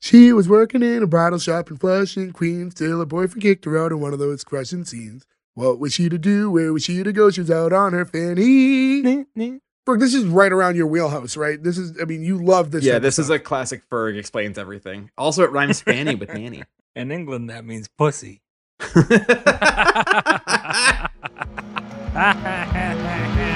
She was working in a bridal shop in Flushing, Queens, till her boyfriend kicked her out in one of those crushing scenes. What was she to do? Where was she to go? She was out on her fanny. Brooke, this is right around your wheelhouse, right? This is, I mean, you love this. yeah, type of this is stuff. a classic Ferg explains everything. Also, it rhymes Fanny with Nanny. In England, that means pussy.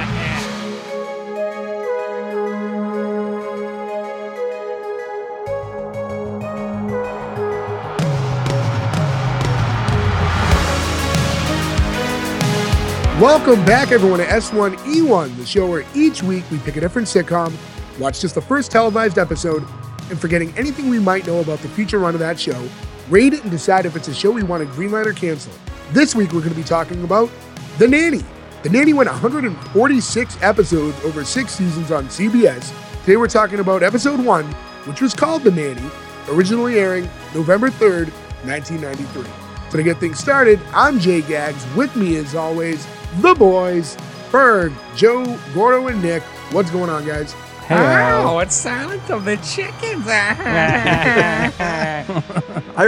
Welcome back, everyone, to S1E1, the show where each week we pick a different sitcom, watch just the first televised episode, and forgetting anything we might know about the future run of that show, rate it and decide if it's a show we want to greenlight or cancel. This week we're going to be talking about The Nanny. The Nanny went 146 episodes over six seasons on CBS. Today we're talking about episode one, which was called The Nanny, originally airing November 3rd, 1993. So to get things started, I'm Jay Gags. With me, as always, the boys, Berg, Joe, Gordo, and Nick. What's going on, guys? Hello. it's silent of the chickens. I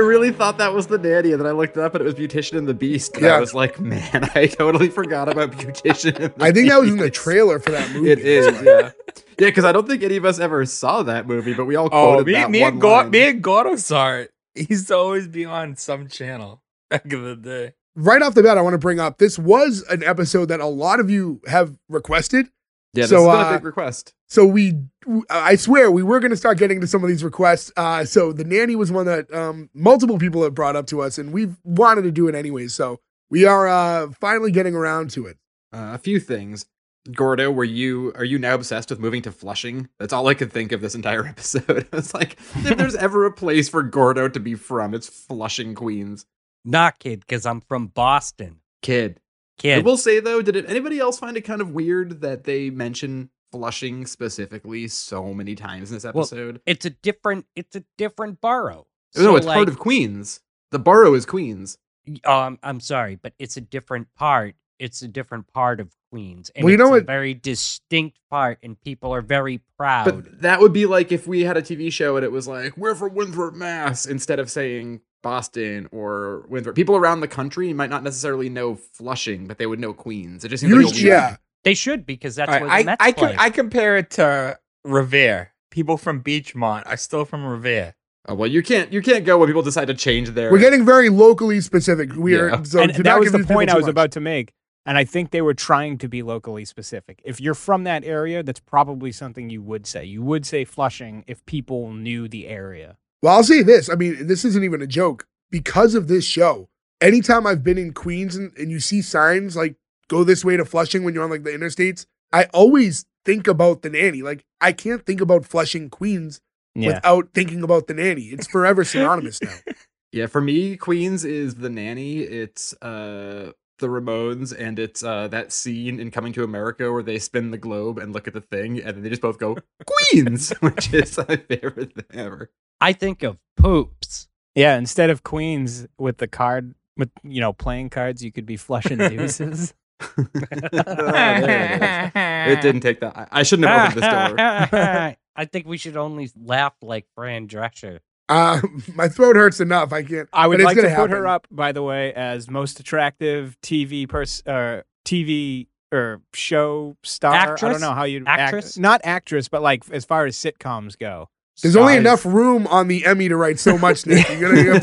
really thought that was the nanny, and then I looked it up and it was Beautician and the Beast. And Yeah. I was like, man, I totally forgot about Beautician and the I think that was in the Beast. trailer for that movie. It is, yeah. Yeah, because I don't think any of us ever saw that movie, but we all Oh, quoted me, that me, one and Gor line. me and Gordo saw it. He used to always be on some channel back in the day. Right off the bat, I want to bring up this was an episode that a lot of you have requested. Yeah, this So, has been uh, a big request. So we, I swear, we were going to start getting to some of these requests. Uh, so the nanny was one that um, multiple people have brought up to us, and we've wanted to do it anyway. So we are uh, finally getting around to it. Uh, a few things. Gordo, were you are you now obsessed with moving to Flushing? That's all I could think of this entire episode. I was like, if there's ever a place for Gordo to be from, it's Flushing, Queens. Not kid, because I'm from Boston. Kid. I Kid. will say though, did it, anybody else find it kind of weird that they mention Flushing specifically so many times in this Well, episode? it's a different. It's a different borough. no, So, it's part like, of Queens. The borough is Queens. y- Um, I'm sorry, but it's a different part. It's a different part of Queens, and Well, you it's know a what- very distinct part, and people are very proud. But that would be like if we had a TV show and it was like, we're from Winthrop, Mass, instead of saying Boston or Winthrop. People around the country might not necessarily know Flushing, but they would know Queens. It just seems You- like a weird- yeah, they should because that's All where right, the Mets I, I, play. com- I compare it to Revere. People from Beachmont are still from Revere. Oh, well, you can't you can't go when people decide to change their. we're getting very locally specific. We are Yeah. so and do that not was give the these people point I too was much. about to make. And I think they were trying to be locally specific. If you're from that area, that's probably something you would say. You would say Flushing if people knew the area. Well, I'll say this. I mean, this isn't even a joke. Because of this show, anytime I've been in Queens and, and you see signs like go this way to Flushing when you're on like the interstates, I always think about the nanny. Like I can't think about Flushing Queens without thinking about the nanny. It's forever synonymous now. Yeah, for me, Queens is the nanny. It's uh the Ramones, and it's uh that scene in Coming to America where they spin the globe and look at the thing, and then they just both go Queens, which is my favorite thing ever. I think of poops. Yeah, instead of Queens with the card with you know playing cards, you could be flushing deuces. Oh, there it is. It didn't take that. I, I shouldn't have opened this door. I think we should only laugh like Fran Drescher. Uh, my throat hurts enough. I can't. I would but it's like to put gonna happen. her up, by the way, as most attractive TV person, uh, TV or show star. I Actress? don't know how you Actress? not actress, but like as far as sitcoms go. There's only Guys. enough room on the Emmy to write so much, Nick. You're gonna you have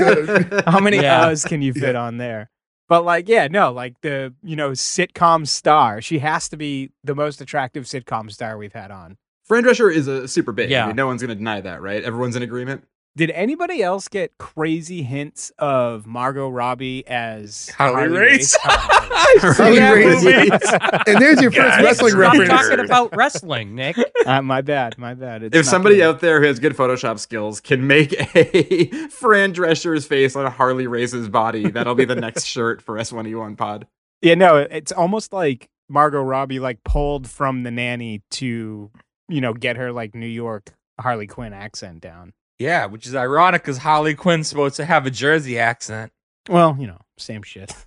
to. How many Yeah. O's can you fit on there? But like, yeah, no, like the you know sitcom star. She has to be the most attractive sitcom star we've had on. Fran Drescher is a super big. I Yeah. mean, no one's gonna deny that, right? Everyone's in agreement. Did anybody else get crazy hints of Margot Robbie as Harley Race? I've Harley Race. And there's your first Guys, wrestling Stop reference. talking about wrestling, Nick. uh, my bad, my bad. It's If not somebody good. out there who has good Photoshop skills can make a Fran Drescher's face on Harley Race's body, that'll be the next shirt for S1E1 Pod. yeah, no, it's almost like Margot Robbie like pulled from the nanny to you know get her like New York Harley Quinn accent down. Yeah, which is ironic because Harley Quinn's supposed to have a Jersey accent. Well, you know, same shit.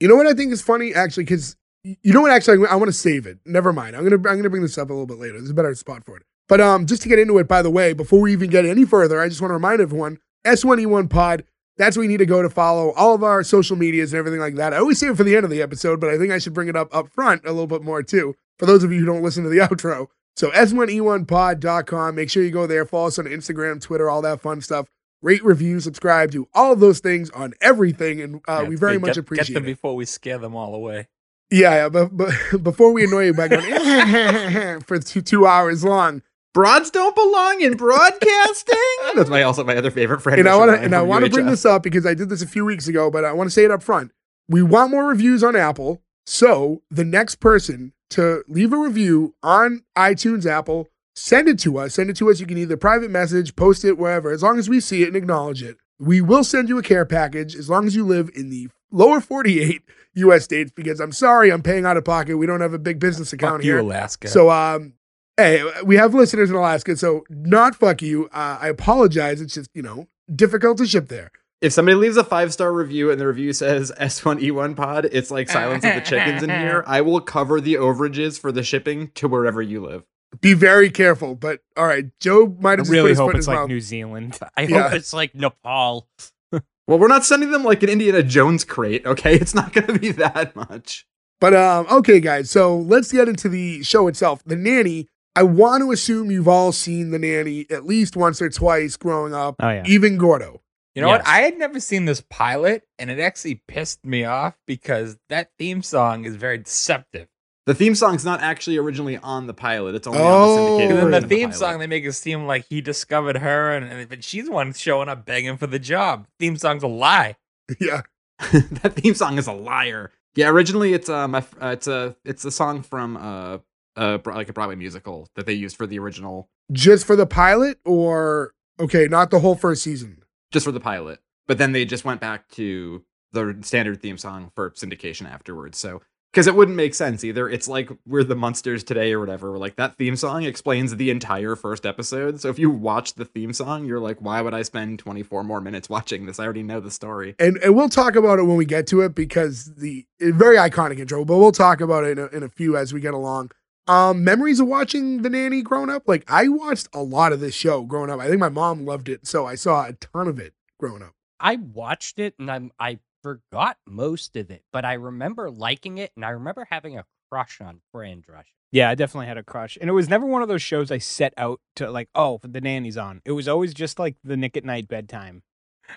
You know what I think is funny actually, because you know what actually I want to save it. Never mind. I'm gonna I'm gonna bring this up a little bit later. There's a better spot for it. But um, just to get into it, by the way, before we even get any further, I just want to remind everyone S1E1 Pod, that's where you need to go to follow all of our social medias and everything like that. I always save it for the end of the episode, but I think I should bring it up up front a little bit more too for those of you who don't listen to the outro. So E S1E1pod.com, make sure you go there, follow us on Instagram, Twitter, all that fun stuff. Rate, review, subscribe, do all of those things on everything, and uh, Yeah, we very get- much get appreciate them it. before we scare them all away. Yeah, yeah but, but before we annoy you by going for two, two hours long, Broads don't belong in broadcasting. That's my also my other favorite friend. and I Richard want to Ryan and I from want to bring UHF. this up because I did this a few weeks ago, but I want to say it up front. We want more reviews on Apple, so the next person to leave a review on iTunes, Apple, send it to us. Send it to us. You can either private message, post it wherever, as long as we see it and acknowledge it. We will send you a care package as long as you live in the lower 48 U.S. states. Because I'm sorry, I'm paying out of pocket. We don't have a big business account Fuck here. you, Alaska. So, um, hey, we have listeners in Alaska, so not fuck you. Uh, I apologize. It's just you know difficult to ship there. If somebody leaves a five star review and the review says S1E1 pod, it's like Silence of the Chickens in here. I will cover the overages for the shipping to wherever you live. Be very careful. But all right, Joe might I have just put really his foot hope in it's his like mouth. New Zealand. I Yeah. hope it's like Nepal. Well, we're not sending them like an Indiana Jones crate, okay? It's not going to be that much. But um, okay, guys. So let's get into the show itself. The nanny. I want to assume you've all seen the nanny at least once or twice growing up. Oh yeah. Even Gordo. You know what? Yes. I had never seen this pilot, and it actually pissed me off because that theme song is very deceptive. The theme song's not actually originally on the pilot. It's only Oh. on the syndicated And Or then version the of theme pilot. song, they make it seem like he discovered her, and, and but she's the one showing up begging for the job. Theme song's a lie. yeah. that theme song is a liar. Yeah, originally it's um a, uh, it's a it's a song from uh uh Bro- like a Broadway musical that they used for the original Just for the pilot, or okay, not the whole first season. just for the pilot. But then they just went back to the standard theme song for syndication afterwards. So because it wouldn't make sense either. It's like we're the monsters today or whatever. Like that theme song explains the entire first episode. So if you watch the theme song, you're like, why would I spend 24 more minutes watching this? I already know the story. and, and we'll talk about it when we get to it because the it's very iconic intro, but we'll talk about it in a, in a few as we get along. Um, memories of watching The Nanny growing up. Like I watched a lot of this show growing up. I think my mom loved it, so I saw a ton of it growing up. I watched it and I'm I forgot most of it, but I remember liking it and I remember having a crush on Fran Drescher. Yeah, I definitely had a crush. And it was never one of those shows I set out to like, oh, the nanny's on. It was always just like the Nick at Night bedtime.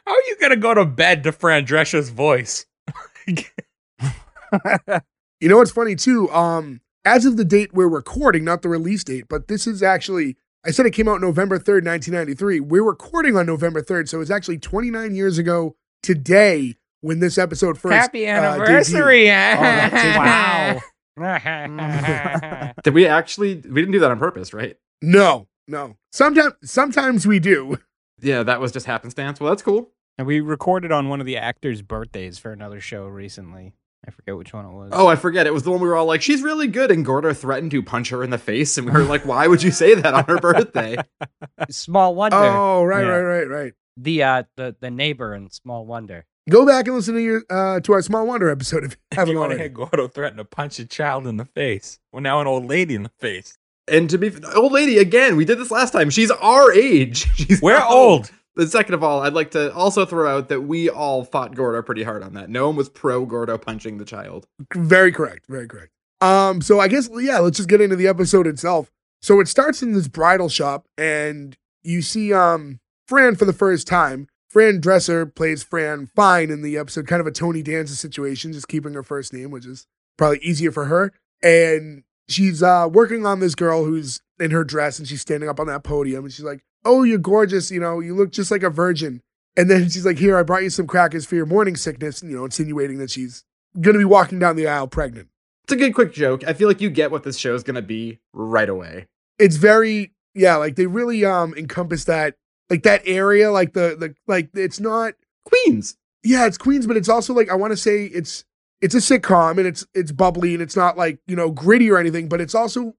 How are you gonna go to bed to Fran Drescher's voice? You know what's funny too? Um, as of the date we're recording, not the release date, but this is actually I said it came out November third, nineteen ninety three. We're recording on November third, so it's actually twenty nine years ago today when this episode first Happy uh, debut. Oh, anniversary! that's- Wow. Mm-hmm. Did we actually we didn't do that on purpose, right? No, no. Sometimes, sometimes we do. Yeah, that was just happenstance. Well, that's cool. And we recorded on one of the actors' birthdays for another show recently. I forget which one it was. Oh, I forget. It was the one we were all like, she's really good. And Gordo threatened to punch her in the face. And we were like, why would you say that on her birthday? Small Wonder. Oh, right, Yeah. right, right, right. The uh the, the neighbor in Small Wonder. Go back and listen to your uh, to our Small Wonder episode if you If haven't you want to hear already. Gordo threaten to punch a child in the face, well, now an old lady in the face. And to be old lady again, we did this last time. She's our age. She's We're not old. And second of all, I'd like to also throw out that we all fought Gordo pretty hard on that. No one was pro Gordo punching the child. Very correct, very correct. Um, so I guess yeah, let's just get into the episode itself. So it starts in this bridal shop, and you see um Fran for the first time. Fran Dresser plays Fran Fine in the episode, kind of a Tony Danza situation, just keeping her first name, which is probably easier for her. And she's uh, working on this girl who's in her dress and she's standing up on that podium and she's like, Oh, you're gorgeous. You know, you look just like a virgin. And then she's like, Here, I brought you some crackers for your morning sickness, you know, insinuating that she's going to be walking down the aisle pregnant. It's a good quick joke. I feel like you get what this show is going to be right away. It's very, yeah, like they really um encompass that, like that area, like the, the like it's not Queens. yeah, it's Queens, but it's also like I want to say it's it's a sitcom and it's it's bubbly and it's not like you know gritty or anything, but it's also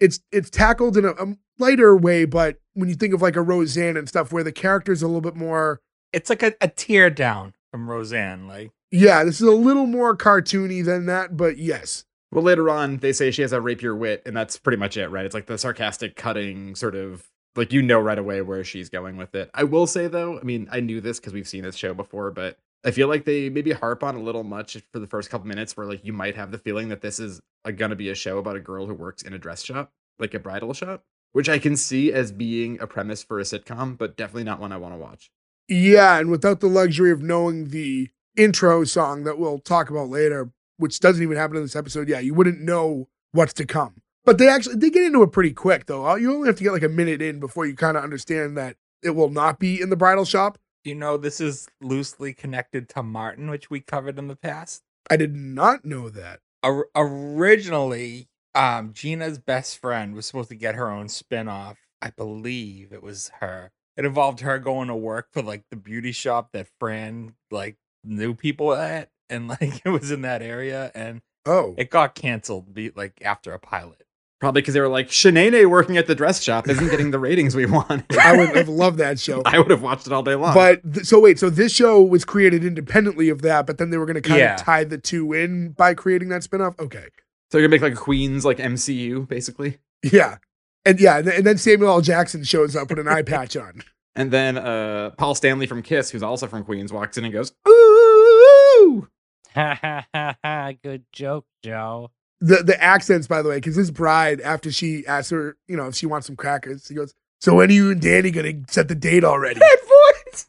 it's it's tackled in a, a lighter way. But when you think of like a Roseanne and stuff, where the characters a little bit more, It's like a, a tear down from Roseanne. Like yeah, this is a little more cartoony than that. But yes, Well, later on, they say she has a rapier wit, and that's pretty much it, right? It's like the sarcastic cutting sort of like you know right away where she's going with it. I will say though, I mean, I knew this because we've seen this show before, but I feel like they maybe harp on a little much for the first couple minutes where like you might have the feeling that this is uh, gonna be a show about a girl who works in a dress shop, like a bridal shop, which I can see as being a premise for a sitcom, but definitely not one I want to watch. Yeah, and without the luxury of knowing the intro song that we'll talk about later, which doesn't even happen in this episode, yeah, you wouldn't know what's to come. But they actually they get into it pretty quick though. Uh, You only have to get like a minute in before you kind of understand that it will not be in the bridal shop. You know, this is loosely connected to Martin, which we covered in the past. I did not know that. Or- originally, um, Gina's best friend was supposed to get her own spin off. I believe it was her. It involved her going to work for like the beauty shop that Fran like knew people at, and like it was in that area, and Oh, it got canceled. Be like after a pilot. Probably because they were like, Shanae working at the dress shop isn't getting the ratings we want. I would have loved that show. I would have watched it all day long. But th- so wait, so this show was created independently of that, but then they were going to kind of Yeah. tie the two in by creating that spinoff. Okay, so you're gonna make like a Queens like MCU basically. yeah, and yeah, and, th- and then Samuel L. Jackson shows up with an eye patch on. And then uh, Paul Stanley from Kiss, who's also from Queens, walks in and goes, "Ooh!" Ha ha ha ha. Good joke, Joe. The the accents, by the way, because this bride, after she asks her, you know, if she wants some crackers, she goes, "So when are you and Danny going to set the date already?" voice.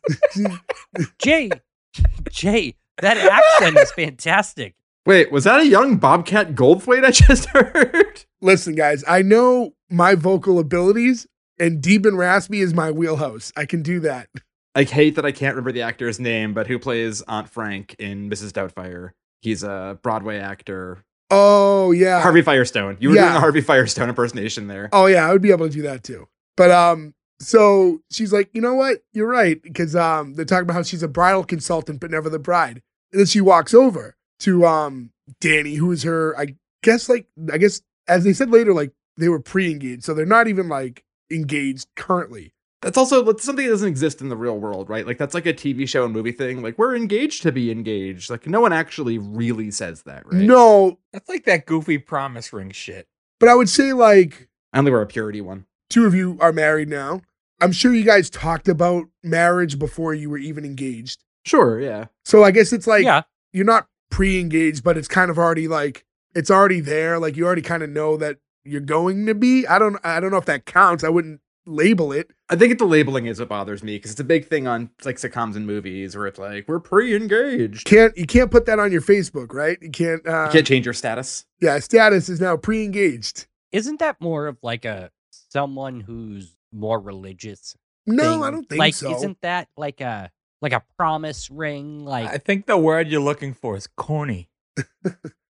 Jay, Jay, that accent is fantastic. Wait, was that a young Bobcat Goldthwait I just heard? Listen, guys, I know my vocal abilities, and deep and raspy is my wheelhouse. I can do that. I hate that I can't remember the actor's name, but who plays Aunt Frank in Mrs. Doubtfire? He's a Broadway actor. Oh yeah, Harvey Firestone. You were yeah. doing a Harvey Firestone impersonation there. Oh yeah, I would be able to do that too. But um, so she's like, you know what? You're right, because um, they're talking about how she's a bridal consultant, but never the bride. And then she walks over to um Danny, who is her, I guess, like I guess as they said later, like they were pre-engaged, so they're not even like engaged currently. That's also that's something that doesn't exist in the real world, right? Like that's like a TV show and movie thing. Like we're engaged to be engaged. Like no one actually really says that, right? No, That's like that goofy promise ring shit. but I would say like I only wear a purity one. two of you are married now. I'm sure you guys talked about marriage before you were even engaged. Sure, yeah. So I guess it's like yeah. you're not pre-engaged, but it's kind of already like it's already there. Like you already kind of know that you're going to be. I don't I don't know if that counts. I wouldn't label it. I think the labeling is what bothers me because it's a big thing on like sitcoms and movies where it's like we're pre-engaged. Can't you can't put that on your Facebook, right? You can't. Uh, you can't change your status. yeah, status is now pre-engaged. Isn't that more of like a someone who's more religious? No, thing? I don't think like, so. Isn't that like a like a promise ring? Like I think the word you're looking for is corny.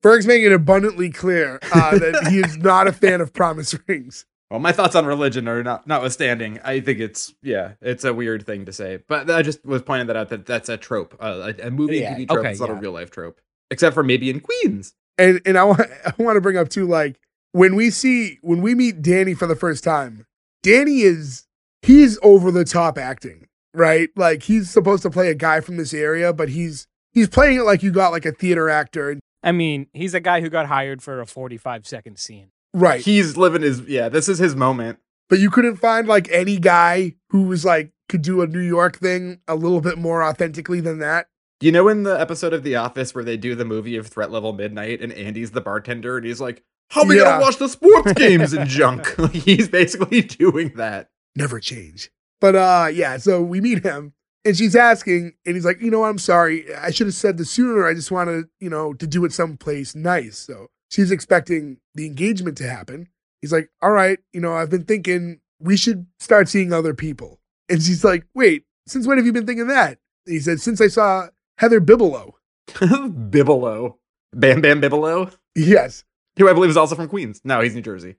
Ferg's making it abundantly clear uh, that he is not a fan of promise rings. Well, my thoughts on religion are not notwithstanding. I think it's yeah, it's a weird thing to say, but I just was pointing that out that that's a trope, uh, a, a movie Yeah, and TV trope. okay, it's not a yeah. real life trope, except for maybe in Queens. And and I want I want to bring up too, like when we see when we meet Danny for the first time, Danny is he's over the top acting, right? Like he's supposed to play a guy from this area, but he's he's playing it like you got like a theater actor, I mean, he's a guy who got hired for a 45 second scene. right? He's living his yeah. This is his moment. but you couldn't find like any guy who was like could do a New York thing a little bit more authentically than that. You know, in the episode of The Office where they do the movie of Threat Level Midnight, and Andy's the bartender, and he's like, "How we Yeah. gonna watch the sports games and junk?" Like, he's basically doing that. Never change. But uh, yeah. So we meet him, and she's asking, and he's like, you know, what? I'm sorry, I should have said this sooner. I just wanted, you know, to do it someplace nice. So she's expecting the engagement to happen. He's like, all right, you know, I've been thinking we should start seeing other people. And she's like, wait, since when have you been thinking that? And he said, since I saw Heather Bibelow. Bibelow. Bam Bam Bibelow, Yes. who I believe is also from Queens. No, he's New Jersey.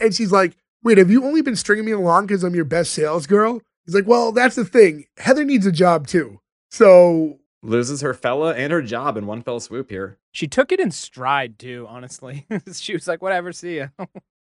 And she's like, wait, have you only been stringing me along because I'm your best sales girl? He's like, well, that's the thing. Heather needs a job too. So Loses her fella and her job in one fell swoop here. She took it in stride, too, honestly. she was like, whatever, see ya.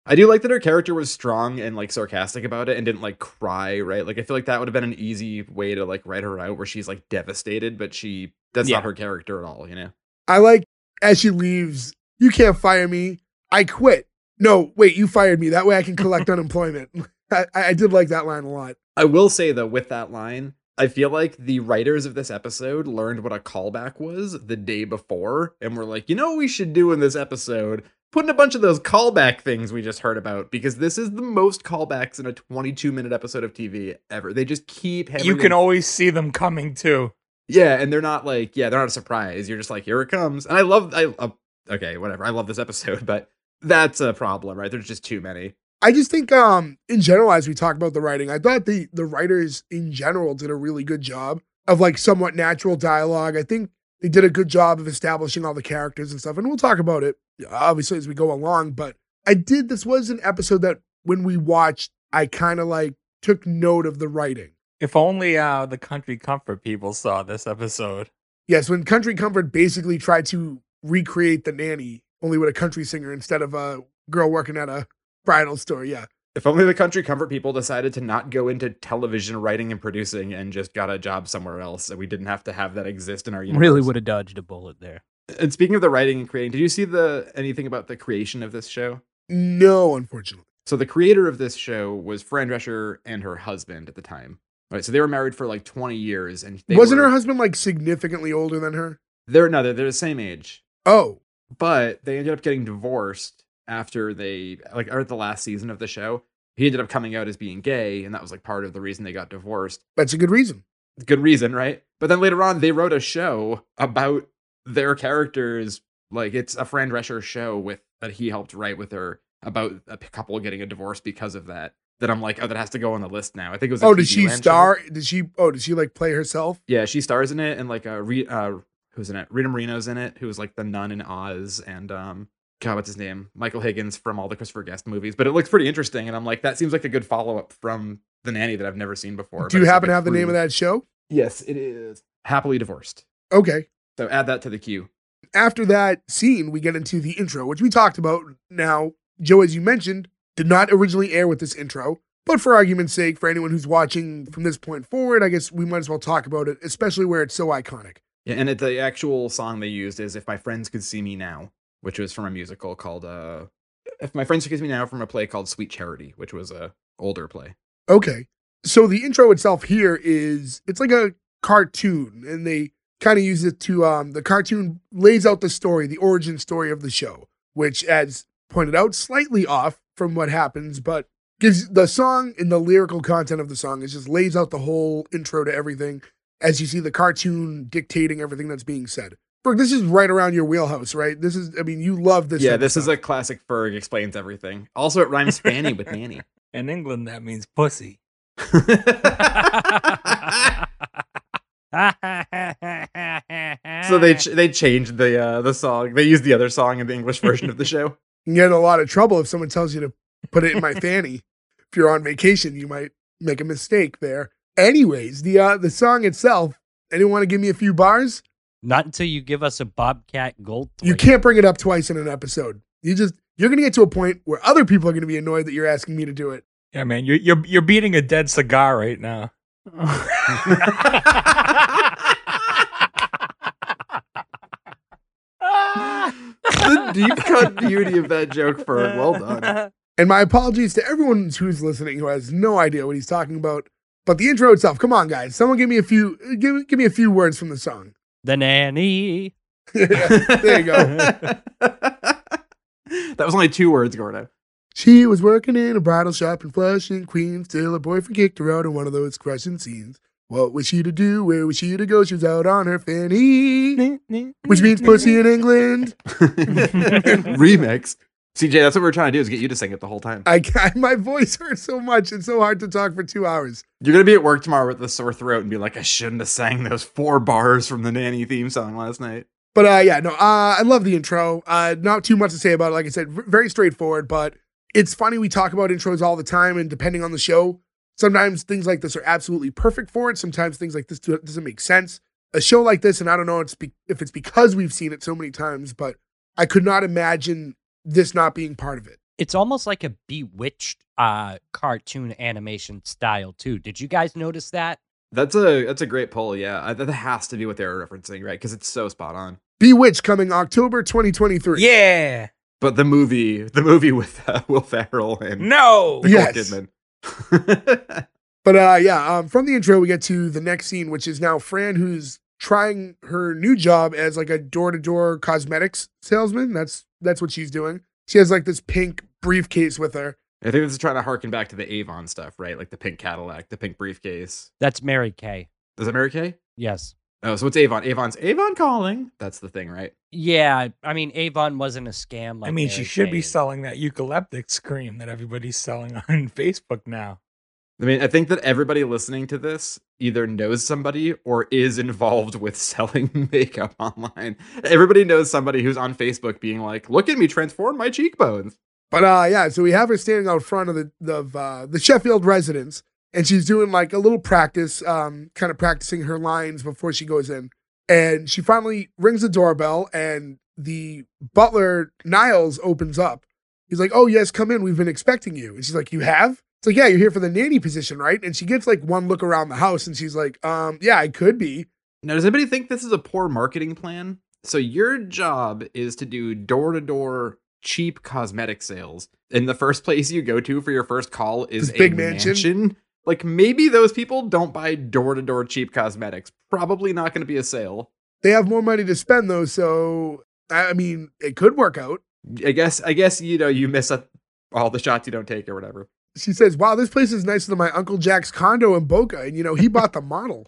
I do like that her character was strong and like sarcastic about it and didn't like cry, right? Like I feel like that would have been an easy way to like write her out where she's like devastated, but she that's Yeah. not her character at all, you know? I like as she leaves, You can't fire me. I quit. No, wait, you fired me. That way I can collect unemployment. I, I did like that line a lot. I will say though, with that line, I feel like the writers of this episode learned what a callback was the day before, and were like, you know, what we should do in this episode, put in a bunch of those callback things we just heard about, because this is the most callbacks in a 22 minute episode of TV ever. They just keep hammering You them- can always see them coming too. yeah, and they're not like, yeah, they're not a surprise. You're just like, here it comes. And I love, I uh, okay, whatever. I love this episode, but that's a problem, right? There's just too many. I just think um in general as we talk about the writing, I thought the the writers in general did a really good job of like somewhat natural dialogue. I think they did a good job of establishing all the characters and stuff. And we'll talk about it obviously as we go along, but I did this was an episode that when we watched, I kind of like took note of the writing. If only uh, the country comfort people saw this episode. Yes, when Country Comfort basically tried to recreate the nanny only with a country singer instead of a girl working at a bridal store. Yeah. If only the country comfort people decided to not go into television writing and producing and just got a job somewhere else, and we didn't have to have that exist in our universe. Really would have dodged a bullet there. And speaking of the writing and creating, did you see the anything about the creation of this show? No, unfortunately. So the creator of this show was Fran Drescher and her husband at the time. Right, so they were married for like 20 years, and they Wasn't were- her husband like significantly older than her? They're no, they're, they're the same age. Oh, but they ended up getting divorced after they like or at the last season of the show he ended up coming out as being gay and that was like part of the reason they got divorced that's a good reason. good reason right but then later on they wrote a show about their characters like it's a fran drescher show with that he helped write with her about a p- couple getting a divorce because of that that i'm like oh that has to go on the list now i think it was a Oh, did TV she Land show. star? Did she? Oh, did she like play herself? yeah she stars in it and like uh, Re- uh who's in it rita marino's in it who was like the nun in oz and um god what's his name michael higgins from all the christopher guest movies but it looks pretty interesting and i'm like that seems like a good follow-up from the nanny that i've never seen before Do you happen to have the name of that show? yes it is happily divorced Okay. so add that to the queue After that scene, we get into the intro, which we talked about. Now, Joe, as you mentioned, did not originally air with this intro, but for argument's sake, for anyone who's watching from this point forward, I guess we might as well talk about it, especially where it's so iconic. yeah, and it, the actual song they used is if my friends could see me now which was from a musical called uh if my friends could see me now from a play called sweet charity which was a older play Okay. So the intro itself here is it's like a cartoon and they kind of use it to um the cartoon lays out the story, the origin story of the show, which as pointed out slightly off from what happens, but gives the song and the lyrical content of the song is just lays out the whole intro to everything as you see the cartoon dictating everything that's being said. Brooke, this is right around your wheelhouse, right? This is I mean, you love this. yeah type of this is stuff. a classic ferg explains everything also it rhymes fanny with nanny In England, that means pussy. so they ch- they changed the uh, the song. They used the other song in the English version of the show. you can get in a lot of trouble if someone tells you to put it in my fanny. If you're on vacation, you might make a mistake there. Anyways, the uh, the song itself. Anyone want to give me a few bars? Not until you give us a Bobcat Gold. You can't bring it up twice in an episode. You just you're gonna get to a point where other people are gonna be annoyed that you're asking me to do it. Yeah, man, you're you're you're beating a dead cigar right now. the deep cut beauty of that joke, Fern. Well done. And my apologies to everyone who's listening who has no idea what he's talking about. But the intro itself, come on, guys. Someone give me a few uh, give give me a few words from the song. The nanny. there you go. that was only two words, Gordo. She was working in a bridal shop in Flushing, Queens, till her boyfriend kicked her out in one of those crushing scenes. What was she to do? Where was she to go? She was out on her fanny, which means pussy in England. Remix. CJ, that's what we're trying to do is get you to sing it the whole time. I, ca- my voice hurts so much. It's so hard to talk for two hours. You're gonna be at work tomorrow with a sore throat and be like, I shouldn't have sang those four bars from the nanny theme song last night. But uh, yeah, no, uh, I love the intro. Uh, not too much to say about it. Like I said, v- very straightforward, but it's funny. We talk about intros all the time, and depending on the show, sometimes things like this are absolutely perfect for it. Sometimes things like this do- doesn't make sense. A show like this, and I don't know it's be- if it's because we've seen it so many times, but I could not imagine this not being part of it. it's almost like a bewitched uh cartoon animation style too did you guys notice that That's a that's a great poll. Yeah, I, that has to be what they were referencing, right? Because it's so spot on. Bewitched coming October 2023. Yeah. But the movie, the movie with uh, Will Ferrell and No. Yeah. Nicole Yes. Kidman. But uh, yeah, um, from the intro, we get to the next scene, which is now Fran, who's trying her new job as like a door to door cosmetics salesman. That's that's what she's doing. She has like this pink briefcase with her. I think this is trying to harken back to the Avon stuff, right? Like the pink Cadillac, the pink briefcase. That's Mary Kay. Is that Mary Kay? Yes. Oh, so it's Avon. Avon's Avon calling. That's the thing, right? Yeah. I mean, Avon wasn't a scam. Like I mean, she Mary should Kay be is. selling that eucalyptic cream that everybody's selling on Facebook now. I mean, I think that everybody listening to this either knows somebody or is involved with selling makeup online. Everybody knows somebody who's on Facebook being like, look at me transform my cheekbones. But uh, yeah, so we have her standing out front of the of uh, the Sheffield residence, and she's doing like a little practice, um, kind of practicing her lines before she goes in. And she finally rings the doorbell, and the butler Niles opens up. He's like, "Oh yes, come in. We've been expecting you." And she's like, "You have?" It's like, "Yeah, you're here for the nanny position, right?" And she gets like one look around the house, and she's like, "Um, yeah, I could be." Now, does anybody think this is a poor marketing plan? So, your job is to do door to door cheap cosmetic sales. And the first place you go to for your first call is This a big mansion? mansion. Like, maybe those people don't buy door to door cheap cosmetics. Probably not going to be a sale. They have more money to spend though, so I I mean, it could work out. I guess I guess you know you miss up all the shots you don't take or whatever. she says, "Wow, this place is nicer than my uncle Jack's condo in Boca, and you know he bought the model,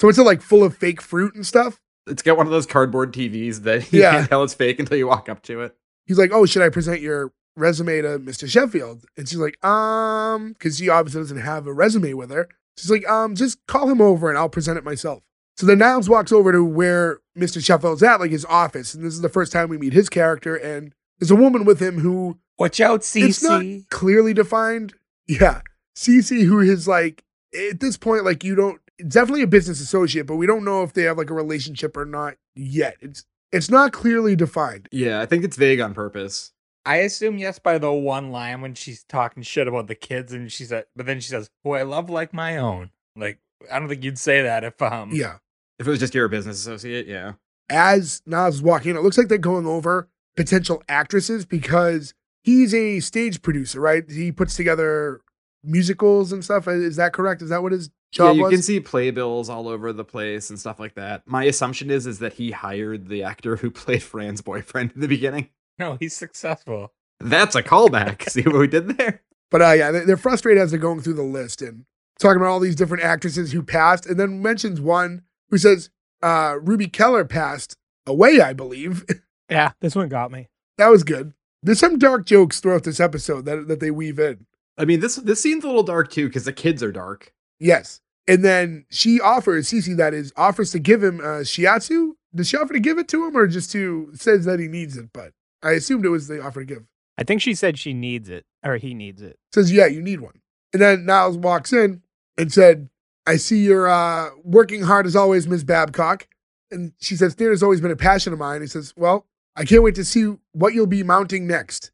so it's like full of fake fruit and stuff." It's got one of those cardboard TVs that you Yeah. can't tell it's fake until you walk up to it. He's like, "Oh, should I present your resume to Mr. Sheffield?" And she's like, "Um," because she obviously doesn't have a resume with her. She's like, "Um, just call him over and I'll present it myself." So then Niles walks over to where Mr. Sheffield's at, like his office, and this is the first time we meet his character. And there's a woman with him who Watch out, It's not- CC. clearly defined. Yeah. CC, who is like, at this point, like, you don't, definitely a business associate, but we don't know if they have like a relationship or not yet. It's, it's not clearly defined. Yeah, I think it's vague on purpose. I assume yes by the one line when she's talking shit about the kids, and she said, but then she says, "Who I love like my own." Like I don't think you'd say that if Mm. um Yeah. If it was just your business associate, yeah. As Nas is walking in, it looks like they're going over potential actresses because he's a stage producer, right? He puts together musicals and stuff. Is that correct? Is that what his Yeah, job you was? can see playbills all over the place and stuff like that. My assumption is is that he hired the actor who played Fran's boyfriend in the beginning. no he's successful. That's a callback. see what we did there? But uh, yeah, they- they're frustrated as they're going through the list and talking about all these different actresses who passed, and then mentions one who says uh, Ruby Keller passed away, I believe. Yeah, this one got me. that was good. There's some dark jokes throughout this episode that that they weave in. I mean, this this scene's a little dark too because the kids are dark. Yes, and then she offers Cece that is offers to give him uh, shiatsu. Does she offer to give it to him, or just to says that he needs it? But I assumed it was the offer to give. I think she said she needs it or he needs it. says, "Yeah, you need one." And then Niles walks in and said, "I see you're uh, working hard as always, Miss Babcock." And she says, "Theater's always been a passion of mine." He says, "Well, I can't wait to see what you'll be mounting next."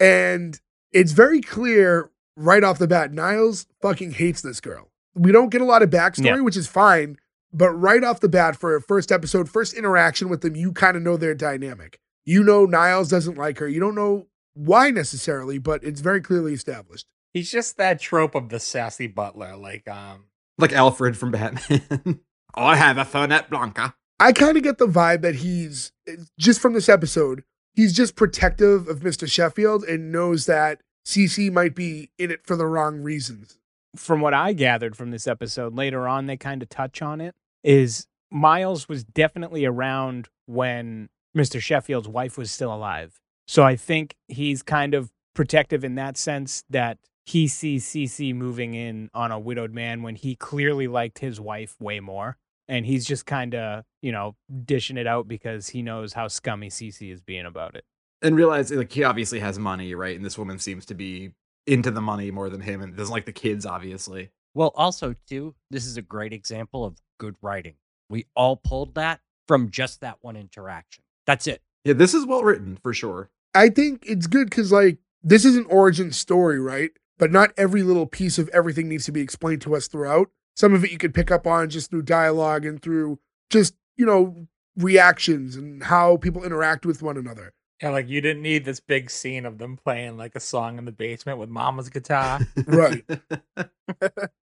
And it's very clear right off the bat, Niles fucking hates this girl. We don't get a lot of backstory, Yeah. which is fine. But right off the bat, for a first episode, first interaction with them, you kind of know their dynamic. You know Niles doesn't like her. You don't know why necessarily, but it's very clearly established. He's just that trope of the sassy butler. Like um Like Alfred from Batman. I have a Fernet Blanca. I kind of get the vibe that he's eh, just from this episode, he's just protective of Mr. Sheffield and knows that CC might be in it for the wrong reasons. From what I gathered from this episode, later on they kind of touch on it is Miles was definitely around when Mr. Sheffield's wife was still alive. So I think he's kind of protective in that sense that he sees CC moving in on a widowed man when he clearly liked his wife way more. And he's just kind of, you know, dishing it out because he knows how scummy CC is being about it. and realize like he obviously has money, right? And this woman seems to be into the money more than him, and doesn't like the kids, obviously. Well, also, too, this is a great example of good writing. We all pulled that from just that one interaction. That's it. Yeah, this is well written for sure. I think it's good because, like, this is an origin story, right? But not every little piece of everything needs to be explained to us throughout. Some of it you could pick up on just through dialogue and through just, you know, reactions and how people interact with one another. Yeah, like you didn't need this big scene of them playing like a song in the basement with Mama's guitar. Right.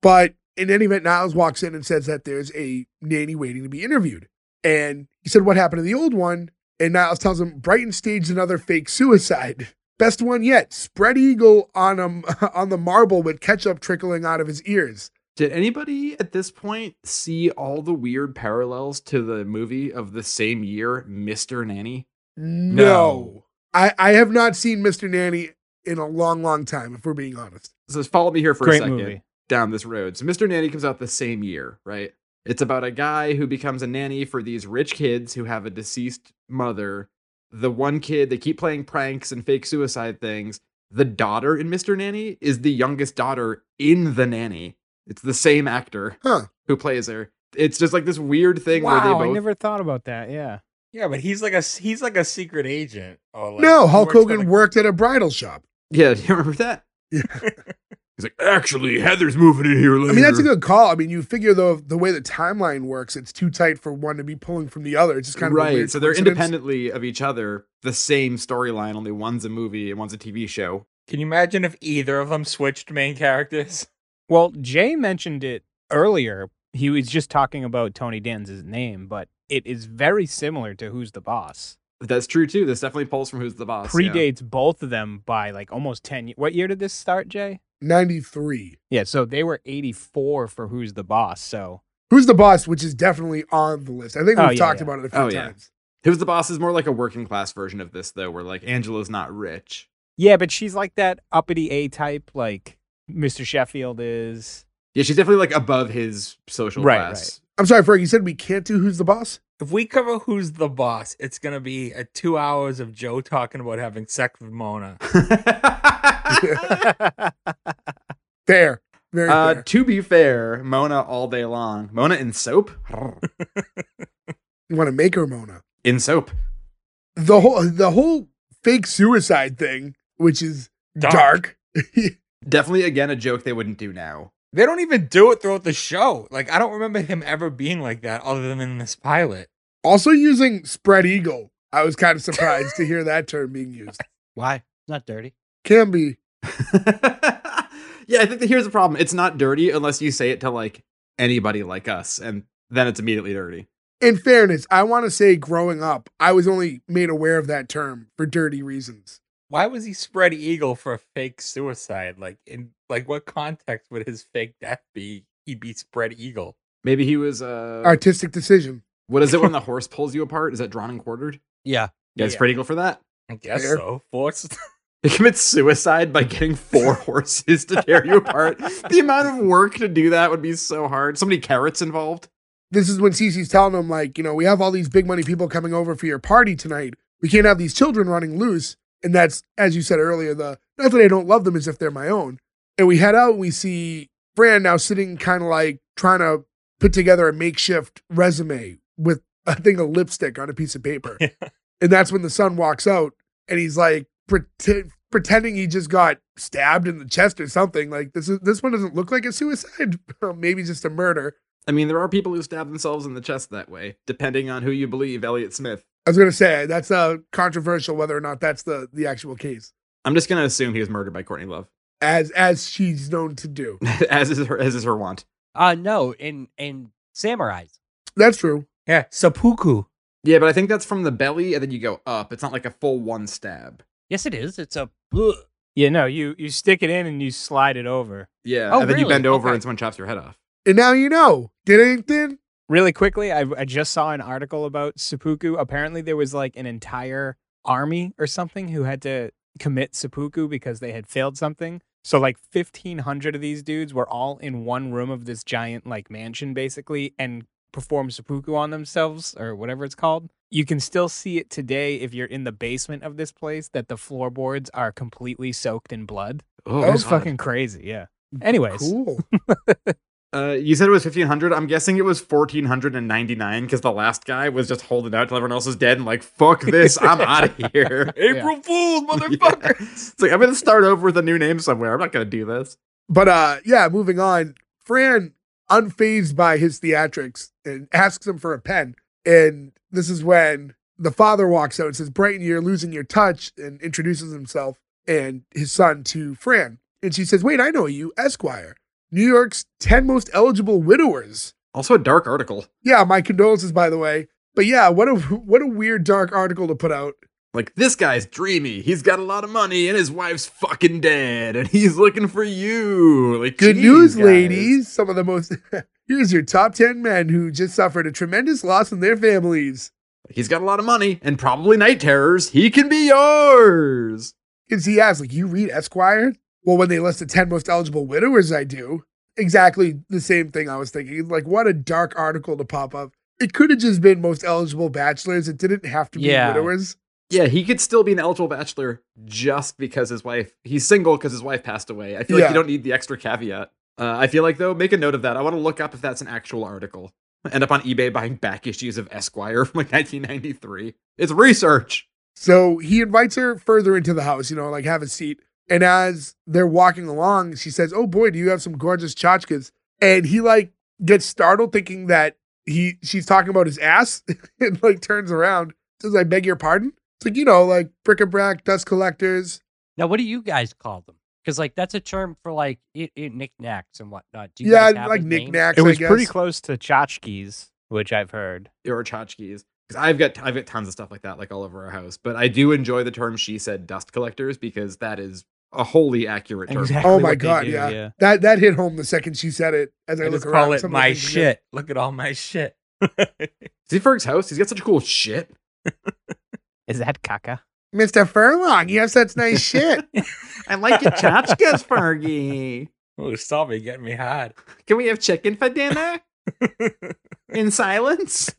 But in any event, Niles walks in and says that there's a nanny waiting to be interviewed. And he said, What happened to the old one? And Niles tells him, Brighton staged another fake suicide. Best one yet. Spread eagle on him on the marble with ketchup trickling out of his ears. Did anybody at this point see all the weird parallels to the movie of the same year, Mr. Nanny? No. I, I have not seen Mr. Nanny in a long, long time, if we're being honest. So follow me here for a Great second. movie. down this road. So Mr. Nanny comes out the same year, right? It's about a guy who becomes a nanny for these rich kids who have a deceased mother. The one kid, they keep playing pranks and fake suicide things. The daughter in Mr. Nanny is the youngest daughter in The Nanny. It's the same actor Huh. who plays her. It's just like this weird thing where they Wow, I both. never thought about that. Yeah. yeah, but he's like a he's like a secret agent. Or like, no, he Hulk works for Hogan the- worked at a bridal shop. Yeah, do you remember that? Yeah. He's like, actually, Heather's moving in here later. I mean, that's a good call. I mean, you figure though the way the timeline works, it's too tight for one to be pulling from the other. It's just kind of a right. weird so they're coincidence. independently of each other, the same storyline. Only one's a movie and one's a TV show. Can you imagine if either of them switched main characters? Well, Jay mentioned it earlier. He was just talking about Tony Danza's name, but it is very similar to Who's the Boss. That's true too. This definitely pulls from Who's the Boss. yeah. Predates both of them by like almost 10 years. What year did this start, Jay? Ninety-three. Yeah, so they were 84 for Who's the Boss. So Who's the boss? Which is definitely on the list. I think we've Oh, yeah, talked yeah. about it a few Oh, yeah. times. Who's the Boss is more like a working class version of this though, where like Angela's not rich. Yeah, but she's like that uppity A type, like Mr. Sheffield is. Yeah, she's definitely like above his social Right, class. I'm sorry, Frank. You said we can't do Who's the Boss. If we cover who's the boss, it's gonna be a two hours of Joe talking about having sex with Mona. Fair, very uh, fair. to be fair, Mona all day long. Mona in soap. You want to make her Mona? in soap. The whole the whole fake suicide thing, which is Dark. dark. Definitely again a joke they wouldn't do now. They don't even do it throughout the show. Like I don't remember him ever being like that, other than in this pilot. Also using spread eagle. I was kind of surprised to hear that term being used. Why? It's not dirty. Can be yeah, I think that here's the problem. It's not dirty unless you say it to like anybody like us, and then it's immediately dirty. in fairness, I want to say growing up, I was only made aware of that term for dirty reasons. Why was he spread eagle for a fake suicide? Like in like what context would his fake death be? He'd be spread eagle. Maybe he was uh Artistic decision. What is it when the horse pulls you apart? Is that drawn and quartered? Yeah. Yeah, it's Yeah. pretty cool for that. I guess Fair. so. Forced. It commits suicide by getting four horses to tear you apart. The amount of work to do that would be so hard. So many carrots involved. This is when Cece's telling him, like, you know, we have all these big money people coming over for your party tonight. We can't have these children running loose. And that's, as you said earlier, the not that I don't love them as if they're my own. And we head out and we see Fran now sitting kind of like trying to put together a makeshift resume with, I think, a lipstick on a piece of paper. And that's when the son walks out and he's like pretend, pretending he just got stabbed in the chest or something. Like this is this one doesn't look like a suicide, maybe just a murder. I mean, there are people who stab themselves in the chest that way, depending on who you believe, Elliot Smith. I was gonna say that's uh, controversial whether or not that's the the actual case, I'm just gonna assume he was murdered by Courtney Love, as as she's known to do. as is her as is her wont. Uh no, in in samurais. That's true. yeah, seppuku. Yeah, but I think that's from the belly, and then you go up. It's not like a full one stab. Yes, it is. It's a Yeah, no, you, you stick it in and you slide it over. Yeah, Oh, and then you really? bend over Okay. and someone chops your head off. And now you know. Did anything? Really quickly, I, I just saw an article about seppuku. Apparently, there was like an entire army or something who had to commit seppuku because they had failed something. So, like 1,500 of these dudes were all in one room of this giant, like, mansion basically and performed seppuku on themselves or whatever it's called. You can still see it today if you're in the basement of this place that the floorboards are completely soaked in blood. Oh, It was God. fucking crazy. Yeah. Anyways. Cool. Uh, you said it was 1500. I'm guessing it was 1499 because the last guy was just holding out till everyone else was dead and like, fuck this, I'm out of here. April Fools, Yeah. motherfucker. It's like, I'm going to start over with a new name somewhere. I'm not going to do this. But uh, yeah, moving on. Fran, unfazed by his theatrics, and asks him for a pen. And this is when the father walks out and says, Brighton, you're losing your touch, and introduces himself and his son to Fran. And she says, Wait, I know you, Esquire, New York's 10 most eligible widowers. Also, a dark article. Yeah, my condolences, by the way. But yeah, what a what a weird dark article to put out. Like, this guy's dreamy. He's got a lot of money, and his wife's fucking dead, and he's looking for you. Like, Good geez, news, guys. ladies. Some of the most here's your top ten men who just suffered a tremendous loss in their families. He's got a lot of money and probably night terrors. He can be yours. Because he asks, like, you read Esquire? Well, when they list the 10 most eligible widowers, I do. Exactly the same thing I was thinking. Like, what a dark article to pop up. It could have just been most eligible bachelors. It didn't have to be Yeah. widowers. Yeah, he could still be an eligible bachelor just because his wife, he's single because his wife passed away. I feel like Yeah. you don't need the extra caveat. Uh, I feel like, though, make a note of that. I want to look up if that's an actual article. End up on eBay buying back issues of Esquire from like 1993. It's research. So he invites her further into the house, you know, like, have a seat. And as they're walking along, she says, Oh boy, do you have some gorgeous tchotchkes? And he, like, gets startled thinking that he she's talking about his ass and, like, turns around, says, I beg your pardon. It's like, you know, like, bric-a-brac, dust collectors. Now, what do you guys call them? Because like that's a term for like it, it knickknacks and whatnot. Do you Yeah, guys have like a name? knickknacks. It was I guess. pretty close to tchotchkes, which I've heard. Or tchotchkes. Because I've got I've got tons of stuff like that, like all over our house. But I do enjoy the term she said dust collectors because that is a wholly accurate term. Oh what my they God, do, yeah. That that hit home the second she said it. As I, I look just around, call it some of the my things you shit. Look at all my shit. See Ferg's house? He's got such cool shit. Is that caca? get. Mr. Furlong, you have such nice shit. I like your tchotchkes, Fergie. Oh, stop me getting me hard. Can we have chicken for dinner? In silence?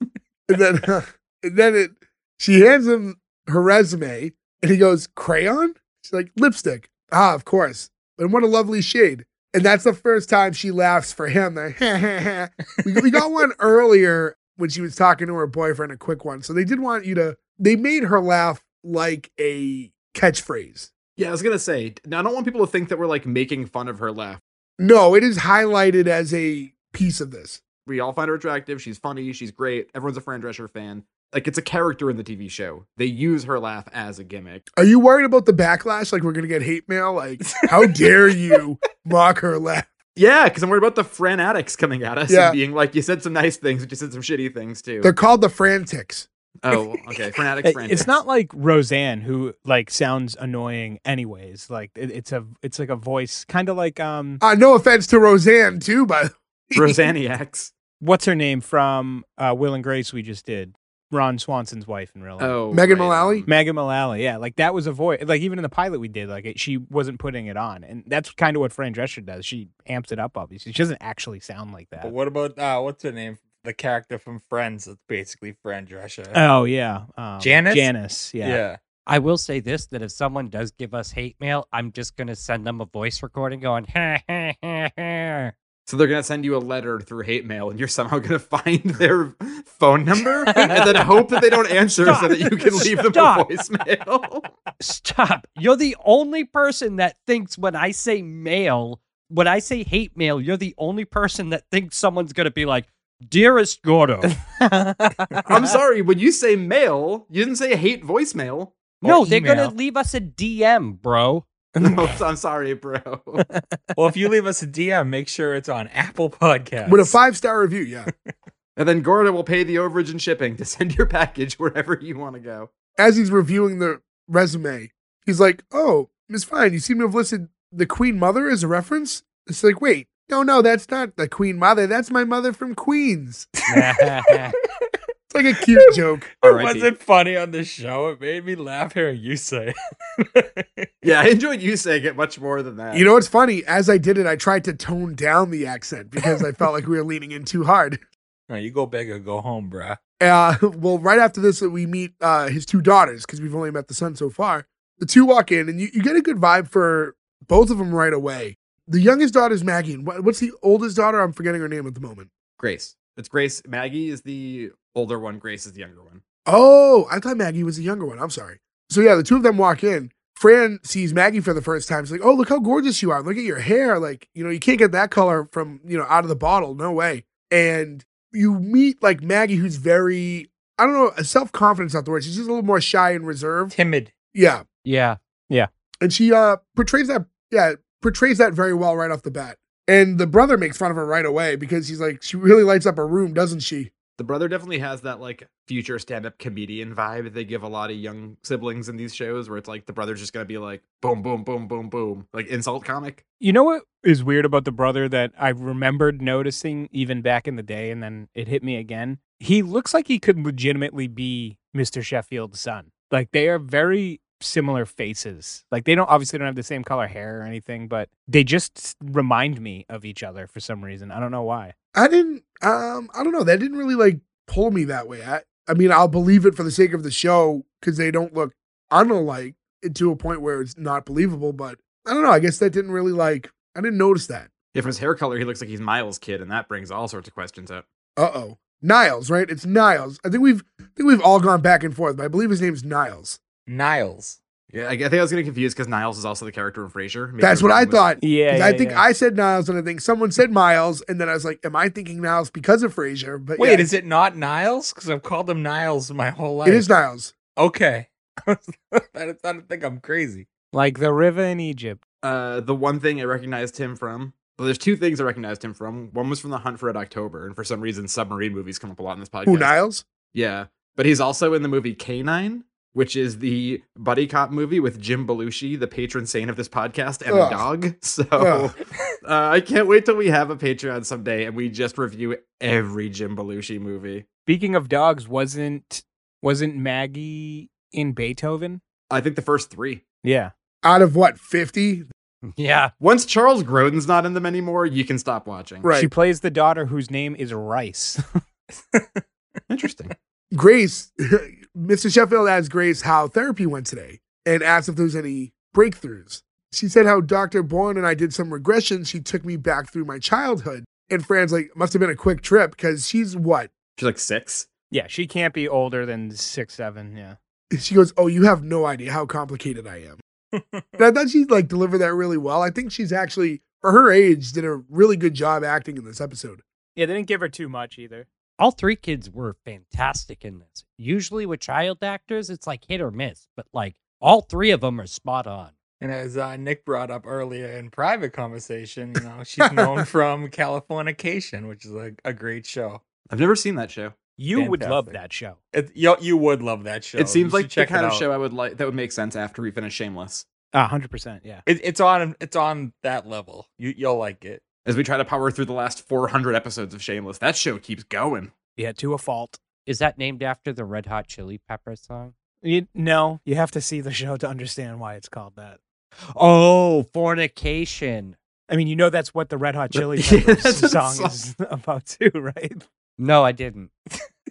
And then, and then it, she hands him her resume, and he goes crayon. She's like lipstick. Ah, of course. And what a lovely shade. And that's the first time she laughs for him. Like, we, we got one earlier when she was talking to her boyfriend, a quick one. So they did want you to. They made her laugh like a catchphrase. Yeah, I was gonna say. Now I don't want people to think that we're like making fun of her laugh. No, it is highlighted as a piece of this. We all find her attractive. She's funny. She's great. Everyone's a Fran Drescher fan. Like it's a character in the TV show. They use her laugh as a gimmick. Are you worried about the backlash? Like we're gonna get hate mail? Like how dare you mock her laugh? Yeah, because I'm worried about the Fran addicts coming at us Yeah. and being like, "You said some nice things, but you said some shitty things too." They're called the Frantics. oh, okay. Fran addicts. Fran It's addicts. not like Roseanne, who like sounds annoying, anyways. Like it, it's a, it's like a voice, kind of like um, Uh, no offense to Roseanne too, but Rosaniacs. what's her name from uh, Will and Grace? We just did Ron Swanson's wife in real life. Oh, Megan right, Mullally? um, Megan Mullally, yeah, like that was a voice. Like even in the pilot we did, like it, she wasn't putting it on, and that's kind of what Fran Drescher does. She amps it up, obviously. She doesn't actually sound like that. But what about uh, what's her name? The character from Friends that's basically Fran Drescher. Oh yeah, um, Janice? Janice, yeah. I will say this: that if someone does give us hate mail, I'm just gonna send them a voice recording going. "Ha, ha, ha, ha." So they're gonna send you a letter through hate mail, and you're somehow gonna find their phone number and then hope that they don't answer so Stop. that you can leave them Stop. a voicemail. Stop! You're the only person that thinks when I say mail, when I say hate mail, you're the only person that thinks someone's gonna be like, "Dearest Gordo." I'm sorry, when you say mail, you didn't say hate voicemail. no, Or they're gonna email. leave us a DM, bro. No, I'm sorry, bro. Yeah. Well, if you leave us a DM, make sure it's on Apple Podcasts. with a five star review, yeah. And then Gorda will pay the overage and shipping to send your package wherever you want to go. As he's reviewing the resume, he's like, "Oh, Miss Fine, you seem to have listed the Queen Mother as a reference." It's like, wait, no, no, that's not the Queen Mother. That's my mother from Queens. It's like a cute joke. It R.I.P. wasn't funny on the show. It made me laugh hearing you say. it. Yeah, I enjoyed you saying it much more than that. You know, it's funny. As I did it, I tried to tone down the accent because I felt like we were leaning in too hard. no, you go big or go home, bruh. Uh, well, right after this, we meet uh, his two daughters because we've only met the son so far. The two walk in, and you, you get a good vibe for both of them right away. The youngest daughter is Maggie. And what, what's the oldest daughter? I'm forgetting her name at the moment. Grace. It's Grace. Maggie is the older one. Grace is the younger one. Oh, I thought Maggie was the younger one. I'm sorry. So, yeah, the two of them walk in. Fran sees Maggie for the first time. She's like, oh, look how gorgeous you are. Look at your hair. Like, you know, you can't get that color from, you know, out of the bottle. No way. And you meet like Maggie, who's very I don't know, self confidence not the word. She's just a little more shy and reserved. Timid. Yeah. Yeah. and she uh portrays that yeah portrays that very well right off the bat and the brother makes fun of her right away because he's like she really lights up her room doesn't she The brother definitely has that like future stand-up comedian vibe that they give a lot of young siblings in these shows, where it's like the brother's just gonna be like boom, boom, boom, boom, boom, like insult comic. You know what is weird about the brother that I remembered noticing even back in the day, and then it hit me again? He looks like he could legitimately be Mr. Sheffield's son. Like they are very similar faces. Like they don't obviously don't have the same color hair or anything, but they just s- remind me of each other for some reason. I don't know why. i didn't um i don't know that didn't really like pull me that way i, I mean i'll believe it for the sake of the show because they don't look unalike to a point where it's not believable but i don't know i guess that didn't really like i didn't notice that If his hair color, he looks like he's Miles' kid, and that brings all sorts of questions up. uh-oh niles right it's niles i think we've i think we've all gone back and forth but i believe his name's niles Niles. Yeah, I, I think I was getting confused because Niles is also the character in Frasier. Maybe that's we're what i getting this- thought Yeah, 'Cause I think I said Niles, and I think someone said Miles, and then I was like, "Am I thinking Niles because of Frasier?" But Wait, yeah, is it not Niles? Because I've called him Niles my whole life. it is Niles. Okay. I don't I don't think I'm crazy. like the river in Egypt. uh, the one thing I recognized him from. Well, there's two things I recognized him from. One was from The Hunt for Red October, and for some reason, submarine movies come up a lot in this podcast. Who Niles? Yeah, but he's also in the movie Canine, which is the buddy cop movie with Jim Belushi, the patron saint of this podcast, and Ugh. a dog. So Ugh. uh, I can't wait till we have a Patreon someday and we just review every Jim Belushi movie. Speaking of dogs, wasn't wasn't Maggie in Beethoven? I think the first three. Yeah. Out of what fifty? Yeah. Once Charles Grodin's not in them anymore, you can stop watching. Right. She plays the daughter whose name is Rice. Interesting. Grace, Mr. Sheffield asked Grace how therapy went today, and asked if there was any breakthroughs. She said how Doctor Bourne and I did some regression. She took me back through my childhood, and Fran's like, "Must have been a quick trip because she's what?" She's like six. Yeah, she can't be older than six, seven. Yeah. She goes, "Oh, you have no idea how complicated I am." And I thought she like delivered that really well. I think she's actually, for her age, did a really good job acting in this episode. Yeah, they didn't give her too much either. All three kids were fantastic in this. Usually with child actors, it's like hit or miss, but like all three of them are spot on. And as uh, Nick brought up earlier in private conversation, you know, she's known from Californication, which is a, a great show. I've never seen that show. You would love Fantastic. that show. It, you, you would love that show. it seems You should like the it kind of out. show I would like that would make sense after we finish Shameless. A hundred percent. Yeah. It, it's on. It's on that level. You you'll like it. As we try to power through the last 400 episodes of Shameless, that show keeps going. Yeah, to a fault. Is that named after the Red Hot Chili Peppers song? You, no, you have to see the show to understand why it's called that. Oh, fornication. I mean, you know that's what the Red Hot The- Chili Yeah, Peppers that's what the song song- is about too, right? No, I didn't.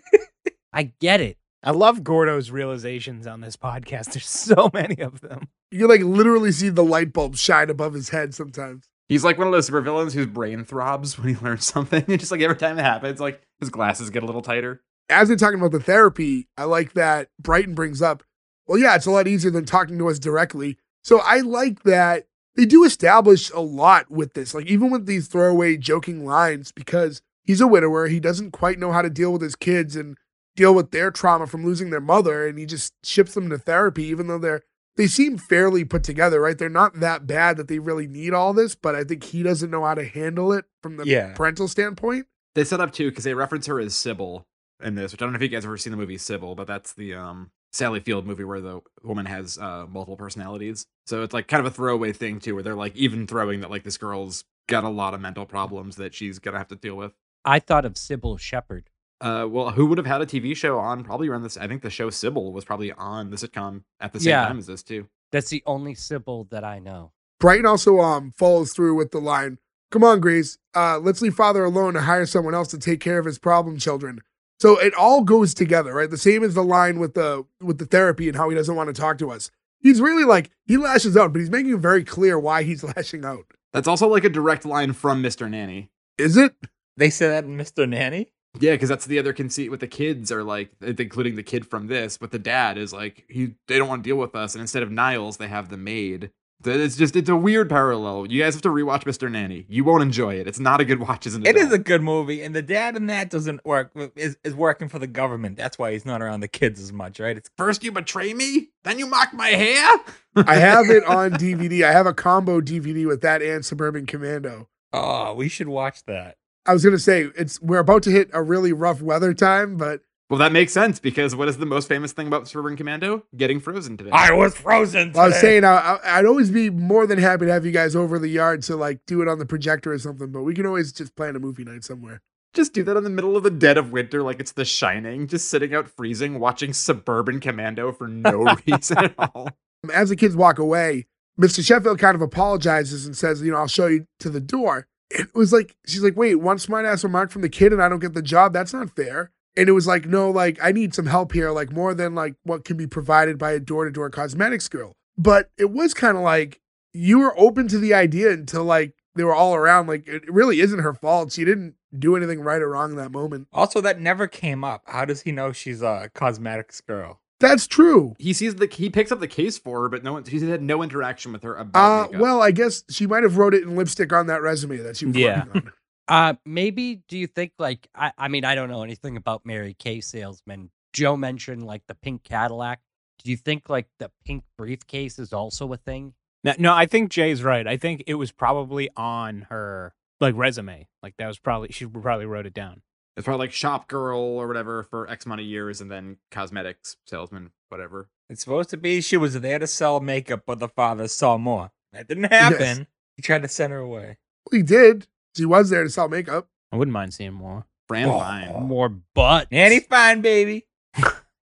I get it. I love Gordo's realizations on this podcast. There's so many of them. You can like literally see the light bulb shine above his head sometimes. He's like one of those supervillains whose brain throbs when he learns something. And just like every time it happens, like his glasses get a little tighter. As they're talking about the therapy, I like that Brighton brings up, well, yeah, it's a lot easier than talking to us directly. So I like that they do establish a lot with this, like even with these throwaway joking lines, because he's a widower. He doesn't quite know how to deal with his kids and deal with their trauma from losing their mother. And he just ships them to therapy, even though they're, they seem fairly put together, right? They're not that bad that they really need all this, but I think he doesn't know how to handle it from the Yeah. parental standpoint. They set up too because they reference her as Sybil in this, which I don't know if you guys have ever seen the movie Sybil, but that's the um, Sally Field movie where the woman has uh, multiple personalities. So it's like kind of a throwaway thing too, where they're like even throwing that like this girl's got a lot of mental problems that she's gonna have to deal with. I thought of Sybil Shepherd. Uh, well, who would have had a TV show on probably around this? I think the show Sybil was probably on the sitcom at the same Yeah. time as this too. That's the only Sybil that I know. Brighton also um follows through with the line, "Come on, Grace, uh, let's leave Father alone and hire someone else to take care of his problem children." So it all goes together, right? The same as the line with the with the therapy and how he doesn't want to talk to us. He's really like he lashes out, but he's making it very clear why he's lashing out. That's also like a direct line from Mr. Nanny. Is it? They say that in Mr. Nanny. Yeah, because that's the other conceit with the kids are like, including the kid from this, but the dad is like, he they don't want to deal with us, and instead of Niles, they have the maid That It's just it's a weird parallel. You guys have to rewatch Mr. Nanny. You won't enjoy it. It's not a good watch as an It adult. is a good movie, and the dad in that doesn't work. Is, is working for the government. That's why he's not around the kids as much, right? It's First you betray me, then you mock my hair. I have it on DVD. I have a combo DVD with that and Suburban Commando. oh, we should watch that. I was gonna say it's we're about to hit a really rough weather time, but Well, that makes sense because what is the most famous thing about Suburban Commando? Getting frozen today. I was frozen. I was today. saying I, I- I'd always be more than happy to have you guys over the yard to like do it on the projector or something. But we can always just plan a movie night somewhere. just do that in the middle of the dead of winter, like it's The Shining, just sitting out freezing, watching Suburban Commando for no reason at all. Um, As the kids walk away, Mr. Sheffield kind of apologizes and says, "You know, I'll show you to the door." It was like she's like, "Wait, one smart ass remark from the kid, and I don't get the job. That's not fair." And it was like, "No, like I need some help here, like more than like what can be provided by a door to door cosmetics girl." But it was kind of like you were open to the idea until like they were all around. Like it really isn't her fault. She didn't do anything right or wrong in that moment. Also, that never came up. How does he know she's a cosmetics girl? That's true. He sees the he picks up the case for her, but no one he's had no interaction with her Uh, about makeup. well, I guess she might have wrote it in lipstick on that resume that she was Yeah. working on. Uh, maybe do you think like I, I mean I don't know anything about Mary Kay salesmen. Joe mentioned like the pink Cadillac. Do you think like the pink briefcase is also a thing? No, no, I think Jay's right. I think it was probably on her like resume. Like that was probably she probably wrote it down. it's probably like shop girl or whatever for X amount of years and then cosmetics salesman, whatever. It's supposed to be she was there to sell makeup, but the father saw more. That didn't happen. He tried to send her away. Well, he did. She was there to sell makeup. I wouldn't mind seeing more. Fran Oh. Vine. More butt. Nanny fine, baby.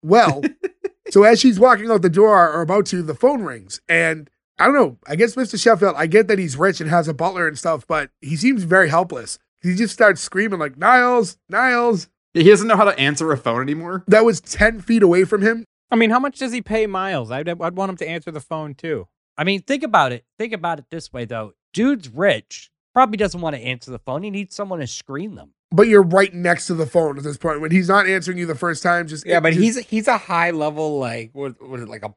Well, so as she's walking out the door or about to, the phone rings. And I don't know. I guess Mr. Sheffield, I get that he's rich and has a butler and stuff, but he seems very helpless. He just starts screaming, like, Niles, Niles. He doesn't know how to answer a phone anymore. That was 10 feet away from him. I mean, how much does he pay Miles? I'd, I'd want him to answer the phone too. I mean, think about it. Think about it this way though. Dude's rich. Probably doesn't want to answer the phone. He needs someone to screen them. But you're right next to the phone at this point. When he's not answering you the first time, just. Yeah, but just- he's he's a high level like what was it like a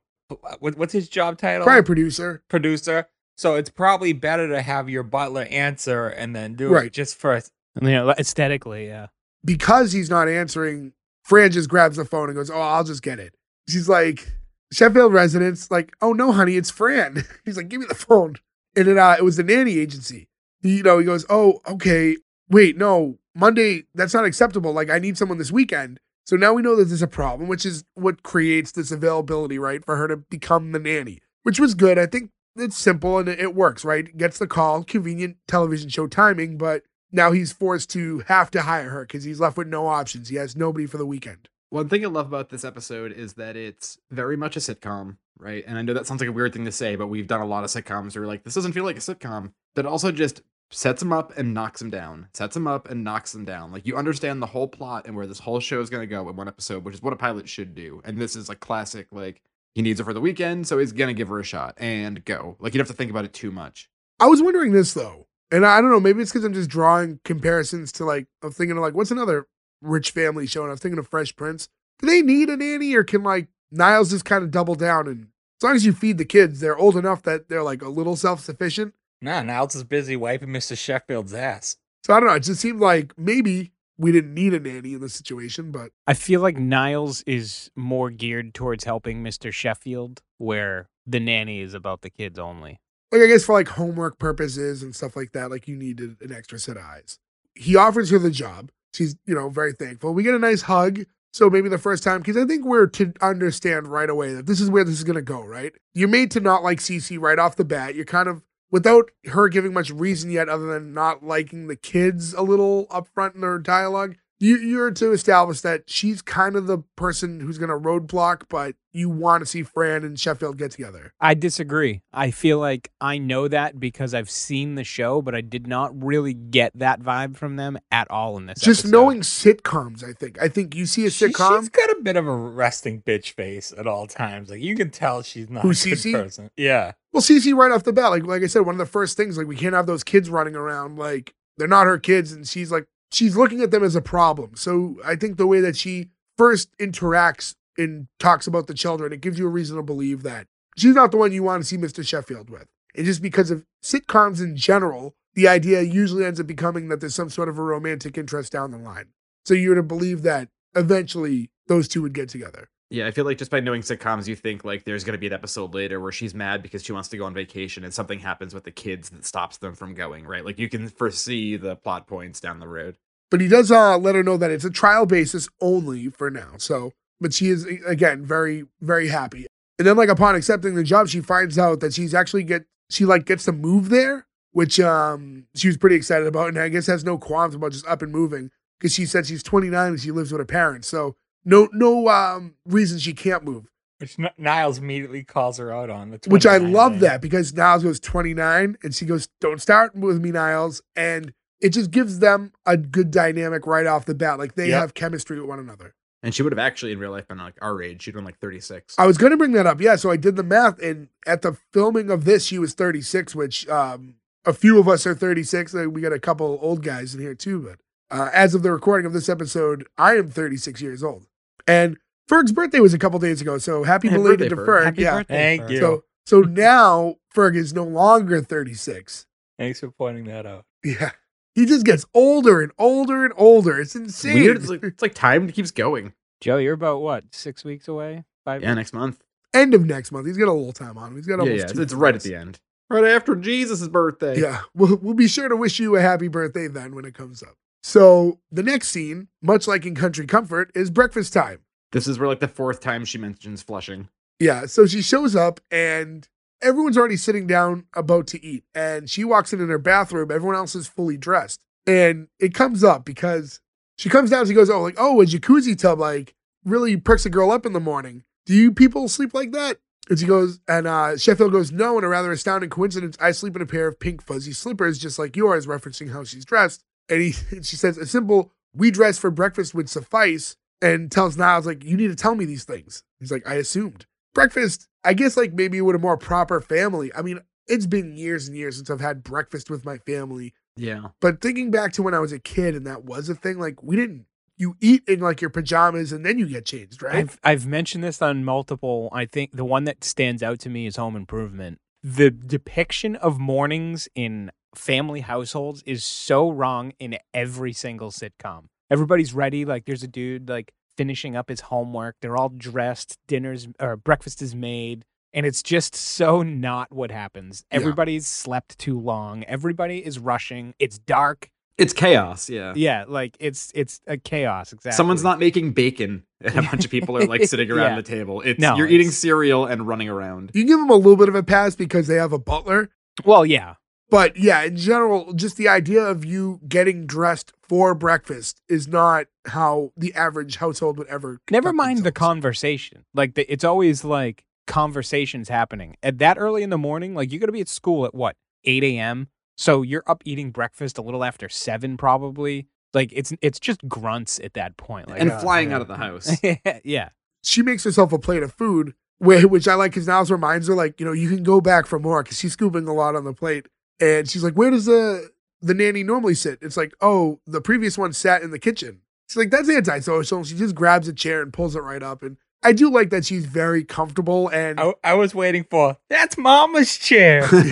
what, what's his job title? Probably a producer. producer. So it's probably better to have your butler answer and then do Right. it just for You know, aesthetically, yeah. because he's not answering, Fran just grabs the phone and goes, Oh, I'll just get it. She's like, Sheffield residents, like, oh no, honey, it's Fran. He's like, give me the phone. And then uh, it was the nanny agency. He, you know, he goes, Oh, okay. Wait, no, Monday, that's not acceptable. Like, I need someone this weekend. So now we know that there's a problem, which is what creates this availability, right? For her to become the nanny, which was good. I think it's simple and it- it works, right? Gets the call, convenient television show timing, but now he's forced to have to hire her because he's left with no options. He has nobody for the weekend. One thing I love about this episode is that it's very much a sitcom, right? And I know that sounds like a weird thing to say, but we've done a lot of sitcoms where like this doesn't feel like a sitcom. That also just sets them up and knocks them down, sets them up and knocks them down. Like you understand the whole plot and where this whole show is going to go in one episode, which is what a pilot should do. And this is a classic like he needs her for the weekend, so he's going to give her a shot and go. Like you don't have to think about it too much. I was wondering this though, and I don't know, maybe it's because I'm just drawing comparisons to like, I'm thinking of like, what's another rich family show? And I was thinking of Fresh Prince. Do they need a nanny or can like Niles just kind of double down? And as long as you feed the kids, they're old enough that they're like a little self sufficient. nah, Niles is busy wiping Mr. Sheffield's ass. So I don't know. It just seemed like maybe we didn't need a nanny in this situation, but I feel like Niles is more geared towards helping Mr. Sheffield, where the nanny is about the kids only. like I guess for like homework purposes and stuff like that, like you needed an extra set of eyes. He offers her the job. She's, you know, very thankful. We get a nice hug. So maybe the first time, because I think we're to understand right away that this is where this is gonna go, right? You're made to not like CC right off the bat. You're kind of without her giving much reason yet other than not liking the kids a little upfront in their dialogue. You you're to establish that she's kind of the person who's gonna roadblock, but you wanna see Fran and Sheffield get together. I disagree. I feel like I know that because I've seen the show, but I did not really get that vibe from them at all in this. just episode. knowing sitcoms i think i think you see a She, sitcom has got a bit of a resting bitch face at all times. Like you can tell she's not Who, a good Cece? person. Yeah. well cc right off the bat like like i said one of the first things like we can't have those kids running around like they're not her kids and she's like she's looking at them as a problem so i think the way that she first interacts and talks about the children it gives you a reason to believe that she's not the one you want to see mr sheffield with It's just because of sitcoms in general, the idea usually ends up becoming that there's some sort of a romantic interest down the line. So you're to believe that eventually those two would get together. Yeah, I feel like just by knowing sitcoms, you think like there's going to be an episode later where she's mad because she wants to go on vacation and something happens with the kids that stops them from going, right? Like you can foresee the plot points down the road. But he does uh, let her know that it's a trial basis only for now. So, but she is again very, very happy. And then, like upon accepting the job, she finds out that she's actually get she like gets to move there, which um she was pretty excited about, and I guess has no qualms about just up and moving because she said she's 29 and she lives with her parents, so no no um reason she can't move. Which N- Niles immediately calls her out on the. Which I 29 love thing. that because Niles goes 29 and she goes, Don't start with me, Niles. And it just gives them a good dynamic right off the bat. Like they Yep. have chemistry with one another. And she would have actually in real life been like our age. She'd been like 36. I was going to bring that up. Yeah. So I did the math. And at the filming of this, she was 36, which um, a few of us are 36. and We got a couple old guys in here too. But uh, as of the recording of this episode, I am 36 years old. And Ferg's birthday was a couple days ago. So happy Happy belated birthday, to Ferg. Ferg. Happy yeah. birthday, Thank Ferg. you. So, so now Ferg is no longer 36. Thanks for pointing that out. Yeah. He just gets older and older and older. It's insane. Weird. It's like, it's like time keeps going. Joe, you're about what, six weeks away? Five Yeah, next month. End of next month. He's got a little time on him. He's got Yeah, almost yeah, two it's, it's right at months. the end. Right after Jesus' birthday. Yeah. We'll, we'll be sure to wish you a happy birthday then when it comes up. So the next scene, much like in Country Comfort, is breakfast time. This is where like the fourth time she mentions flushing. Yeah. So she shows up and everyone's already sitting down about to eat. And she walks in in her bathrobe. Everyone else is fully dressed. And it comes up because she comes down. She goes, Oh, like, oh, a jacuzzi tub, like, really perks a girl up in the morning. Do you people sleep like that? And she goes, and uh, Sheffield goes, No, in a rather astounding coincidence, I sleep in a pair of pink fuzzy slippers, just like yours, referencing how she's dressed. And, he, and she says, A simple, we dress for breakfast would suffice. And tells Niles, like, you need to tell me these things. He's like, I assumed breakfast, I guess like maybe with a more proper family. I mean, it's been years and years since I've had breakfast with my family. Yeah. But thinking back to when I was a kid and that was a thing, like we didn't you eat in like your pajamas and then you get changed, right? I've I've mentioned this on multiple. I think the one that stands out to me is Home Improvement. The depiction of mornings in family households is so wrong in every single sitcom. Everybody's ready. Like there's a dude like finishing up his homework. They're all dressed. Dinner's or breakfast is made. And it's just so not what happens. Yeah. Everybody's slept too long. Everybody is rushing. It's dark. It's chaos. Yeah. Yeah, like it's it's a chaos. Exactly. Someone's not making bacon and a bunch of people are like sitting around Yeah. the table. It's No, you're eating it's- cereal and running around. You give them a little bit of a pass because they have a butler. Well, yeah. But yeah, in general, just the idea of you getting dressed for breakfast is not how the average household would ever. Never conduct mind the themselves. conversation. Like the, it's always like conversations happening at that early in the morning. Like you're gonna be at school at what eight a.m. So you're up eating breakfast a little after seven, probably. Like it's it's just grunts at that point. Like and uh, flying yeah. out of the house. yeah, she makes herself a plate of food, whi- which I like because Niles reminds her, like, you know, you can go back for more because she's scooping a lot on the plate. And she's like, where does the, the nanny normally sit? It's like, oh, the previous one sat in the kitchen. She's like, that's antisocial. And she just grabs a chair and pulls it right up. And I do like that she's very comfortable and I, I was waiting for that's Mama's chair. but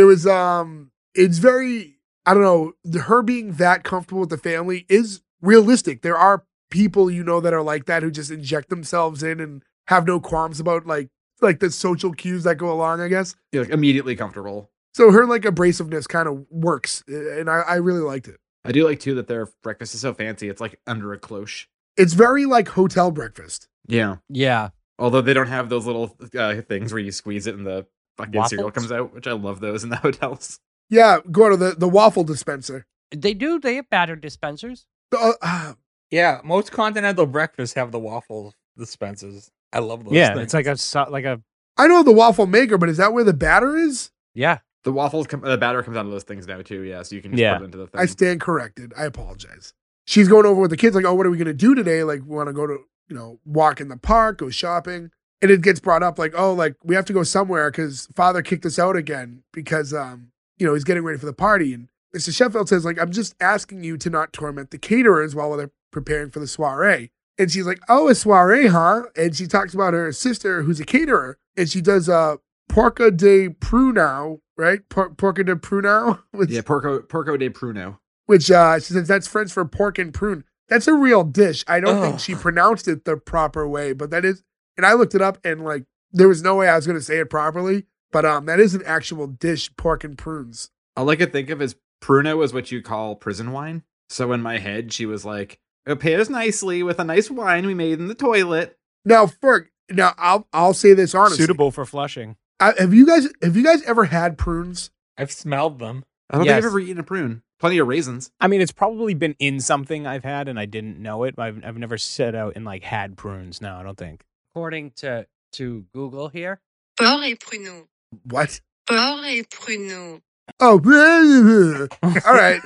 it was um it's very i don't know the- her being that comfortable with the family is realistic there are people you know that are like that who just inject themselves in and have no qualms about like like the social cues that go along i guess You're, like immediately comfortable. so her like abrasiveness kind of works a- and I, I really liked it I do like too that their breakfast is so fancy. It's like under a cloche. it's very like hotel breakfast Yeah. Yeah. Although they don't have those little uh, things where you squeeze it and the fucking cereal Waffles? comes out, which I love those in the hotels. yeah go to the, the waffle dispenser They do. They have batter dispensers. The, uh, ah, yeah, most continental breakfasts have the waffle dispensers. I love those. yeah. things. It's like a so- like a i know the waffle maker but is that where the batter is Yeah. The waffles, come, the batter comes out of those things now too. Yeah, so you can just Yeah. put it into the thing. I stand corrected. I apologize. She's going over with the kids, like, oh, what are we going to do today? Like, we want to go to, you know, walk in the park, go shopping. And it gets brought up, like, oh, like, we have to go somewhere because father kicked us out again because, um, you know, he's getting ready for the party. And Mr. Sheffield says, like, I'm just asking you to not torment the caterers while they're preparing for the soiree. And she's like, oh, a soiree, huh? And she talks about her sister who's a caterer. And she does a Porca de Prunau, right? Por- Porca de Prunau, which, Yeah, Porco Porco de Pruno. which uh, she says that's French for pork and prune. That's a real dish. I don't think Ugh. she pronounced it the proper way, but that is. And I looked it up, and like there was no way I was going to say it properly. But um, that is an actual dish, pork and prunes. All I could think of is Pruno is what you call prison wine. So in my head, she was like, "It pairs nicely with a nice wine we made in the toilet." Now, Ferg. Now, I'll I'll say this honestly. Suitable for flushing. I, have you guys have you guys ever had prunes? I've smelled them. I don't think Yes. I've ever eaten a prune. Plenty of raisins. I mean, it's probably been in something I've had and I didn't know it. I've, I've never set out and like had prunes. No, I don't think. According to to Google here, Porc et pruneaux. What? Porc et pruneaux. Oh, all right.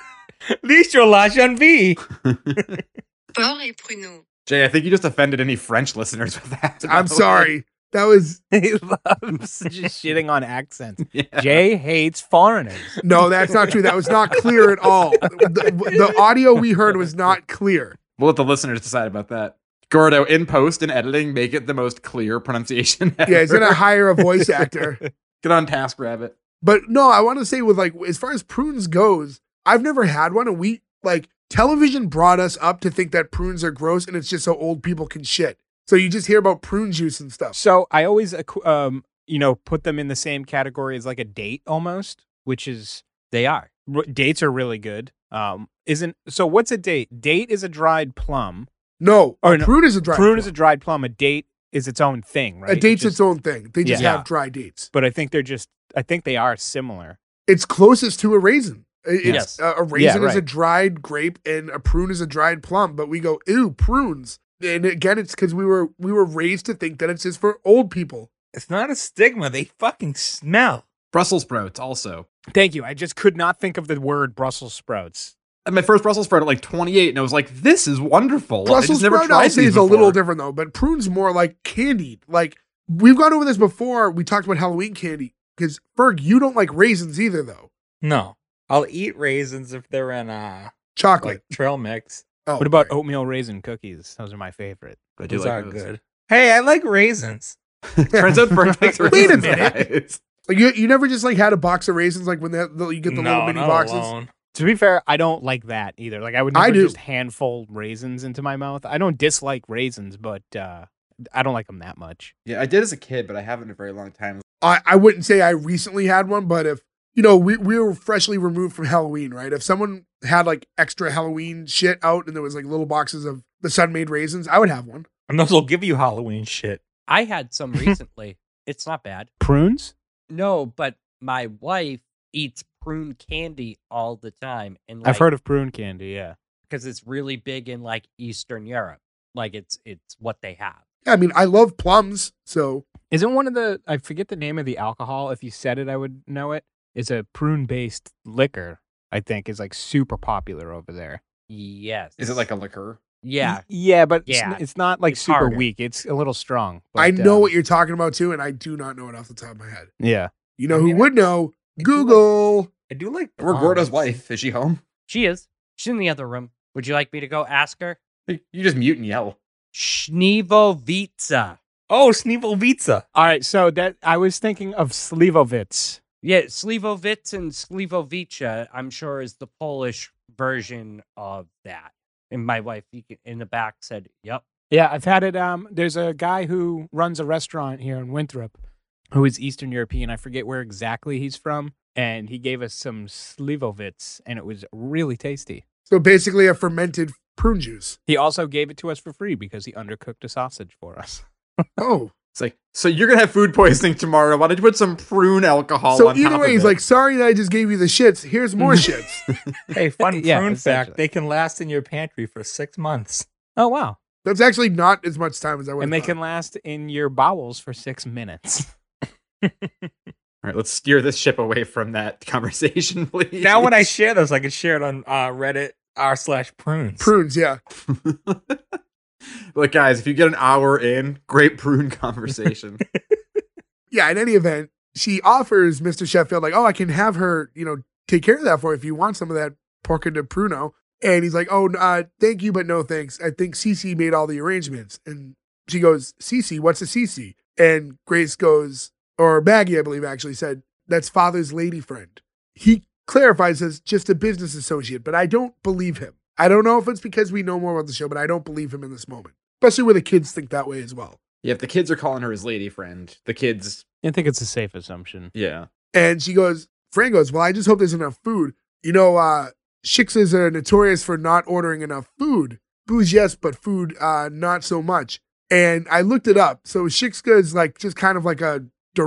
Listro la janvie. Porc et pruneaux. Jay, I think you just offended any French listeners with that. I'm sorry. That was he loves just shitting on accents. Yeah. Jay hates foreigners. no, that's not true. That was not clear at all. The, the audio we heard was not clear. We'll let the listeners decide about that. Gordo, in post and editing, make it the most clear pronunciation. Ever. Yeah, he's gonna hire a voice actor. get on Task Rabbit. But no, I want to say with like as far as prunes goes, I've never had one, and we like television brought us up to think that prunes are gross, and it's just so old people can shit. So you just hear about prune juice and stuff. So I always, equ- um, you know, put them in the same category as like a date almost, which is they are. r- dates are really good. Um, isn't so? What's a date? Date is a dried plum. No, Or a Oh, no, prune is a dry Prune is a dried plum. A date is its own thing, right? a It date's just- its own thing. They just Yeah. have dry dates. But I think they're just. I think they are similar. It's closest to a raisin. I- It's, Yes. a, a raisin is a right. dried grape, and a prune is a dried plum. But we go ew prunes, and again, it's because we were we were raised to think that it's just for old people. It's not a stigma. They fucking smell. Brussels sprouts also. Thank you. I just could not think of the word Brussels sprouts. And my first Brussels sprout at like 28, and I was like, this is wonderful. I Brussels just never sprout tried I'd say, these is a little before. different though, but prune's more like candied. Like we've gone over this before. We talked about Halloween candy because Berg, you don't like raisins either though. No, I'll eat raisins if they're in uh Chocolate. like trail mix. Oh, What about right. oatmeal raisin cookies? Those are my favorite. I do Those like are those. good. Hey, I like raisins. Turns out Bert likes Wait a raisins, minute. guys. Like you, you never just like had a box of raisins like when that you get the little mini not boxes. alone. To be fair, I don't like that either. Like I would never I do. just handful raisins into my mouth. I don't dislike raisins, but uh, I don't like them that much. Yeah, I did as a kid, but I haven't in a very long time. I, I wouldn't say I recently had one, but if you know, we we were freshly removed from Halloween, right? If someone had like extra Halloween shit out and there was like little boxes of the sun made raisins, I would have one. And those will give you Halloween shit. I had some recently. It's not bad. Prunes? No, but my wife eats prune candy all the time, and I've heard of prune candy. Yeah. because it's really big in like Eastern Europe. Like it's it's what they have. Yeah, I mean, I love plums, so Isn't one of the I forget the name of the alcohol. If you said it, I would know it. It's a prune based liquor. I think is like super popular over there. Yes. Is it like a liqueur? yeah? Yeah, but it's Yeah. n- It's, not like It's super harder. weak. It's a little strong. I but, know um, what you're talking about too, and I do not know it off the top of my head. Yeah. You know I mean, who I- would know? I do like- Google. I do like. We're Gordo's plums. wife. Is she home? She is. She's in the other room. Would you like me to go ask her? You just mute and yell. Schneevovica. Oh, Sneevelvitsa. All right. So that I was thinking of Slivovitz. Yeah, Slivovitz and Slivovica, I'm sure, is the Polish version of that. And my wife you can- in the back said, Yep. Yeah, I've had it. Um, there's a guy who runs a restaurant here in Winthrop, who is Eastern European. I forget where exactly he's from, and he gave us some slivovitz, and it was really tasty. So basically, a fermented prune juice. He also gave it to us for free because he undercooked a sausage for us. Oh, It's like, so you're gonna have food poisoning tomorrow. Why don't you put some prune alcohol so on either top way, of he's it? like, "Sorry that I just gave you the shits. Here's more shits." Hey, fun Yeah, prune essentially. fact: they can last in your pantry for six months. Oh wow! That's actually not as much time as I would. And they can last in your bowels for six minutes. All right, let's steer this ship away from that conversation, please. Now, when I share those, I can share it on uh, Reddit r slash prunes. prunes. Yeah, Look, guys, if you get an hour in, great prune conversation. yeah. In any event, she offers Mr. Sheffield like, "Oh, I can have her, you know, take care of that for you if you want some of that porca de pruno." And he's like, "Oh, n- uh, thank you, but no thanks. I think Cece made all the arrangements." And she goes, "Cece, what's a Cece?" And Grace goes, or Maggie, I believe, actually said that's father's lady friend. He clarifies as just a business associate, but I don't believe him. I don't know if it's because we know more about the show, but I don't believe him in this moment, especially where the kids think that way as well. Yeah, if the kids are calling her his lady friend, the kids, I think it's a safe assumption. yeah. And she goes, Fran goes, Well, I just hope there's enough food. You know, uh, Shixes are notorious for not ordering enough food. Booze, yes, but food, uh, not so much. And I looked it up. So Shixka is like just kind of like a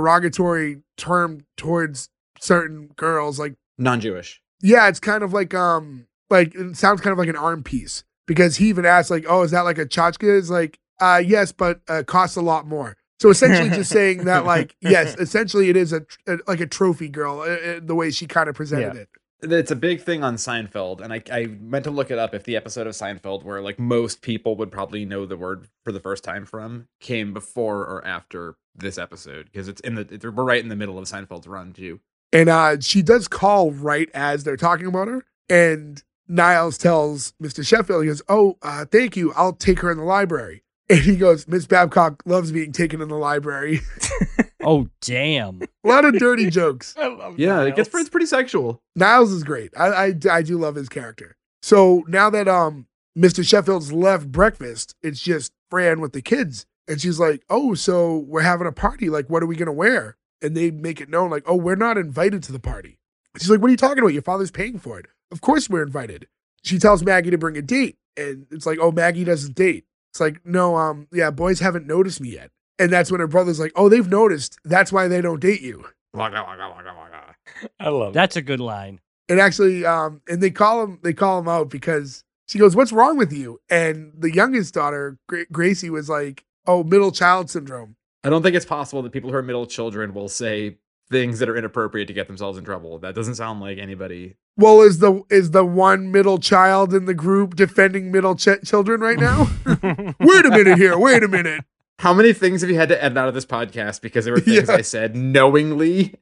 derogatory term towards certain girls. Like, Non Jewish. yeah, it's kind of like, um, like it sounds kind of like an arm piece because he even asked, like, oh, is that like a tchotchke? Is like, uh, yes, but uh, costs a lot more. So essentially, just saying that, like, yes, essentially, it is a, tr- a like a trophy girl, uh, uh, the way she kind of presented it. It's a big thing on Seinfeld, and I, I meant to look it up if the episode of Seinfeld where like most people would probably know the word for the first time from came before or after this episode because it's in the it, we're right in the middle of Seinfeld's run too. And uh, she does call right as they're talking about her. And Niles tells Mr. Sheffield, he goes, Oh, uh, thank you. I'll take her in the library. And he goes, Miss Babcock loves being taken in the library. Oh, damn. A lot of dirty jokes. I love Yeah, Niles. it gets it's pretty sexual. Niles is great. I, I, I do love his character. So now that um Mr. Sheffield's left breakfast, it's just Fran with the kids. And she's like, Oh, so we're having a party. Like, what are we going to wear? And they make it known, like, Oh, we're not invited to the party. She's like, What are you talking about? Your father's paying for it. Of course we're invited. She tells Maggie to bring a date. And it's like, Oh, Maggie doesn't date. It's like, No, um, yeah, boys haven't noticed me yet. And that's when her brother's like, Oh, they've noticed. That's why they don't date you. Waka, waka, waka, waka. I love that. That's a good line. and actually um and they call him they call him out because she goes what's wrong with you and the youngest daughter Gra- gracie was like oh middle child syndrome I don't think it's possible that people who are middle children will say things that are inappropriate to get themselves in trouble. That doesn't sound like anybody. well is the is the one middle child in the group defending middle ch- children right now wait a minute here wait a minute How many things have you had to edit out of this podcast because there were things Yeah. I said knowingly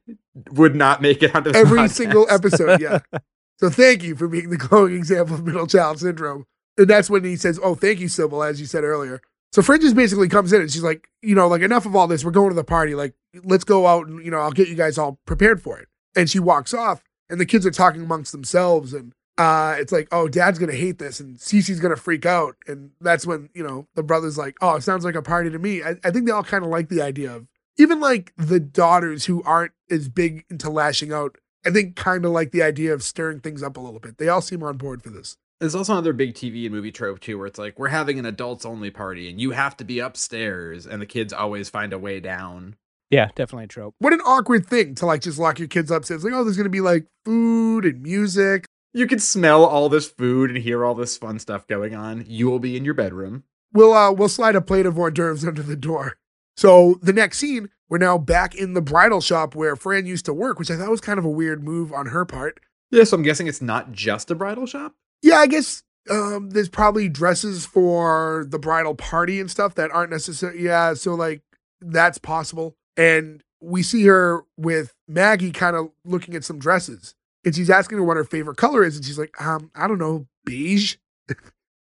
would not make it onto this every podcast? single episode yeah so thank you for being the glowing example of middle child syndrome and that's when he says oh thank you sybil as you said earlier so Fran just basically comes in and she's like you know like enough of all this we're going to the party like let's go out and you know i'll get you guys all prepared for it and she walks off and the kids are talking amongst themselves and uh, it's like, oh, dad's gonna hate this, and Cece's gonna freak out, and that's when you know the brother's like, oh, it sounds like a party to me. I, I think they all kind of like the idea of even like the daughters who aren't as big into lashing out. I think kind of like the idea of stirring things up a little bit. They all seem on board for this. There's also another big TV and movie trope too, where it's like we're having an adults only party and you have to be upstairs, and the kids always find a way down. yeah, definitely a trope. What an awkward thing to like just lock your kids upstairs. Like, oh, there's gonna be like food and music. You can smell all this food and hear all this fun stuff going on. You will be in your bedroom. We'll uh, we'll slide a plate of hors d'oeuvres under the door. So the next scene, we're now back in the bridal shop where Fran used to work, which I thought was kind of a weird move on her part. Yeah, so I'm guessing it's not just a bridal shop. Yeah, I guess um, there's probably dresses for the bridal party and stuff that aren't necessary. Yeah, so like that's possible. And we see her with Maggie kind of looking at some dresses, and she's asking her what her favorite color is, and she's like, um, I don't know, beige.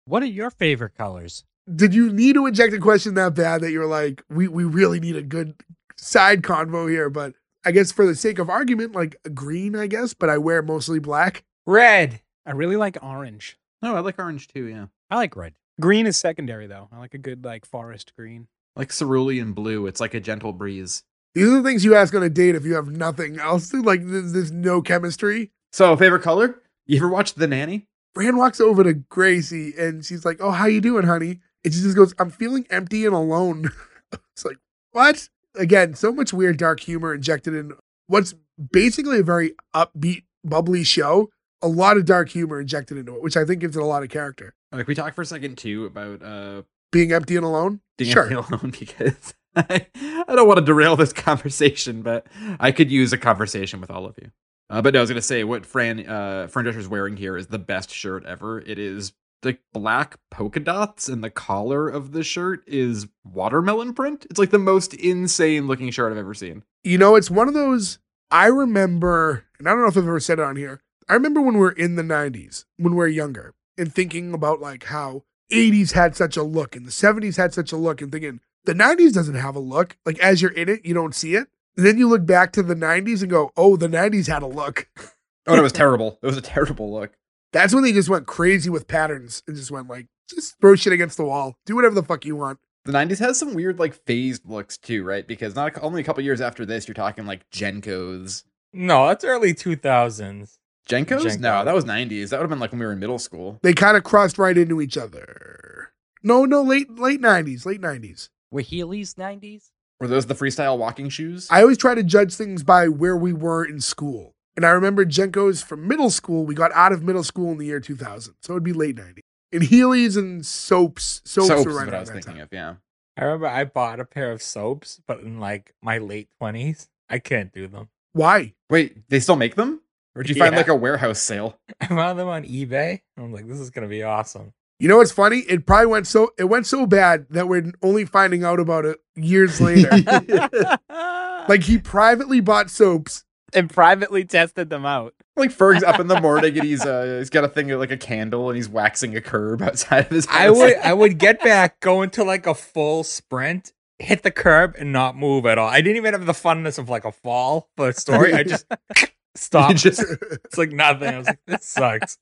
What are your favorite colors? Did you need to inject a question that bad that you're like, we we really need a good side convo here? But I guess for the sake of argument, like green, I guess, but I wear mostly black. Red. I really like orange. No, I like orange too, yeah. I like red. Green is secondary though. I like a good like forest green. Like cerulean blue. It's like a gentle breeze. These are the things you ask on a date if you have nothing else. Like there's, there's no chemistry. So favorite color? You ever watched The Nanny? Fran walks over to Gracie and she's like, "Oh, how you doing, honey?" And she just goes, "I'm feeling empty and alone." it's like, what? Again, so much weird dark humor injected in what's basically a very upbeat, bubbly show. A lot of dark humor injected into it, which I think gives it a lot of character. Like we talked for a second too about uh Being empty and alone, Dan sure. alone because I, I don't want to derail this conversation, but I could use a conversation with all of you. Uh, but no, I was gonna say what Fran uh Fran Drescher's wearing here is the best shirt ever. It is like black polka dots, and the collar of the shirt is watermelon print. It's like the most insane looking shirt I've ever seen. You know, it's one of those I remember, and I don't know if I've ever said it on here. I remember when we were in the 90s, when we were younger, and thinking about like how 80s had such a look and the 70s had such a look, and thinking the 90s doesn't have a look. Like as you're in it, you don't see it. Then you look back to the 90s and go, oh, the 90s had a look. Oh, no, it was terrible. It was a terrible look. That's when they just went crazy with patterns and just went like, just throw shit against the wall. Do whatever the fuck you want. The 90s has some weird, like, phased looks too, right? Because not a, only a couple years after this, you're talking like Genkos. No, that's early 2000s. Genkos? No, Jenko. that was 90s. That would have been like when we were in middle school. They kind of crossed right into each other. No, no, late late 90s, late 90s. Were Heelys 90s? Were those the freestyle walking shoes? I always try to judge things by where we were in school. And I remember Jenko's from middle school. We got out of middle school in the year 2000. So it'd be late 90s. And Heelys and soaps. Soaps, Soaps were is right what I around was that thinking time. of, yeah. I remember I bought a pair of soaps, but in like my late 20s. I can't do them. Why? Wait, they still make them? Or did you find Yeah. like a warehouse sale? I found them on eBay. I'm like, this is going to be awesome. You know what's funny? It probably went so it went so bad that we're only finding out about it years later. like like he privately bought soaps. Uh, and privately tested them out. Like Ferg's up in the morning and he's uh, he's got a thing of, like a candle and he's waxing a curb outside of his house. I would I would get back, go into like a full sprint, hit the curb, and not move at all. I didn't even have the funness of like a fall for a story. I just You stopped. just- it's like nothing. I was like, this sucks.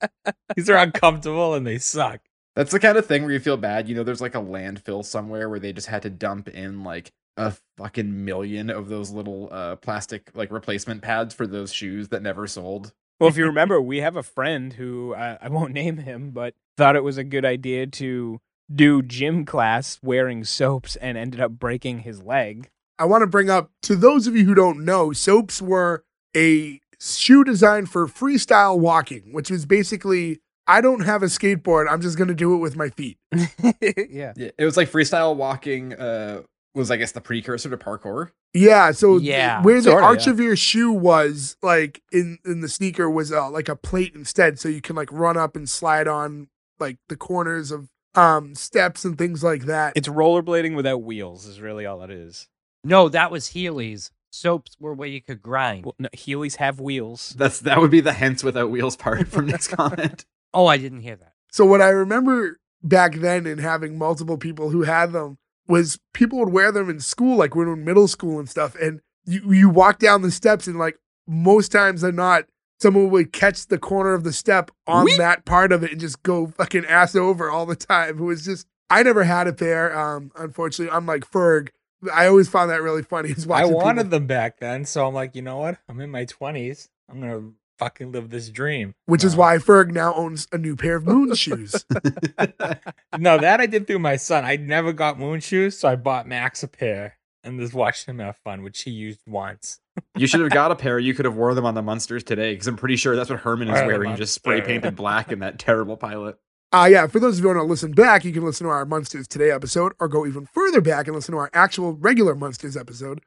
These are uncomfortable and they suck. that's the kind of thing where you feel bad. You know, there's like a landfill somewhere where they just had to dump in like a fucking million of those little uh plastic like replacement pads for those shoes that never sold. Well, if you remember, we have a friend who uh, I won't name him, but thought it was a good idea to do gym class wearing soaps and ended up breaking his leg. I want to bring up to those of you who don't know, soaps were a shoe designed for freestyle walking, which was basically I don't have a skateboard. I'm just going to do it with my feet. yeah. Yeah, it was like freestyle walking uh was I guess the precursor to parkour. Yeah, so th- Yeah, where the sorta, arch yeah. of your shoe was, like in in the sneaker, was uh, like a plate instead, so you can like run up and slide on like the corners of um steps and things like that. It's rollerblading without wheels is really all it is. No, that was Heelys. Soaps were where you could grind. Well, no, Heelys have wheels. That's that would be the hence without wheels part from this comment. Oh, I didn't hear that. So what I remember back then and having multiple people who had them was people would wear them in school, like when we were in middle school and stuff. And you you walk down the steps and like most times than not, someone would catch the corner of the step on Whee! that part of it and just go fucking ass over all the time. It was just I never had a pair. Um, unfortunately, I'm like Ferg. I always found that really funny. is I watching people- wanted them back then, so I'm like, you know what? I'm in my 20s. I'm gonna fucking live this dream. which is No. why Ferg now owns a new pair of moon shoes. no, that I did through my son. I never got moon shoes, so I bought Max a pair and just watched him have fun, which he used once. You should have got a pair. You could have wore them on the Munsters today, because I'm pretty sure that's what Herman is Or the wearing, just spray Munster. painted black in that terrible pilot. Uh, yeah, for those of you who want to listen back, you can listen to our Munsters Today episode or go even further back and listen to our actual regular Munsters episode.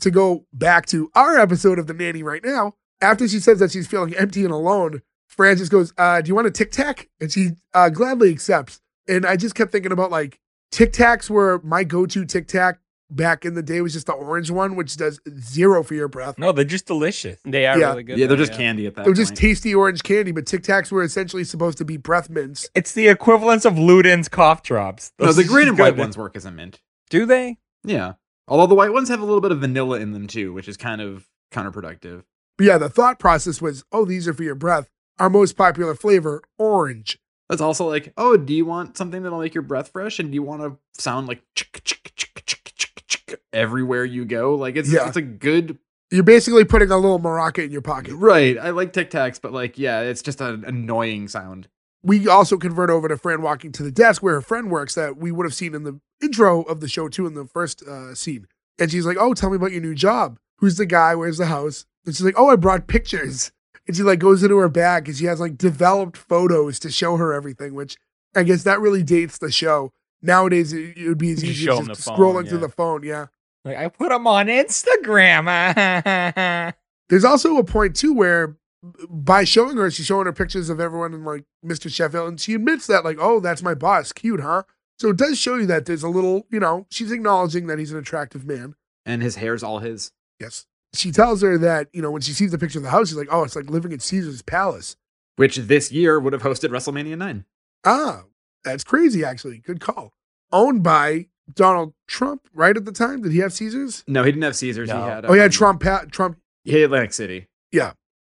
To go back to our episode of The Nanny right now, after she says that she's feeling empty and alone, Frances goes, uh, Do you want a tic tac? And she uh, gladly accepts. And I just kept thinking about like tic tacs were my go to tic tac back in the day, was just the orange one, which does zero for your breath. No, they're just delicious. They are Yeah. really good. yeah, they're though, just candy at that It was just point. tasty orange candy, but tic tacs were essentially supposed to be breath mints. It's the equivalence of Luden's cough drops. no, the are green and white good. ones work as a mint. Do they? Yeah. Although the white ones have a little bit of vanilla in them too, which is kind of counterproductive. But yeah, the thought process was, oh, these are for your breath. Our most popular flavor, orange. That's also like, oh, do you want something that'll make your breath fresh? And do you want to sound like chick, chick, chick, chick, chick, chick everywhere you go? Like it's Yeah. it's a good You're basically putting a little maraca in your pocket. right. I like Tic Tacs, but like yeah, it's just an annoying sound. We also convert over to Fran walking to the desk where her friend works that we would have seen in the intro of the show too in the first uh, scene. And she's like, oh, tell me about your new job. Who's the guy? Where's the house? And she's like, oh, I brought pictures. And she like goes into her bag and she has like developed photos to show her everything, which I guess that really dates the show. Nowadays, it it would be as Just easy show as 'em just the phone, scrolling through yeah. the phone. Yeah. Like I put them on Instagram. There's also a point too where b- by showing her, she's showing her pictures of everyone and like Mr. Sheffield, and she admits that, like, oh, that's my boss. Cute, huh? So it does show you that there's a little, you know, she's acknowledging that he's an attractive man. And his hair's all his. Yes. She tells her that, you know, when she sees the picture of the house, she's like, oh, it's like living in Caesar's palace. Which this year would have hosted WrestleMania 9. Ah, that's crazy, actually. Good call. Owned by Donald Trump right at the time? Did he have Caesars? No, he didn't have Caesars. No. He had. Oh yeah, um, Trump. Pa- Trump. He had Atlantic City.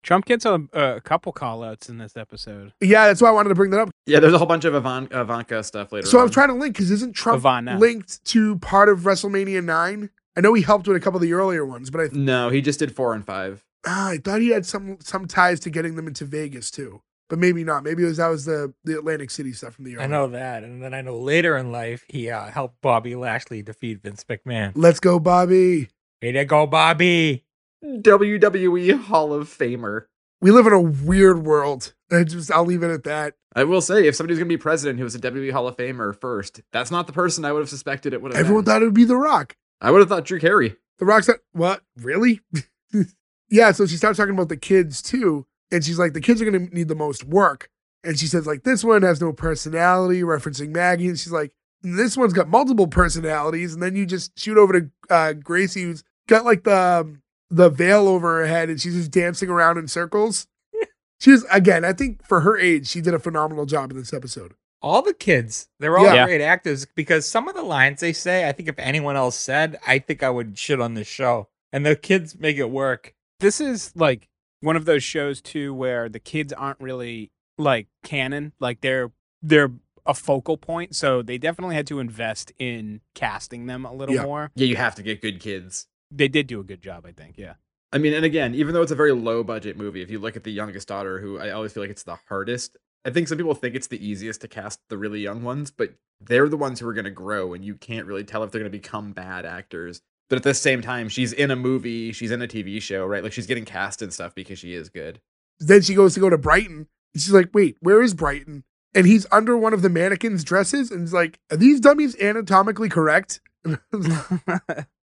Trump gets a, a couple call outs in this episode. Yeah, that's why I wanted to bring that up. Yeah, there's a whole bunch of Ivan- Ivanka stuff later. So on. I'm trying to link because isn't Trump Ivana. linked to part of WrestleMania nine? I know he helped with a couple of the earlier ones, but I No, he just did four and five. ah, I thought he had some some ties to getting them into Vegas too, but maybe not. Maybe it was that was the the Atlantic City stuff from the earlier. I know that, and then I know later in life he uh, helped Bobby Lashley defeat Vince McMahon. Let's go, Bobby. Way to go, Bobby! WWE E Hall of Famer. We live in a weird world. I just I'll leave it at that. I will say, if somebody's going to be president who was a WWE Hall of Famer first, that's not the person I would have suspected it would have. Everyone been. thought it would be The Rock. I would have thought Drew Carey. The Rock's not, what? Really? yeah, so she starts talking about the kids too. And she's like, the kids are going to need the most work. And she says, like, this one has no personality, referencing Maggie. And she's like, this one's got multiple personalities. And then you just shoot over to uh, Gracie, who's got like the, um, the veil over her head and she's just dancing around in circles. She's, again, I think for her age, she did a phenomenal job in this episode. All the kids, they're all Yeah. great actors because some of the lines they say, I think if anyone else said, I think I would shit on this show. And the kids make it work. This is like one of those shows too where the kids aren't really like canon. Like they're they're a focal point. So they definitely had to invest in casting them a little Yeah. more. Yeah, you have to get good kids. They did do a good job, I think. Yeah. I mean, and again, even though it's a very low budget movie, if you look at the youngest daughter, who I always feel like it's the hardest. I think some people think it's the easiest to cast the really young ones, but they're the ones who are going to grow, and you can't really tell if they're going to become bad actors. But at the same time, she's in a movie, she's in a TV show, right? Like she's getting cast and stuff because she is good. Then she goes to go to Brighton. And she's like, wait, where is Brighton? And he's under one of the mannequin's dresses. And he's like, are these dummies anatomically correct?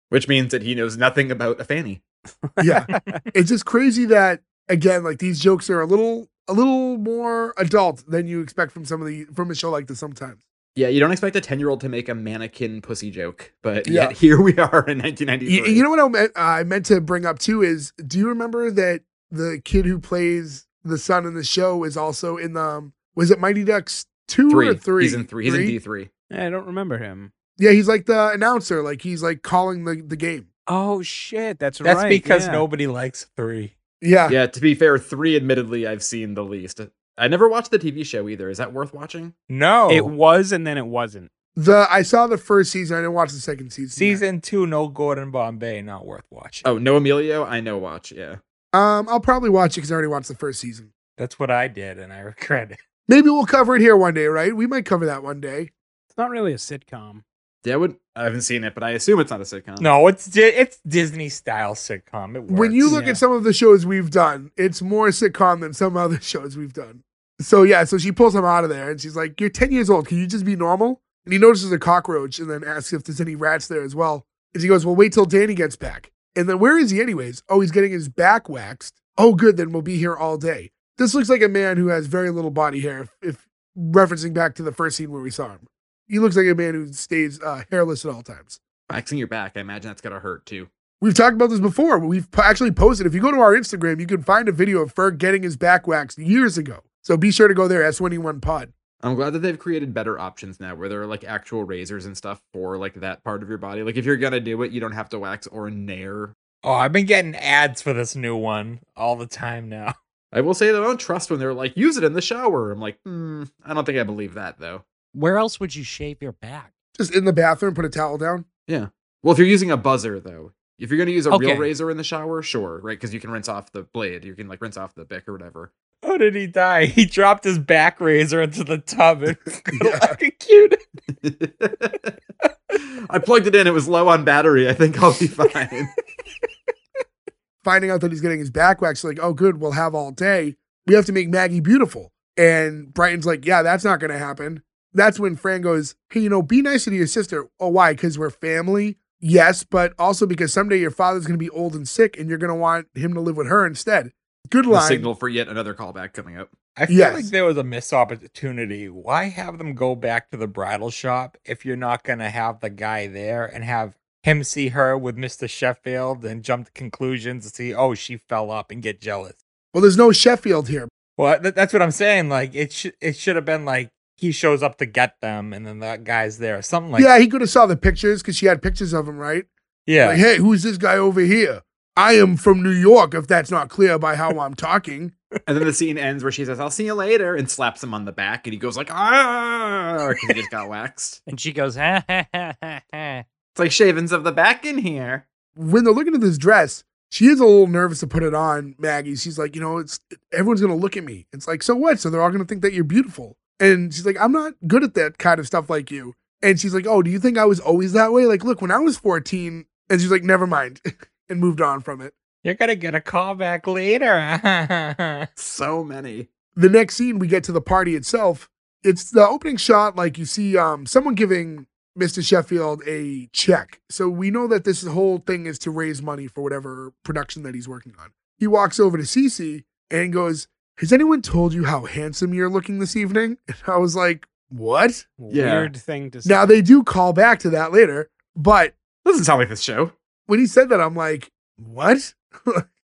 Which means that he knows nothing about a fanny. yeah. It's just crazy that, again, like these jokes are a little, a little more adult than you expect from some of the, from a show like this sometimes. Yeah, you don't expect a 10 year old to make a mannequin pussy joke, but Yeah. yet here we are in Y- 1993. You, know what I meant, I meant to bring up too is, do you remember that the kid who plays the son in the show is also in the, um, was it Mighty Ducks two or three. three? He's in three. He's in D3. I don't remember him. Yeah, he's like the announcer, like he's like calling the, the game. Oh shit, that's, That's right. because yeah. nobody likes three. Yeah. Yeah, to be fair, three, admittedly, I've seen the least. I never watched the TV show either. Is that worth watching? No. It was and then it wasn't. The I saw the first season, I didn't watch the second season. yet. Season two, no Gordon Bombay, not worth watching. Oh, no, Emilio, I know watch. Yeah. Um, I'll probably watch it because I already watched the first season. That's what I did, and I regret it. Maybe we'll cover it here one day, right? We might cover that one day. It's not really a sitcom. Yeah, I, would, I haven't seen it, but I assume it's not a sitcom. No, it's Di- it's Disney style sitcom. It works. When you look at some of the shows we've done, it's more sitcom than some other shows we've done. So yeah, so she pulls him out of there and she's like, You're ten years old, can you just be normal? And he notices a cockroach and then asks if there's any rats there as well. And she goes, Well, wait till Danny gets back. And then where is he anyways? Oh, he's getting his back waxed. Oh, good, then we'll be here all day. This looks like a man who has very little body hair, if, if referencing back to the first scene where we saw him. He looks like a man who stays uh, hairless at all times. Waxing your back, I imagine that's going to hurt too. We've talked about this before. but We've po- actually posted. If you go to our Instagram, you can find a video of Ferg getting his back waxed years ago. So be sure to go there. S21 Pod. I'm glad that they've created better options now where there are like actual razors and stuff for like that part of your body. Like if you're going to do it, you don't have to wax or nair oh, I've been getting ads for this new one all the time now. I will say that I don't trust when they're like, use it in the shower. I'm like, mm, I don't think I believe that though. Where else would you shave your back? Just in the bathroom, put a towel down. Well, if you're using a buzzer though, if you're going to use a Okay. real razor in the shower, sure, right? Because you can rinse off the blade, you can like rinse off the bick or whatever. How Oh, did he die? He dropped his back razor into the tub and Yeah. like a cute. I plugged it in, it was low on battery. I think I'll be fine. Finding out that he's getting his back waxed, like, oh, good, we'll have all day. We have to make Maggie beautiful. And Brighton's like, yeah, that's not going to happen. That's when Fran goes, hey, you know, be nicer to your sister. Oh, why? Because we're family. Yes, but also because someday your father's going to be old and sick and you're going to want him to live with her instead. Good the line. signal for yet another callback coming up. I feel like Yes. there was a missed opportunity. Why have them go back to the bridal shop if you're not going to have the guy there and have him see her with Mr. Sheffield and jump to conclusions and see, oh, she fell up and get jealous? Well, there's no Sheffield here. Well, th- that's what I'm saying. Like it, sh- it should have been like he shows up to get them, and then that guy's there, something like yeah, he could have saw the pictures because she had pictures of him, right? yeah. Like, hey, who's this guy over here? I am from New York, if that's not clear by how I'm talking. And then the scene ends where she says, "I'll see you later," and slaps him on the back, and he goes like, "Ah!" Because he just got waxed. And she goes, ha ha ha ha ha. It's like shavings of the back in here. When they're looking at this dress, she is a little nervous to put it on, Maggie. She's like, you know, it's everyone's gonna look at me. It's like, so what? So they're all gonna think that you're beautiful. And she's like, I'm not good at that kind of stuff like you. And she's like, Oh, do you think I was always that way? Like, look, when I was 14, and she's like, never mind, and moved on from it. You're gonna get a call back later. So many. the next scene we get to the party itself it's the opening shot like you see um, someone giving mr sheffield a check so we know that this whole thing is to raise money for whatever production that he's working on he walks over to cc and goes has anyone told you how handsome you're looking this evening and i was like what Yeah. Weird thing to say. now they do call back to that later but Doesn't sound like this show. when he said that i'm like what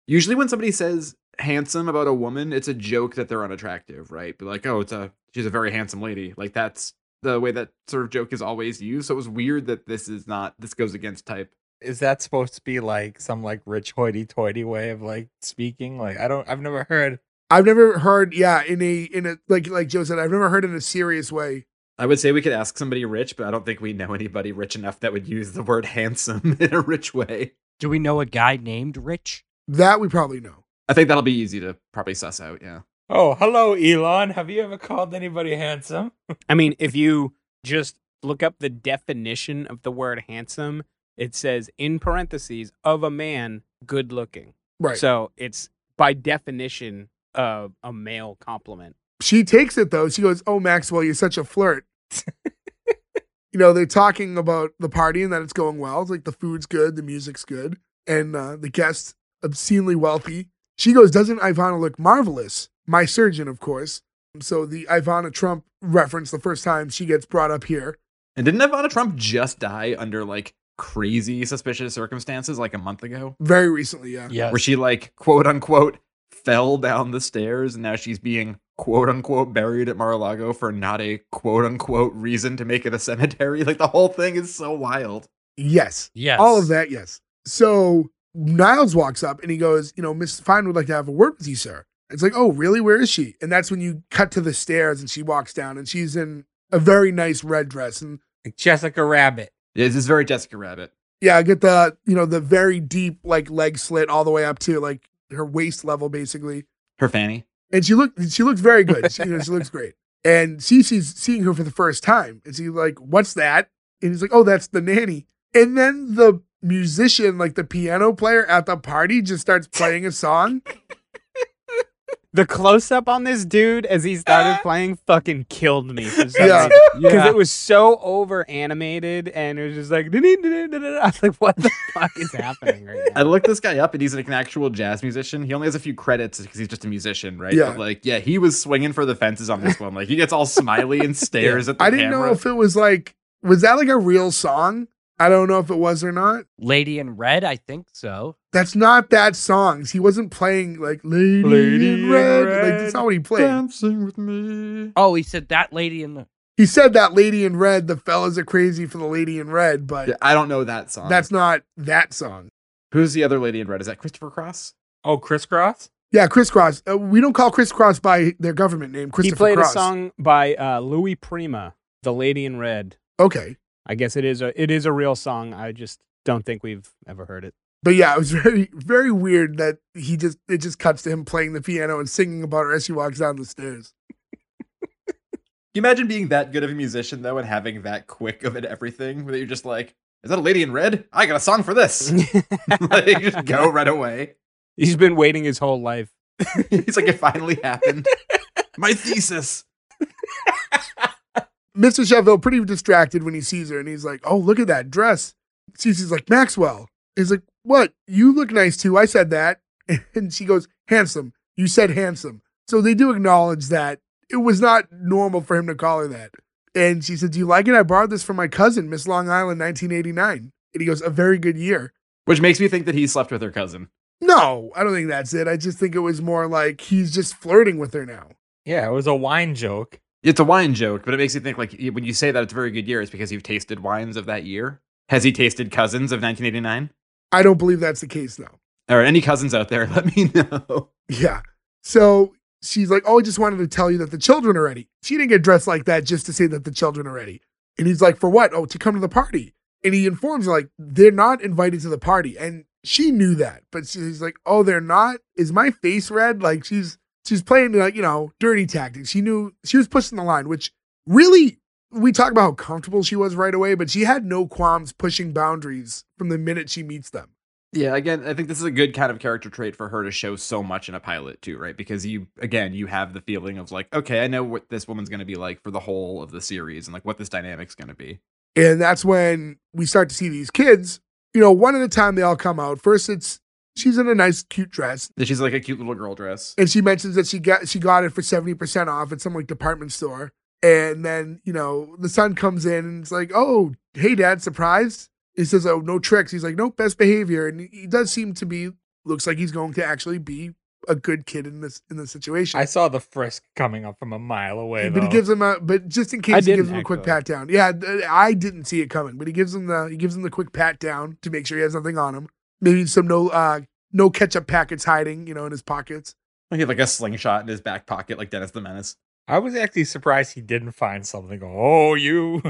Usually, when somebody says handsome about a woman, it's a joke that they're unattractive, right? But like, oh, it's a she's a very handsome lady. Like that's the way that sort of joke is always used. So it was weird that this is not this goes against type. Is that supposed to be like some like rich hoity-toity way of like speaking? Like I don't, I've never heard. i've never heard yeah in a in a like like joe said i've never heard in a serious way I would say we could ask somebody rich, but I don't think we know anybody rich enough that would use the word handsome in a rich way. Do we know a guy named Rich? that we probably know I think that'll be easy to probably suss out. Yeah. Oh, hello, Elon. Have you ever called anybody handsome? I mean, if you just look up the definition of the word handsome, it says in parentheses of a man good looking. right So it's by definition uh, a male compliment. she takes it though. She goes, "Oh Maxwell, you're such a flirt." you know, they're talking about the party and that it's going well. It's like the food's good, the music's good, and uh, the guests obscenely wealthy. She goes, "Doesn't Ivana look marvelous?" My surgeon, of course. So the Ivana Trump reference, the first time she gets brought up here, And didn't Ivana Trump just die under like crazy suspicious circumstances like a month ago? very recently. Yeah, Yes. Where she like quote unquote fell down the stairs and now she's being quote unquote buried at Mar-a-Lago for not a quote unquote reason to make it a cemetery. Like the whole thing is so wild. yes. Yes. All of that, yes. So Niles walks up and he goes, you know, Miss Fine would like to have a word with you, sir. It's like, oh, really? Where is she? And that's when you cut to the stairs and she walks down and she's in a very nice red dress. And Like Jessica Rabbit. Yeah, This is very Jessica Rabbit. yeah, I get the, you know, the very deep like leg slit all the way up to like her waist level, basically. Her fanny. And she looked she looks very good. She, you know, she looks great. And Cece's seeing her for the first time. And she's like, What's that? And he's like, Oh, that's the nanny. And then the musician, like the piano player at the party, just starts playing a song. The close up on this dude as he started playing fucking killed me for some Yeah. reason. Because it was so over animated and it was just like, I was like, what the fuck is happening right I now? looked this guy up and he's like an actual jazz musician. He only has a few credits because he's just a musician, right? Yeah. But like, yeah, he was swinging for the fences on this one. Like he gets all smiley and stares at the I didn't camera. know if it was like, was that like a real song? I don't know if it was or not. Lady in Red, I think so. That's not that song. He wasn't playing like Lady, Lady in in Red. Like, Red. that's not what he played. Dancing with me. Oh, he said that lady in the. He said that Lady in Red, the fellas are crazy for the Lady in Red, but Yeah, I don't know that song. that's not that song. who's the other lady in red? Is that Christopher Cross? Oh, crisscross. Yeah, crisscross. Uh, we don't call crisscross by their government name. He Christopher played Cross. a song by uh, Louis Prima, The Lady in Red. Okay, I guess it is a it is a real song. I just don't think we've ever heard it. but yeah, it was very very weird that he just it just cuts to him playing the piano and singing about her as she walks down the stairs. Can you imagine being that good of a musician though, and having that quick of an everything where you're just like, "Is that a lady in red? I got a song for this." like, you just go right away. He's been waiting his whole life. He's like, "It finally happened." My thesis. Mr. Sheffield pretty distracted when he sees her and he's like, "Oh, look at that dress." Cece's like, "Maxwell." He's like, "What? You look nice too." I said that, and she goes, "Handsome." You said handsome. So they do acknowledge that it was not normal for him to call her that. And she said, "Do you like it? I borrowed this from my cousin, Miss Long Island, 1989." And he goes, "A very good year." Which makes me think that he slept with her cousin. No, I don't think that's it. I just think it was more like he's just flirting with her now. Yeah, it was a wine joke. It's a wine joke, but it makes you think like when you say that it's a very good year, it's because you've tasted wines of that year. Has he tasted Cousins of 1989? I don't believe that's the case though. Or any cousins out there, let me know. Yeah. So she's like, Oh, I just wanted to tell you that the children are ready. She didn't get dressed like that just to say that the children are ready. And he's like, For what? Oh, to come to the party. And he informs her, like, they're not invited to the party. And she knew that. But she's like, Oh, they're not? Is my face red? Like she's she's playing like, you know, dirty tactics. She knew she was pushing the line, which really we talk about how comfortable she was right away, but she had no qualms pushing boundaries from the minute she meets them. Yeah, again, I think this is a good kind of character trait for her to show so much in a pilot too, right? Because you again, you have the feeling of like, okay, I know what this woman's going to be like for the whole of the series and like what this dynamic's going to be. And that's when we start to see these kids, you know, one at a time they all come out. First it's she's in a nice cute dress That she's like a cute little girl dress. and she mentions that she got she got it for 70% off at some like department store. And then, you know, the son comes in and it's like, "Oh, hey dad, surprised?" He says, "Oh, no tricks." He's like, "Nope, best behavior." And he does seem to be looks like he's going to actually be a good kid in this in this situation. I saw the frisk coming up from a mile away. but he though. gives him a but just in case he didn't, gives him a quick actually. pat down. Yeah, th- I didn't see it coming, but he gives him the he gives him the quick pat down to make sure he has nothing on him. Maybe some no uh no ketchup packets hiding, you know, in his pockets. He had like a slingshot in his back pocket, like Dennis the Menace. I was actually surprised he didn't find something. Go, oh, you.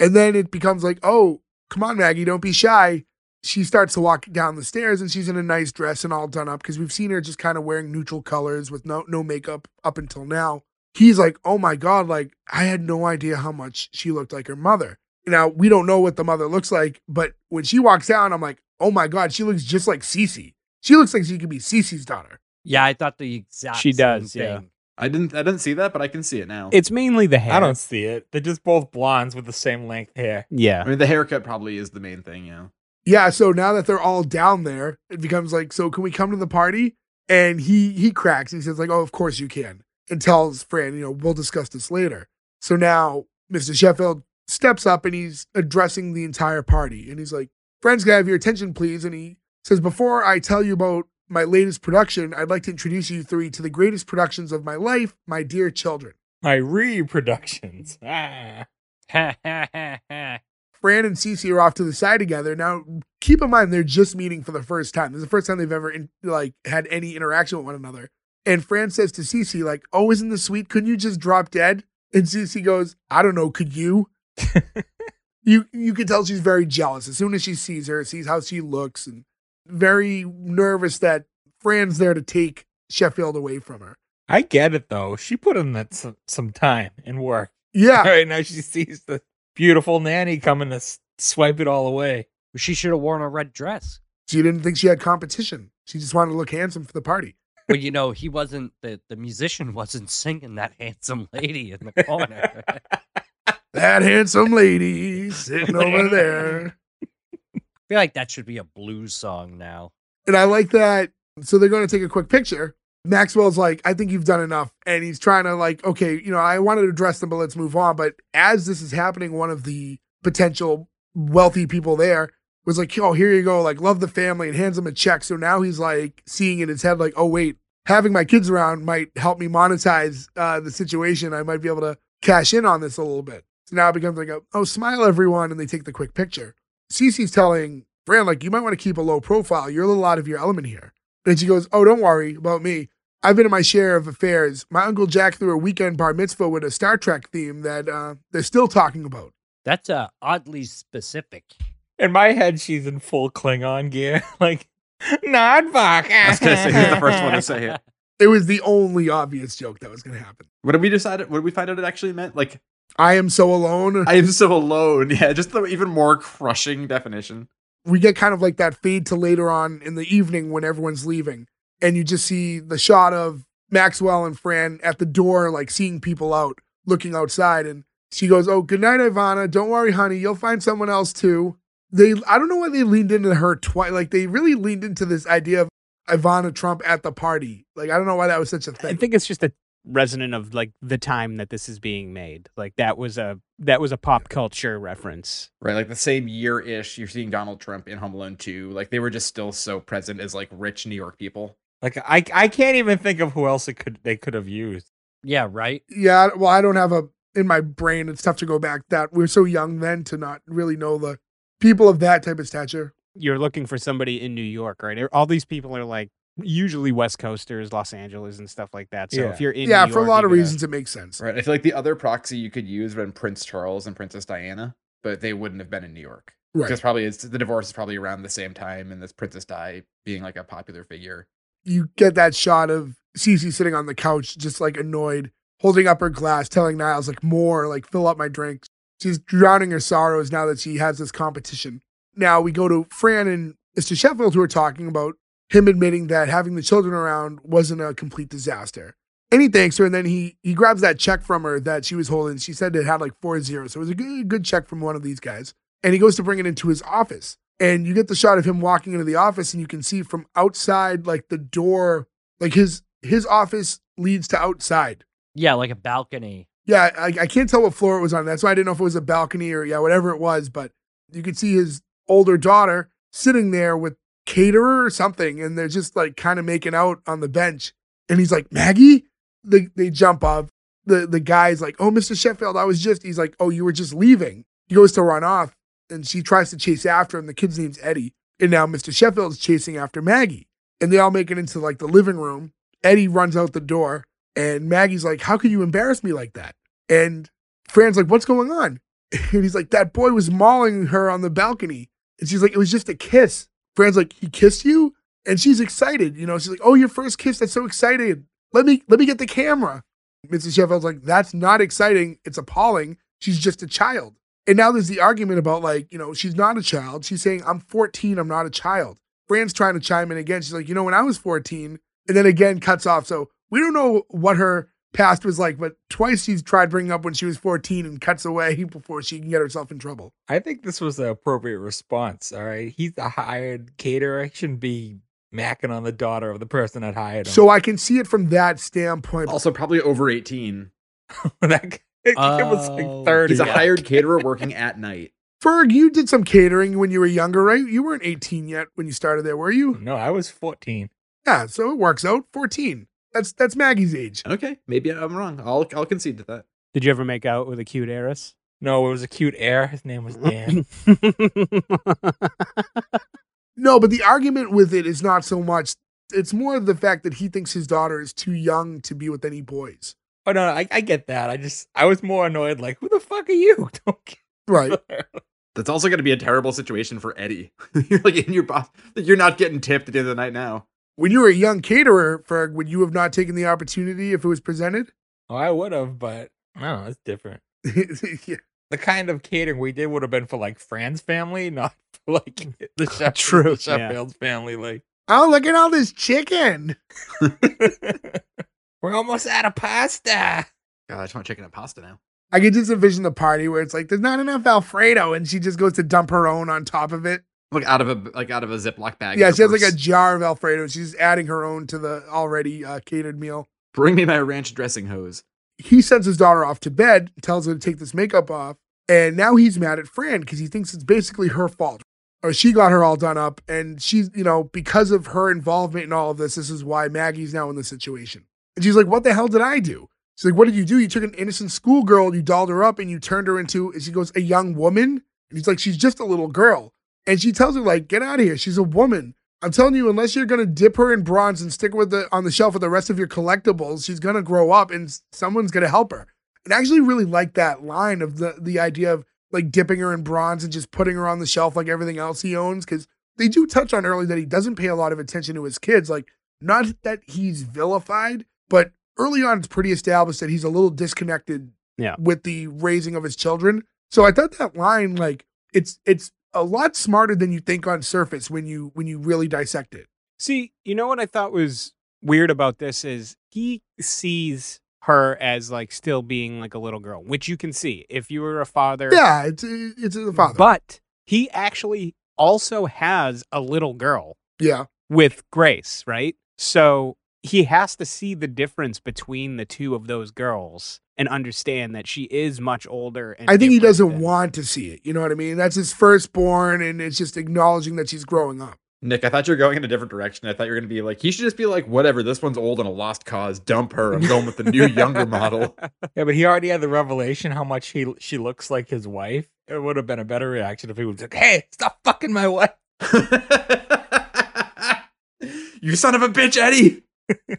And then it becomes like, "Oh, come on Maggie, don't be shy." She starts to walk down the stairs and she's in a nice dress and all done up because we've seen her just kind of wearing neutral colors with no no makeup up until now. He's like, "Oh my god, like I had no idea how much she looked like her mother." Now we don't know what the mother looks like, but when she walks down, I'm like, oh my god, she looks just like Cece. She looks like she could be Cece's daughter. Yeah, I thought the exact She same does, yeah. thing. I didn't I didn't see that, but I can see it now. It's mainly the hair. I don't see it. They're just both blondes with the same length hair. Yeah. I mean, the haircut probably is the main thing, yeah. Yeah, so now that they're all down there, it becomes like, so can we come to the party? And he he cracks. He says like, oh, of course you can, and tells Fran, you know, we'll discuss this later. So now Mr. Sheffield steps up and he's addressing the entire party, and he's like, friends, can I have your attention, please? And he says, before I tell you about my latest production, I'd like to introduce you three to the greatest productions of my life, my dear children. My reproductions. Ah. Fran and Cece are off to the side together. Now, keep in mind they're just meeting for the first time. This is the first time they've ever in, like had any interaction with one another. And Fran says to Cece, like, "Oh, isn't this sweet? Couldn't you just drop dead?" And Cece goes, "I don't know. Could you?" you you can tell she's very jealous as soon as she sees her, sees how she looks, and very nervous that Fran's there to take Sheffield away from her. I get it though. She put in that some, some time and work. Yeah, Right now she sees the beautiful nanny coming to s- swipe it all away. she should have worn a red dress. she didn't think she had competition. She just wanted to look handsome for the party. Well, you know, he wasn't the the musician wasn't singing that handsome lady in the corner. I That handsome lady sitting over there. feel like that should be a blues song now. And I like that. So they're going to take a quick picture. Maxwell's like, I think you've done enough. And he's trying to, like, okay, you know, I wanted to address them, but let's move on. But as this is happening, one of the potential wealthy people there was like, oh, here you go. Like, love the family and hands him a check. So now he's like seeing in his head, like, oh, wait, having my kids around might help me monetize uh, the situation. I might be able to cash in on this a little bit. So now it becomes like, a, oh, smile, everyone. And they take the quick picture. Cece's telling Fran, like, you might want to keep a low profile. You're a little out of your element here. And she goes, Oh, don't worry about me. I've been in my share of affairs. My Uncle Jack threw a weekend bar mitzvah with a Star Trek theme that uh, they're still talking about. That's uh, oddly specific. In my head, she's in full Klingon gear. Like, Nodvok. I was gonna say he's the first one to say it. It was the only obvious joke that was going to happen. What did we decide? What did we find out it actually meant? Like, I am so alone. I am so alone. Yeah, just the even more crushing definition. we get kind of like that fade to later on in the evening when everyone's leaving and you just see the shot of maxwell and fran at the door like seeing people out looking outside and she goes oh good night ivana don't worry honey you'll find someone else too they i don't know why they leaned into her twice like they really leaned into this idea of ivana trump at the party like i don't know why that was such a thing I think it's just a resonant of like the time that this is being made. Like that was a that was a pop culture reference. Right, like the same year ish, you're seeing Donald Trump in Home Alone 2. Like they were just still so present as like rich New York people. Like, I, I can't even think of who else it could they could have used. Yeah, right. yeah well i don't have a in my brain. It's tough to go back that we were so young then to not really know the people of that type of stature. You're looking for somebody in New York, right? All these people are like usually West Coasters, Los Angeles, and stuff like that. So Yeah. if you're in, yeah, New for a York, lot you of gotta- reasons, it makes sense. Right. I feel like the other proxy you could use would have been Prince Charles and Princess Diana, but they wouldn't have been in New York. Right. Because probably it's the divorce is probably around the same time and this Princess Di being like a popular figure. you get that shot of Cece sitting on the couch, just like annoyed, holding up her glass, telling Niles, like, more, like, fill up my drink. She's drowning her sorrows now that she has this competition. Now we go to Fran and Mr. Sheffield, who are talking about him admitting that having the children around wasn't a complete disaster. And he thanks her, and then he he grabs that check from her that she was holding. She said it had like four zeros, so it was a good, good check from one of these guys. And he goes to bring it into his office and you get the shot of him walking into the office and you can see from outside like the door like his his office leads to outside Yeah, like a balcony. yeah i, I can't tell what floor it was on that's why i didn't know if it was a balcony or yeah whatever it was but you could see his older daughter sitting there with caterer or something and they're just like kind of making out on the bench and he's like maggie they, they jump up the, the guy's like oh mr sheffield i was just he's like oh you were just leaving he goes to run off and she tries to chase after him. The kid's name's Eddie. And now Mr. Sheffield's chasing after Maggie. And they all make it into like the living room. Eddie runs out the door and Maggie's like, How could you embarrass me like that? And Fran's like, What's going on? And he's like, That boy was mauling her on the balcony. And she's like, It was just a kiss. Fran's like, He kissed you? And she's excited. You know, she's like, Oh, your first kiss. That's so excited. Let me let me get the camera. Mrs. Sheffield's like, That's not exciting. It's appalling. She's just a child. And now there's the argument about like, you know, she's not a child. She's saying, I'm 14, I'm not a child. Fran's trying to chime in again. She's like, you know, when I was 14, and then again cuts off. So we don't know what her past was like, but twice she's tried bringing up when she was 14 and cuts away before she can get herself in trouble. I think this was the appropriate response. All right. He's a hired caterer. He shouldn't be macking on the daughter of the person that hired him. So I can see it from that standpoint. Also probably over 18. that guy- it was Oh. like 30. He's a like- hired caterer working at night. Ferg, you did some catering when you were younger, right? You weren't 18 yet when you started there, were you? No, I was 14. Yeah, so it works out. 14. That's that's Maggie's age. Okay, maybe I'm wrong. I'll I'll concede to that. Did you ever make out with a cute heiress? No, it was a cute heir. His name was Dan. No, but the argument with it is not so much. It's more the fact that he thinks his daughter is too young to be with any boys. oh, no, I, I get that. I just, I was more annoyed. Like, who the fuck are you? Don't get Right. there. That's also going to be a terrible situation for Eddie. you're like in your boss. You're not getting tipped at the end of the night now. When you were a young caterer, Ferg, would you have not taken the opportunity if it was presented? Oh, I would have, but no, it's different. yeah. The kind of catering we did would have been for like Fran's family, not for, like the, Sheff- True, yeah. the Sheffield's family. Like, Oh, look at all this chicken. We're almost out of pasta. God, I just want chicken and pasta now. I could just envision the party where it's like, there's not enough Alfredo, and she just goes to dump her own on top of it. Like out of a like out of a Ziploc bag. in yeah, her she has like a purse. jar of Alfredo. She's adding her own to the already uh, catered meal. Bring me my ranch dressing hose. he sends his daughter off to bed, tells her to take this makeup off, and now he's mad at Fran because he thinks it's basically her fault. Or she got her all done up, and she's, you know, because of her involvement in all of this, this is why Maggie's now in this situation. And she's like, What the hell did I do? She's like, What did you do? You took an innocent schoolgirl, you dolled her up, and you turned her into, and she goes, a young woman. And he's like, She's just a little girl. And she tells her, like, get out of here. She's a woman. I'm telling you, unless you're gonna dip her in bronze and stick with the on the shelf with the rest of your collectibles, she's gonna grow up and s- someone's gonna help her. And I actually really like that line of the the idea of like dipping her in bronze and just putting her on the shelf like everything else he owns, because they do touch on early that he doesn't pay a lot of attention to his kids. Like, not that he's vilified, but early on it's pretty established that he's a little disconnected Yeah. with the raising of his children. So I thought that line, like, it's it's a lot smarter than you think on surface when you when you really dissect it. See, you know what I thought was weird about this is he sees her as like still being like a little girl, which you can see if you were a father. Yeah, it's it's the father. But he actually also has a little girl yeah, with Grace, right? So he has to see the difference between the two of those girls and understand that she is much older. And I think he different doesn't than- want to see it. You know what I mean? That's his firstborn, and it's just acknowledging that she's growing up. Nick, I thought you were going in a different direction. I thought you were going to be like, he should just be like, whatever, this one's old and a lost cause. Dump her. I'm going with the new, younger model. Yeah, but he already had the revelation how much he she looks like his wife. It would have been a better reaction if he was like, "Hey, stop fucking my wife." you son of a bitch, Eddie.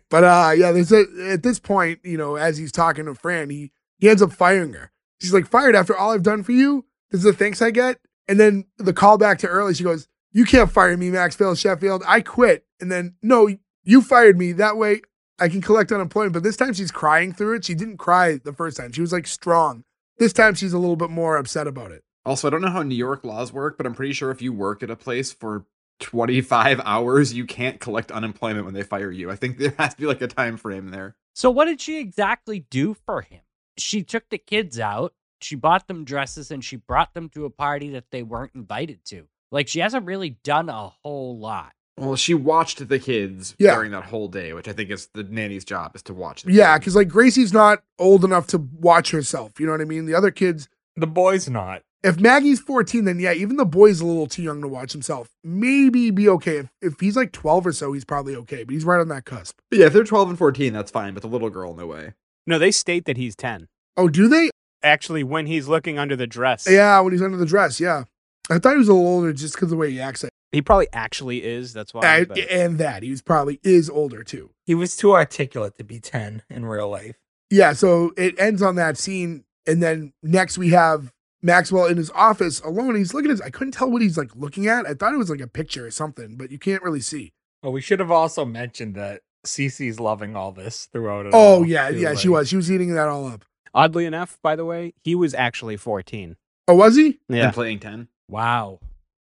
But uh, yeah, there's a, at this point, you know, as he's talking to Fran, he he ends up firing her. She's like, "Fired after all I've done for you? This is the thanks I get." And then the callback to early, she goes, "You can't fire me, Maxfield Sheffield. I quit." And then, no, you fired me. That way, I can collect unemployment. But this time, she's crying through it. She didn't cry the first time. She was like strong. This time, she's a little bit more upset about it. Also, I don't know how New York laws work, but I'm pretty sure if you work at a place for 25 hours, you can't collect unemployment when they fire you. I think there has to be like a time frame there. So what did she exactly do for him? She took the kids out, she bought them dresses, and she brought them to a party that they weren't invited to. Like she hasn't really done a whole lot. Well, she watched the kids Yeah. during that whole day, which I think is the nanny's job is to watch. The Yeah, kids. because like Gracie's not old enough to watch herself. You know what I mean? The other kids, The boy's not. if Maggie's 14, then yeah, even the boy's a little too young to watch himself. Maybe be okay. If, if he's like 12 or so, he's probably okay, but he's right on that cusp. But yeah, if they're 12 and 14, that's fine, but the little girl, no way. No, they state that he's 10. Oh, do they? Actually, when he's looking under the dress, Yeah, when he's under the dress. Yeah. I thought he was a little older just because of the way he acts. Like, he probably actually is. That's why. and, but- and that he was probably is older too. He was too articulate to be ten in real life. Yeah. So it ends on that scene. And then next we have Maxwell in his office alone. He's looking at his, I couldn't tell what he's like looking at. I thought it was like a picture or something, but you can't really see. But we should have also mentioned that Cece's loving all this throughout. It Oh, all, yeah. too, Yeah. She like- was. She was eating that all up. Oddly enough, by the way, he was actually 14. Oh, was he? And playing 10. Wow.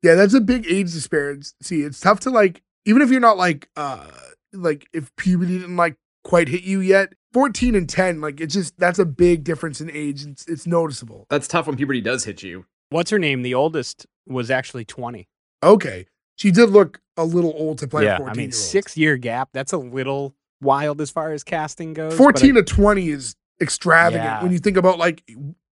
Yeah, that's a big age disparity. See, it's tough to like, even if you're not like, uh, like if puberty didn't like quite hit you yet, 14 and 10, like it's just, that's a big difference in age. It's, it's noticeable. That's tough when puberty does hit you. What's her name? The oldest was actually 20. Okay. She did look a little old to play a 14 I year mean, old. six year gap. That's a little wild as far as casting goes. but I- 14 to 20 is extravagant Yeah. when you think about like,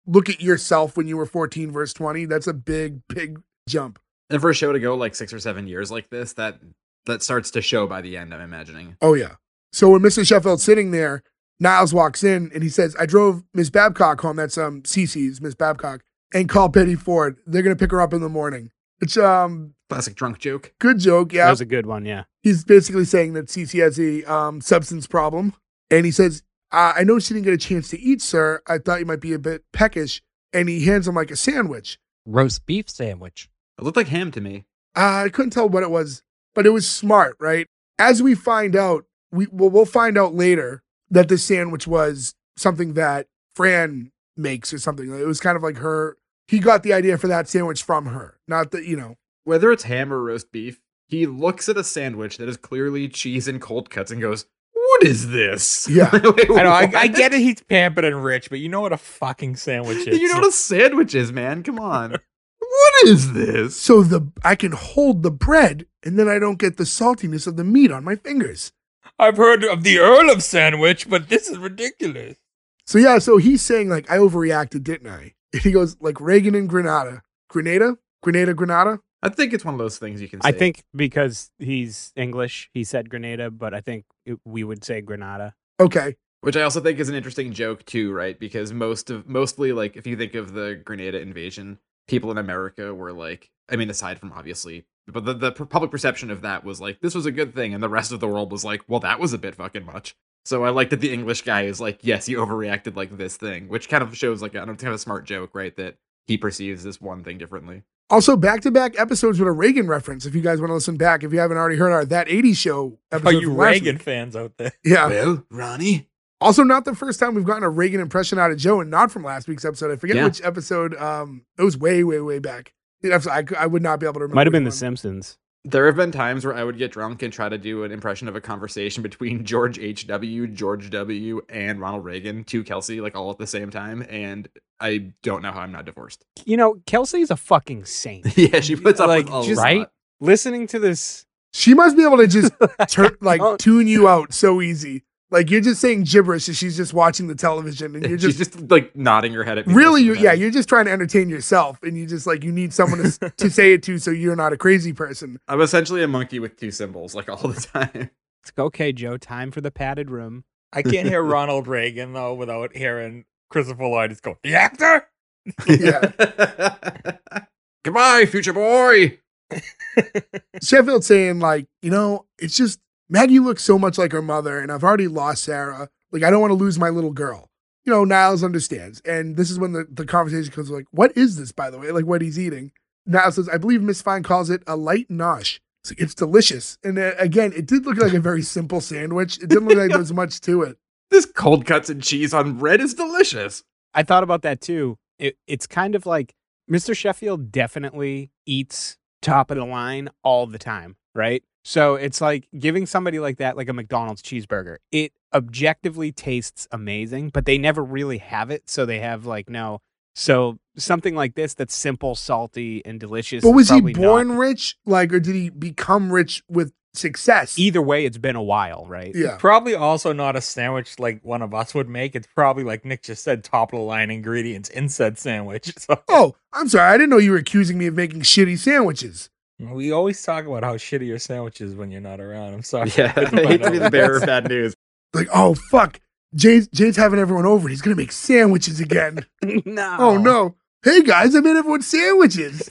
look at yourself when you were 14 versus 20. That's a big, big jump. And for a show to go like six or seven years like this, that that starts to show by the end, I'm imagining. Oh yeah. So when Mrs. Sheffield's sitting there, Niles walks in and he says, "I drove Miss Babcock home. That's um Cece's Miss Babcock, and call Betty Ford. They're gonna pick her up in the morning." It's um Classic drunk joke. good joke. That Yeah, was a good one. Yeah. he's basically saying that Cece has a um substance problem, and he says, uh, "I know she didn't get a chance to eat, sir. I thought you might be a bit peckish." And he hands him like a sandwich. Roast beef sandwich. It looked like ham to me. Uh, I couldn't tell what it was, but it was smart, right? As we find out, we well, we'll find out later that this sandwich was something that Fran makes or something. It was kind of like her. He got the idea for that sandwich from her, not that you know. Whether it's ham or roast beef, he looks at a sandwich that is clearly cheese and cold cuts and goes, What is this? Yeah. Wait, I know. I, I what? get it. He's pampered and rich, but you know what a fucking sandwich is. You know what a sandwich is, man. Come on. what is this? So the I can hold the bread, and then I don't get the saltiness of the meat on my fingers. I've heard of the Earl of Sandwich, but this is ridiculous. So yeah, so he's saying like I overreacted, didn't I? And he goes like Reagan and Grenada, Grenada, Grenada, Grenada. I think it's one of those things you can say. I think because he's English, he said Grenada, but I think it, we would say Grenada. Okay, which I also think is an interesting joke too, right? Because most of mostly like if you think of the Grenada invasion, people in America were like, I mean, aside from obviously, but the, the per- public perception of that was like this was a good thing, and the rest of the world was like, well, that was a bit fucking much. So I like that the English guy is like, yes, you overreacted like this thing, which kind of shows like I don't kind of a smart joke, right? That he perceives this one thing differently. Also, back to back episodes with a Reagan reference. If you guys want to listen back, if you haven't already heard our That 80s Show Are episode, you from last Reagan week. fans out there? Yeah. Well, Ronnie, Also, not the first time we've gotten a Reagan impression out of Joe and not from last week's episode. I forget Yeah. which episode. Um, It was way, way, way back. The episode- I, c- I would not be able to remember. Might have been The which one. Simpsons. There have been times where I would get drunk and try to do an impression of a conversation between George H.W., George W., and Ronald Reagan to Kelsey, like all at the same time. And I don't know how I'm not divorced. You know, Kelsey's a fucking saint. yeah, she puts up Like, with a just- lot. Right? Listening to this, She must be able to just tur- like don't- tune you out so easy. Like you're just saying gibberish as she's just watching the television and you're She's just, just like nodding her head at me. really most you of the yeah, time. you're just trying to entertain yourself and you just like you need someone to, s- to say it to so you're not a crazy person. I'm essentially a monkey with two symbols, like all the time. It's like, okay, Joe, time for the padded room. I can't hear Ronald Reagan though without hearing Christopher Lloyd just go, the actor? Yeah. Goodbye, future boy. Sheffield saying like, you know, it's just Maggie looks so much like her mother, and I've already lost Sarah. Like, I don't want to lose my little girl. You know, Niles understands, and this is when the, the conversation comes like, what is this, by the way? Like, what he's eating. Niles says, I believe Miss Fine calls it a light nosh. It's, like, "It's delicious, and uh, again, it did look like a very simple sandwich. It didn't look like there was much to it. This cold cuts and cheese on bread is delicious. I thought about that too. It, it's kind of like Mr. Sheffield definitely eats top of the line all the time, right? So it's like giving somebody like that, like a McDonald's cheeseburger, it objectively tastes amazing, but they never really have it. So they have like, no. So something like this that's simple, salty, and delicious. But is was he probably not- born rich, like, or did he become rich with success? Either way, it's been a while, right? yeah, Probably also not a sandwich like one of us would make. It's probably like Nick just said, top of the line ingredients in said sandwich. So Oh, I'm sorry. I didn't know you were accusing me of making shitty sandwiches. we always talk about how shitty your sandwich is when you're not around. I'm sorry. Yeah, I hate to be the bearer of bad news. Like, oh fuck, Jay's Jay's having everyone over. He's gonna make sandwiches again. no. oh no. Hey guys, I made everyone sandwiches.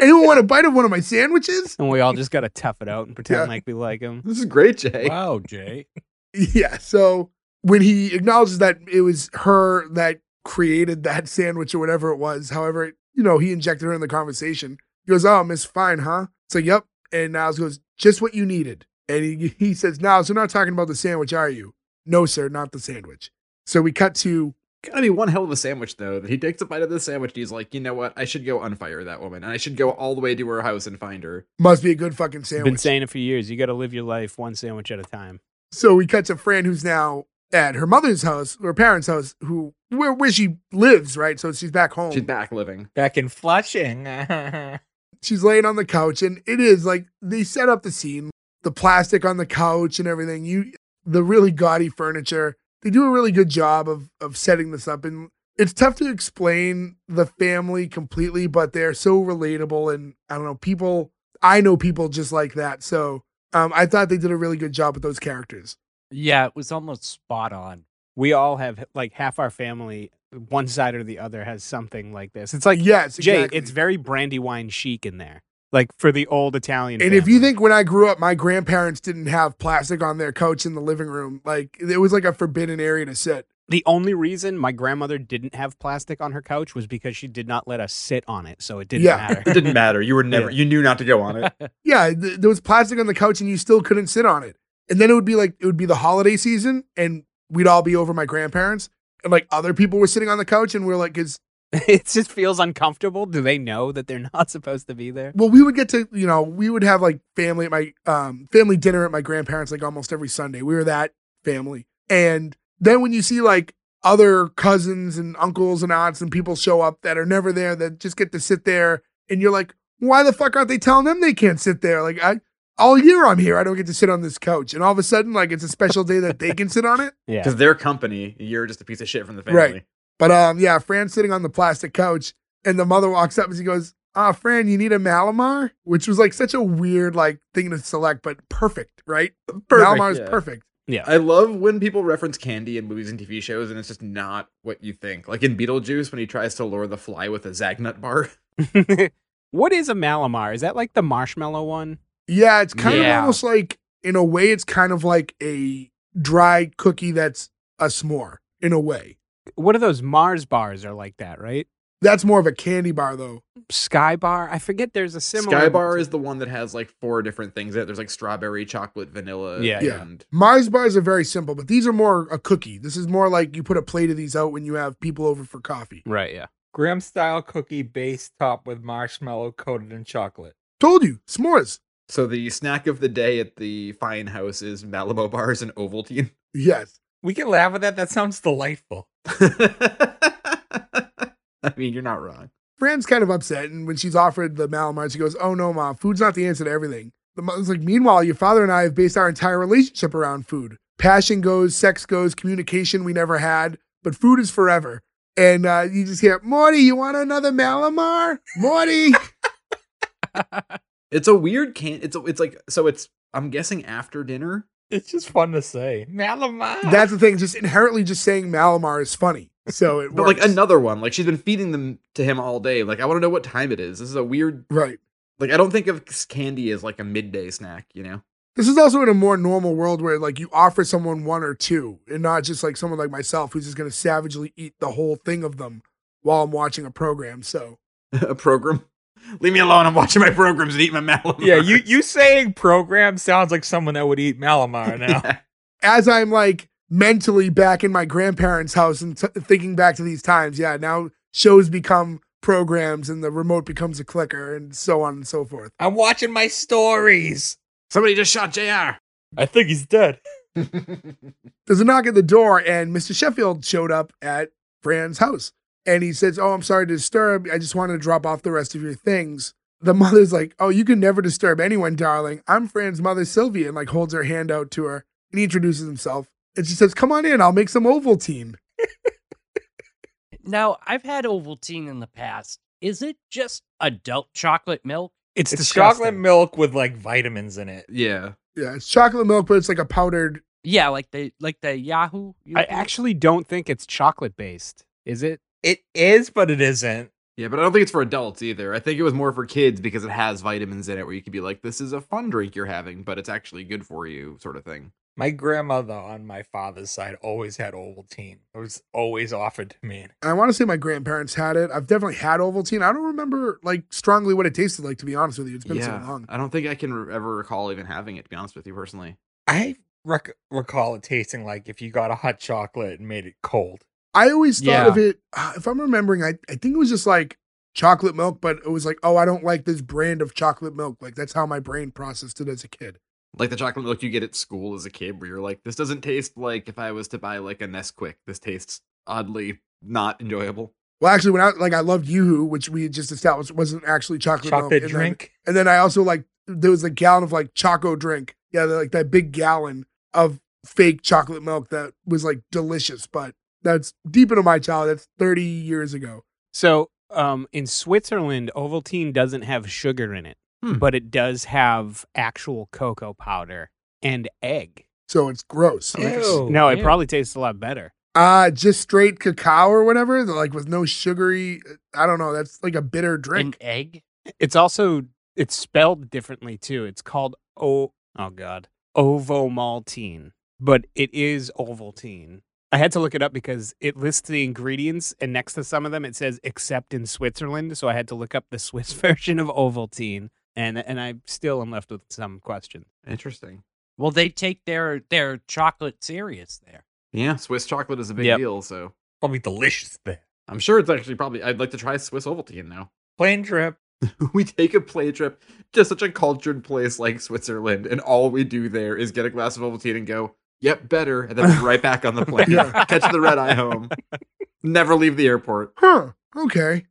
Anyone want a bite of one of my sandwiches? And we all just got to tough it out and pretend Yeah. like we like him. This is great, Jay. Wow, Jay. Yeah. So when he acknowledges that it was her that created that sandwich or whatever it was, however, you know, he injected her in the conversation. He goes, Oh, Miss Fine, huh? So, yep. And Niles goes, Just what you needed. And he, he says, Niles, we're not talking about the sandwich, are you? No, sir, not the sandwich. So we cut to, Gotta be one hell of a sandwich though. That he takes a bite of the sandwich. And he's like, you know what? I should go unfire that woman, and I should go all the way to her house and find her. Must be a good fucking I've been sandwich. saying it for years. You got to live your life one sandwich at a time. So we cut to Fran, who's now at her mother's house, her parents' house, who where, where she lives, right? So she's back home. She's back living. Back in Flushing. That's she's laying on the couch and it is like they set up the scene the plastic on the couch and everything you the really gaudy furniture they do a really good job of of setting this up and it's tough to explain the family completely but they're so relatable and i don't know people i know people just like that so um, i thought they did a really good job with those characters Yeah, it was almost spot on. we all have like half our family one side or the other has something like this it's like yes jay exactly. it's very brandywine chic in there like for the old italian and if you family. think when I grew up, my grandparents didn't have plastic on their couch in the living room, like it was like a forbidden area to sit. the only reason my grandmother didn't have plastic on her couch was because she did not let us sit on it so it didn't Yeah. matter It didn't matter. You were never. You knew not to go on it. Yeah, th- there was plastic on the couch and you still couldn't sit on it. And then it would be like it would be the holiday season and we'd all be over my grandparents and like other people were sitting on the couch and we are like cuz it just feels uncomfortable do they know that they're not supposed to be there well we would get to, you know, we would have like family at my um family dinner at my grandparents like almost every Sunday. We were that family. And then when you see like other cousins and uncles and aunts and people show up that are never there that just get to sit there and you're like why the fuck aren't they telling them they can't sit there? Like I all year I'm here. I don't get to sit on this couch. And all of a sudden, like it's a special day that they can sit on it. yeah Because they're company. You're just a piece of shit from the family. Right. But um, yeah, Fran's sitting on the plastic couch, and the mother walks up and she goes, "Ah, Fran, you need a Malamar," which was like such a weird like thing to select, but perfect, right? Malamar is yeah. perfect. I love when people reference candy in movies and TV shows, and it's just not what you think. Like in Beetlejuice, when he tries to lure the fly with a Zagnut bar. what is a malamar is that like the marshmallow one Yeah, it's kind of Yeah. almost like, in a way, it's kind of like a dry cookie that's a s'more. In a way, what are those mars bars are like that right that's more of a candy bar though. sky bar i forget there's a similar Sky bar is the one that has like four different things in it. There's like strawberry, chocolate, vanilla. Yeah, yeah. and Mars bars are very simple, but these are more a cookie. This is more like you put a plate of these out when you have people over for coffee. right yeah Graham style cookie base top with marshmallow coated in chocolate. Told you, s'mores. So the snack of the day at the fine house is Malamo bars and Ovaltine. Yes. We can laugh at that. That sounds delightful. I mean, you're not wrong. Fran's kind of upset, and when she's offered the Malamar, she goes, "Oh no, ma, food's not the answer to everything." The mother's like, "Meanwhile, your father and I have based our entire relationship around food. passion goes, sex goes, communication we never had, but food is forever. And uh, you just hear, Morty, you want another Malamar? Morty. it's a weird can. It's a, it's like so. It's I'm guessing after dinner. It's just fun to say. Malamar. That's the thing. Just inherently, just saying Malamar is funny. So it But works. like another one, like she's been feeding them to him all day. Like I want to know what time it is. This is a weird. right. Like I don't think of candy as like a midday snack. You know. This is also in a more normal world where like you offer someone one or two, and not just like someone like myself who's just going to savagely eat the whole thing of them while I'm watching a program. So a program. Leave me alone. I'm watching my programs and eating my Malamar. yeah, you you saying program sounds like someone that would eat Malamar now. Yeah. as I'm like mentally back in my grandparents' house and t- thinking back to these times, yeah, now shows become programs and the remote becomes a clicker and so on and so forth. I'm watching my stories. Somebody just shot Jr. I think he's dead. There's a knock at the door, and Mr. Sheffield showed up at Fran's house. And he says, Oh, I'm sorry to disturb. I just wanted to drop off the rest of your things. The mother's like, Oh, you can never disturb anyone, darling. I'm Fran's mother, Sylvia, and like holds her hand out to her. And he introduces himself. And she says, Come on in, I'll make some Ovaltine. Now, I've had Ovaltine in the past. Is it just adult chocolate milk? It's, It's disgusting. chocolate milk with like vitamins in it. yeah. Yeah, it's chocolate milk, but it's like a powdered. Yeah, like the like the Yahoo. I Mm-hmm. yogurt? actually don't think it's chocolate based. Is it? It is, but it isn't. Yeah, but I don't think it's for adults either. I think it was more for kids because it has vitamins in it where you could be like, this is a fun drink you're having, but it's actually good for you, sort of thing. My grandmother on my father's side always had Ovaltine. It was always offered to me. I want to say my grandparents had it. I've definitely had Ovaltine. I don't remember like strongly what it tasted like, to be honest with you. It's been yeah. so long. I don't think I can re- ever recall even having it, to be honest with you personally. I rec- recall it tasting like if you got a hot chocolate and made it cold. I always thought Yeah. of it, uh, if I'm remembering, I, I think it was just like chocolate milk, but it was like, oh, I don't like this brand of chocolate milk. Like that's how my brain processed it as a kid. Like the chocolate milk you get at school as a kid where you're like, this doesn't taste like if I was to buy like a Nesquik. This tastes oddly not enjoyable. Well, actually, when I like, I loved YooHoo, which we had just established wasn't actually chocolate, milk. Chocolate And then- drink. and then I also like there was a gallon of like Choco drink. Yeah, like that big gallon of fake chocolate milk that was like delicious. But that's deep into my childhood. That's 30 years ago. So um, in Switzerland, Ovaltine doesn't have sugar in it, Hmm. but it does have actual cocoa powder and egg. So it's gross. Ew. no, it ew. probably tastes a lot better. Uh just straight cacao or whatever, the- like with no sugary. uh, I don't know. That's like a bitter an drink. egg. It's also it's spelled differently too. It's called o oh god ovomaltine, but it is Ovaltine. I had to look it up because it lists the ingredients, and next to some of them it says except in Switzerland. So I had to look up the Swiss version of Ovaltine, and and I still am left with some questions. Interesting. Well, they take their their chocolate serious there. Yeah, Swiss chocolate is a big Yep. deal, so Probably delicious there. I'm sure it's actually probably I'd like to try Swiss Ovaltine now. Plain drip. we take a play trip to such a cultured place like Switzerland, and all we do there is get a glass of Ovaltine and go, "Yep, better," and then we're right back on the plane, Yeah. catch the red eye home, never leave the airport. Huh. Okay.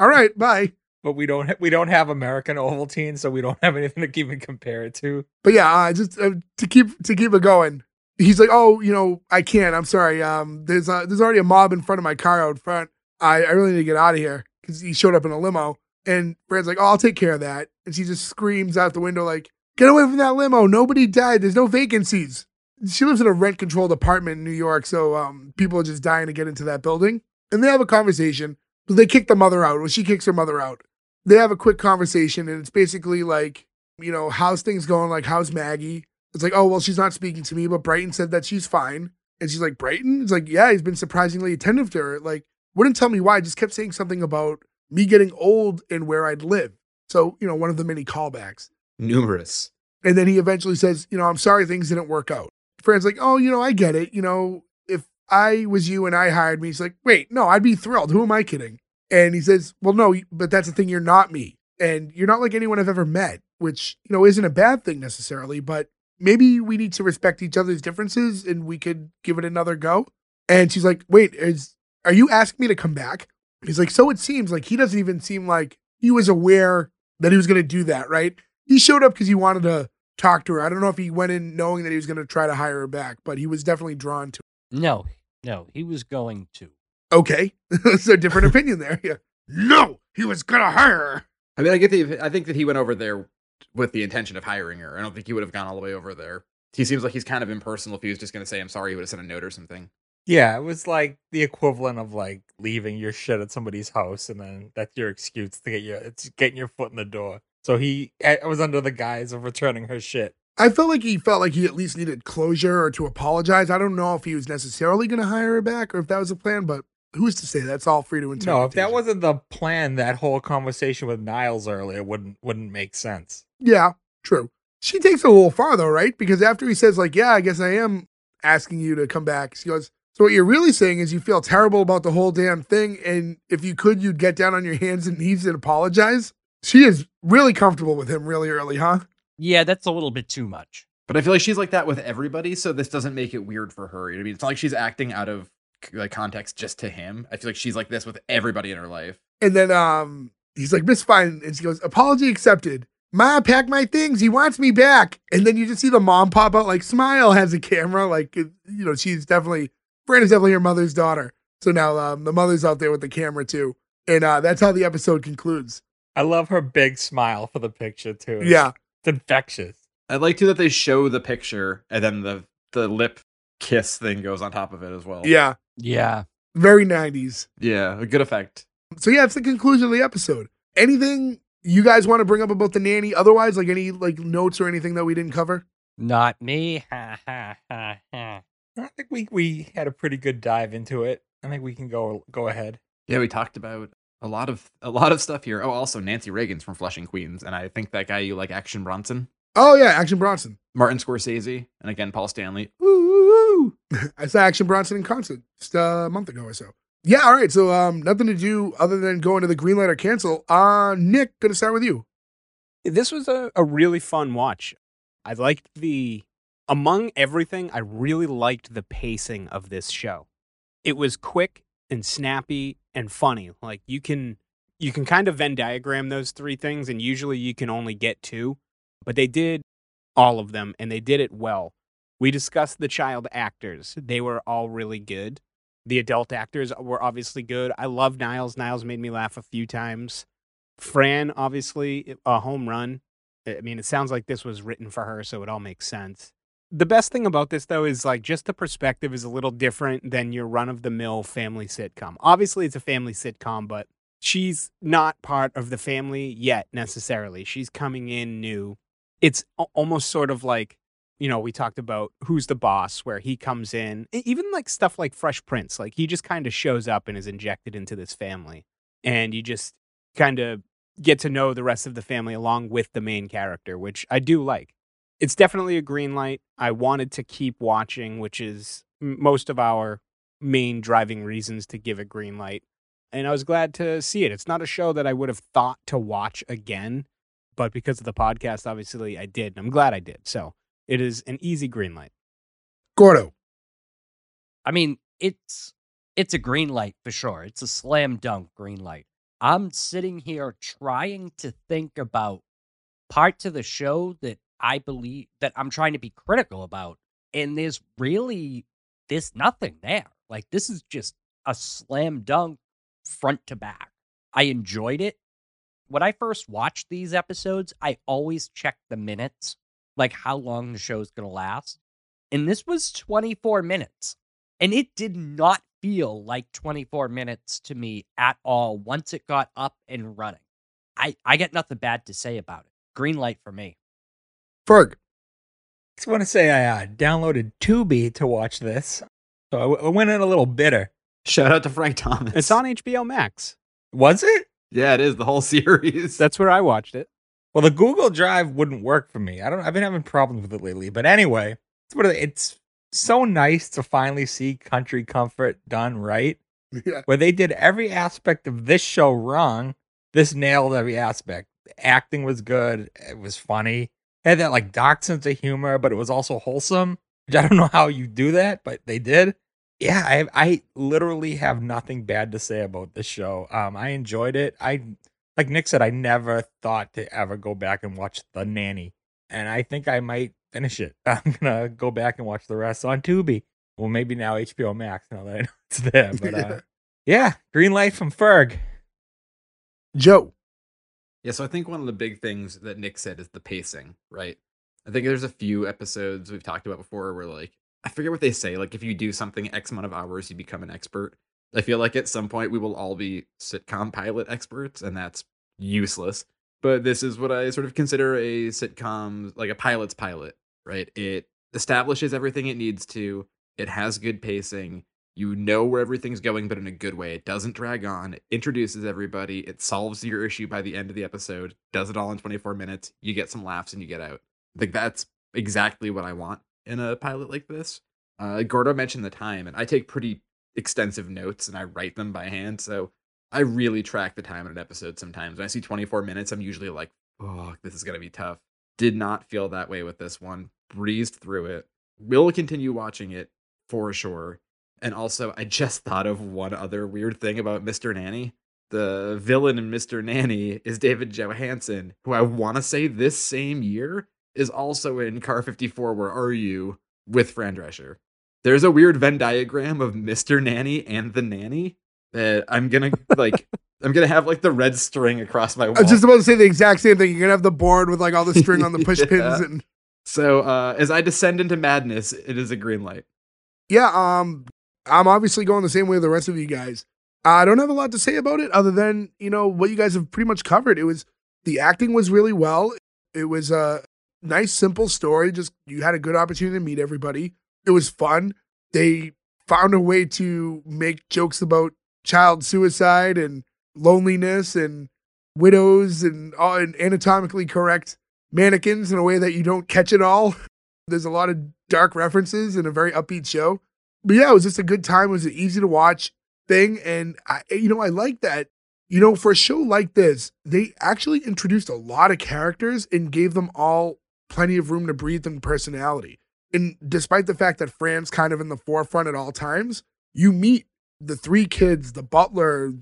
All right. Bye. But we don't ha- we don't have American Ovaltine, so we don't have anything to even compare it to. But yeah, uh, just uh, to keep to keep it going. He's like, oh, you know, I can't. I'm sorry. Um, there's uh there's already a mob in front of my car out front. I, I really need to get out of here because he showed up in a limo. And Brad's like, oh, I'll take care of that. And she just screams out the window like, get away from that limo. Nobody died. There's no vacancies. She lives in a rent controlled apartment in New York, so um, people are just dying to get into that building. And they have a conversation. They kick the mother out. Well, she kicks her mother out. They have a quick conversation, and it's basically like you know, how's things going? Like, how's Maggie? It's like, oh, well, she's not speaking to me, but Brighton said that she's fine. And she's like, Brighton? It's like, yeah, he's been surprisingly attentive to her. Like, wouldn't tell me why, just kept saying something about me getting old and where I'd live. So, you know, one of the many callbacks. Numerous. And then he eventually says, you know, I'm sorry things didn't work out. Fran's like, oh, you know, I get it. You know, if I was you and I hired me, he's like, wait, no, I'd be thrilled. Who am I kidding? And he says, well, no, but that's the thing. You're not me. And you're not like anyone I've ever met, which, you know, isn't a bad thing necessarily, but maybe we need to respect each other's differences and we could give it another go. And she's like, wait, is, are you asking me to come back? He's like, so it seems like he doesn't even seem like he was aware that he was going to do that, right? He showed up because he wanted to talk to her. I don't know if he went in knowing that he was going to try to hire her back, but he was definitely drawn to. No, no, he was going to. Her. Okay, so different opinion there. Yeah, no, he was going to hire her. I mean, I get the. I think that he went over there with the intention of hiring her. I don't think he would have gone all the way over there. He seems like he's kind of impersonal. If he was just going to say, "I'm sorry," he would have sent a note or something. Yeah, it was like the equivalent of like leaving your shit at somebody's house, and then that's your excuse to get your it's getting your foot in the door. So he I I was under the guise of returning her shit. I felt like he felt like he at least needed closure or to apologize. I don't know if he was necessarily going to hire her back or if that was the plan, but who's to say? That's all free to interpret. No, if that wasn't the plan, that whole conversation with Niles earlier wouldn't wouldn't make sense. Yeah, true. She takes it a little far though, right? Because after he says like, "Yeah, I guess I am asking you to come back," she goes, "So what you're really saying is you feel terrible about the whole damn thing, and if you could, you'd get down on your hands and knees and apologize." She is really comfortable with him really early, huh? Yeah, that's a little bit too much. But I feel like she's like that with everybody, so this doesn't make it weird for her. You know what I mean, it's not like she's acting out of like context just to him. I feel like she's like this with everybody in her life. And then um, he's like, "Miss Fine," and she goes, "Apology accepted." Ma, pack my things. He wants me back. And then you just see the mom pop out, like smile has a camera, like it- you know she's definitely Brandon's definitely her mother's daughter. So now um, the mother's out there with the camera too, and uh, that's how the episode concludes. I love her big smile for the picture too. It's- Yeah, It's infectious. I like too that they show the picture and then the the lip kiss thing goes on top of it as well. yeah, Yeah. very nineties. yeah, a good effect. So yeah, it's the conclusion of the episode. Anything you guys want to bring up about the nanny? Otherwise, like any like notes or anything that we didn't cover? Not me. Ha ha ha ha. I think we we had a pretty good dive into it. I think we can go go ahead. Yeah, we talked about a lot of a lot of stuff here. Oh, also Nancy Reagan's from Flushing, Queens, and I think that guy you like, Action Bronson, Oh yeah, Action Bronson. Martin Scorsese, and again Paul Stanley. Ooh, I saw Action Bronson in concert just uh, a month ago or so. Yeah, all right. So um, nothing to do other than go into the green light or cancel. Uh, Nick, gonna start with you. this was a, a really fun watch. I liked the, among everything, I really liked the pacing of this show. It was quick and snappy and funny. Like you can, you can kind of Venn diagram those three things, and usually you can only get two, but they did all of them and they did it well. We discussed the child actors, they were all really good. The adult actors were obviously good. I love Niles. Niles made me laugh a few times. Fran, obviously, a home run. I mean, it sounds like this was written for her, so it all makes sense. The best thing about this, though, is like just the perspective is a little different than your run of the mill family sitcom. Obviously, it's a family sitcom, but she's not part of the family yet necessarily. She's coming in new. It's al- almost sort of like, you know, we talked about who's the boss, where he comes in, E- even like stuff like Fresh Prince. Like he just kind of shows up and is injected into this family. And you just kind of get to know the rest of the family along with the main character, which I do like. It's definitely a green light. I wanted to keep watching, which is m- most of our main driving reasons to give a green light. And I was glad to see it. It's not a show that I would have thought to watch again, but because of the podcast, obviously I did. And I'm glad I did. So it is an easy green light. Gordo. I mean, it's it's a green light for sure. It's a slam dunk green light. I'm sitting here trying to think about parts of the show that I believe that I'm trying to be critical about, and there's really there's nothing there. Like this is just a slam dunk front to back. I enjoyed it. When I first watched these episodes, I always checked the minutes, like how long the show's going to last. And this was 24 minutes. And it did not feel like 24 minutes to me at all once it got up and running. I, I got nothing bad to say about it. Green light for me. Ferg. just want to say I uh, downloaded Tubi to watch this, so I, w- I went in a little bitter. Shout out to Frank Thomas. It's on HBO Max. Was it? Yeah, it is the whole series. That's where I watched it. Well, the Google Drive wouldn't work for me. I don't. I've been having problems with it lately. But anyway, it's what it- it's so nice to finally see Country Comfort done right, Yeah. where they did every aspect of this show wrong. This nailed every aspect. The acting was good. It was funny. It had that like dark sense of humor, but it was also wholesome. Which I don't know how you do that, but they did. Yeah, I I literally have nothing bad to say about this show. Um, I enjoyed it. I like Nick said, I never thought to ever go back and watch The Nanny. and I think I might finish it. I'm gonna go back and watch the rest on Tubi. Well, maybe now HBO Max. Now that I know it's there, but uh, yeah, green light from Ferg. Joe. Yeah, so I think one of the big things that Nick said is the pacing, right? I think there's a few episodes we've talked about before where like I forget what they say, like if you do something X amount of hours, you become an expert. I feel like at some point we will all be sitcom pilot experts, and that's useless. But this is what I sort of consider a sitcom, like a pilot's pilot, right? It establishes everything it needs to. It has good pacing. You know where everything's going, but in a good way. It doesn't drag on. It introduces everybody. It solves your issue by the end of the episode. Does it all in 24 minutes. You get some laughs and you get out. Like that's exactly what I want in a pilot like this. Uh, Gordo mentioned the time, and I take pretty extensive notes and I write them by hand. So I really track the time in an episode sometimes. When I see 24 minutes, I'm usually like, oh, this is going to be tough. Did not feel that way with this one. Breezed through it. Will continue watching it for sure. And also, I just thought of one other weird thing about Mr. Nanny. The villain in Mr. Nanny is David Johansen, who I want to say this same year is also in Car 54 Where Are You with Fran Drescher. There's a weird Venn diagram of Mr. Nanny and the nanny that I'm gonna like I'm gonna have like the red string across my wall. I was just about to say the exact same thing. You're gonna have the board with like all the string on the push pins Yeah. and So uh as I descend into madness, it is a green light. yeah, um, I'm obviously going the same way the rest of you guys. I don't have a lot to say about it other than you know what you guys have pretty much covered. It was the acting was really well. It was a nice, simple story. Just you had a good opportunity to meet everybody. It was fun. They found a way to make jokes about child suicide and loneliness and widows and, all, and anatomically correct mannequins in a way that you don't catch it all. There's a lot of dark references and a very upbeat show. But yeah, it was just a good time. It was an easy to watch thing. And I, eh, you know, I like that. You know, for a show like this, they actually introduced a lot of characters and gave them all plenty of room to breathe and personality. And despite the fact that Fran's kind of in the forefront at all times, you meet the three kids, the butler,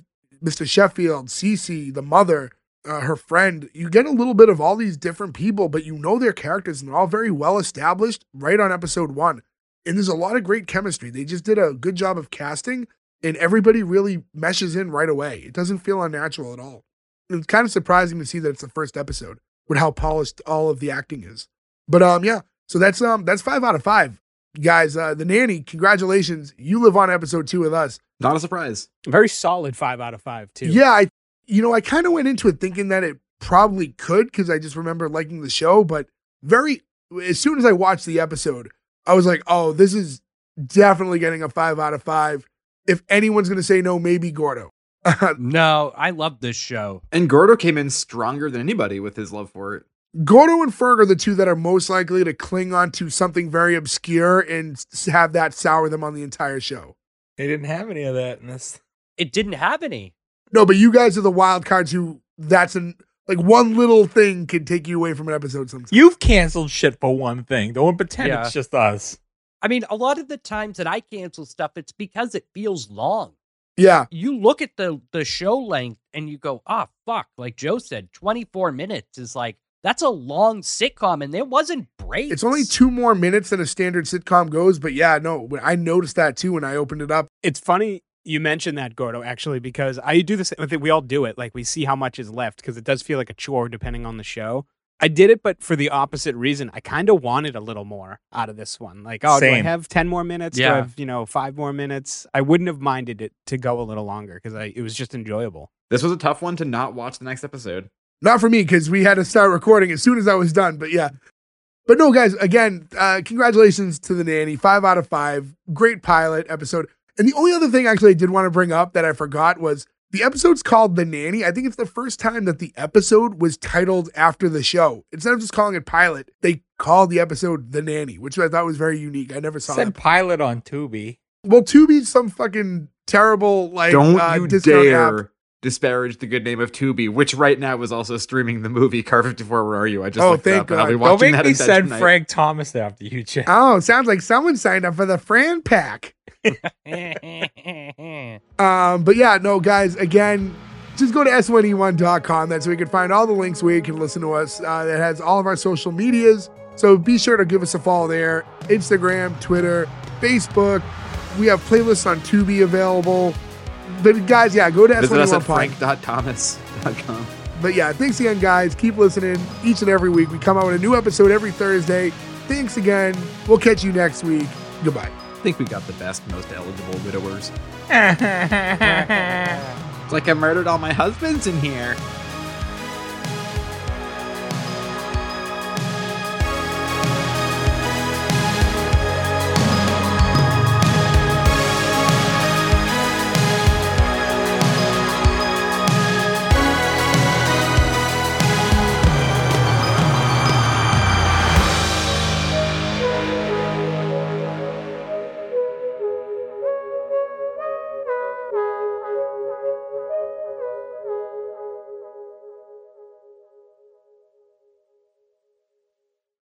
Mr. Sheffield, Cece, the mother, uh, her friend. You get a little bit of all these different people, but you know their characters and they're all very well established right on episode one. And there's a lot of great chemistry. They just did a good job of casting, and everybody really meshes in right away. It doesn't feel unnatural at all. And it's kind of surprising to see that it's the first episode with how polished all of the acting is. But um, yeah, so that's um, that's five out of five, guys. Uh, the nanny, congratulations, you live on episode two with us. Not a surprise. Very solid five out of five too. Yeah, I you know, I kind of went into it thinking that it probably could because I just remember liking the show, but very as soon as I watched the episode, I was like, "Oh, this is definitely getting a 5 out of 5. If anyone's going to say no, maybe Gordo." No, I love this show. And Gordo came in stronger than anybody with his love for it. Gordo and Ferg are the two that are most likely to cling on to something very obscure and s- have that sour them on the entire show. They didn't have any of that in this. It didn't have any. No, but you guys are the wild cards who that's an like one little thing can take you away from an episode sometimes. You've canceled shit for one thing. Don't pretend Yeah. it's just us. I mean, a lot of the times that I cancel stuff, it's because it feels long. yeah. You look at the the show length and you go, "Ah, fuck!" Like Joe said, twenty four minutes is like that's a long sitcom, and there wasn't breaks. It's only two more minutes than a standard sitcom goes, but yeah, no, when- I noticed that too when I opened it up. It's funny you mentioned that, Gordo, actually, because I do this. I think we all do it. Like we see how much is left because it does feel like a chore depending on the show. I did it, but for the opposite reason. I kind of wanted a little more out of this one. Like, oh, do I Same. have ten more minutes? Do I Yeah. have you know five more minutes? I wouldn't have minded it to go a little longer because it was just enjoyable. This was a tough one to not watch the next episode. Not for me because we had to start recording as soon as I was done, but yeah. But no, guys, again, uh, congratulations to the nanny. Five out of five. Great pilot episode. And the only other thing actually I did want to bring up that I forgot was the episode's called The Nanny. I think it's the first time that the episode was titled after the show. Instead of just calling it pilot, they called the episode The Nanny, which I thought was very unique. I never saw that. Said pilot on Tubi. Well, Tubi's some fucking terrible like Don't uh, you discount dare app. disparage the good name of Tubi, which right now is also streaming the movie Car 54 Where Are You? I just Oh, looked it thank up and I'll be God. watching Don't make that me in bed send tonight. Frank Thomas after you, Jack. Oh, sounds like someone signed up for the Fran Pack. two. Um, but yeah, no, guys, again, Just go to s1e1.com. That's where you can find all the links where you can listen to us. Uh, that has all of our social medias. So be sure to give us a follow there Instagram, Twitter, Facebook. We have playlists on Tubi available. But guys, yeah, go to E Visit us at s1e1pod. frank.thomas.com. But yeah, thanks again, guys. Keep listening each and every week. We come out with a new episode every Thursday. Thanks again. Well catch you next week. Goodbye. I think we got the best, most eligible widowers. Bye. It's like I murdered all my husbands in here.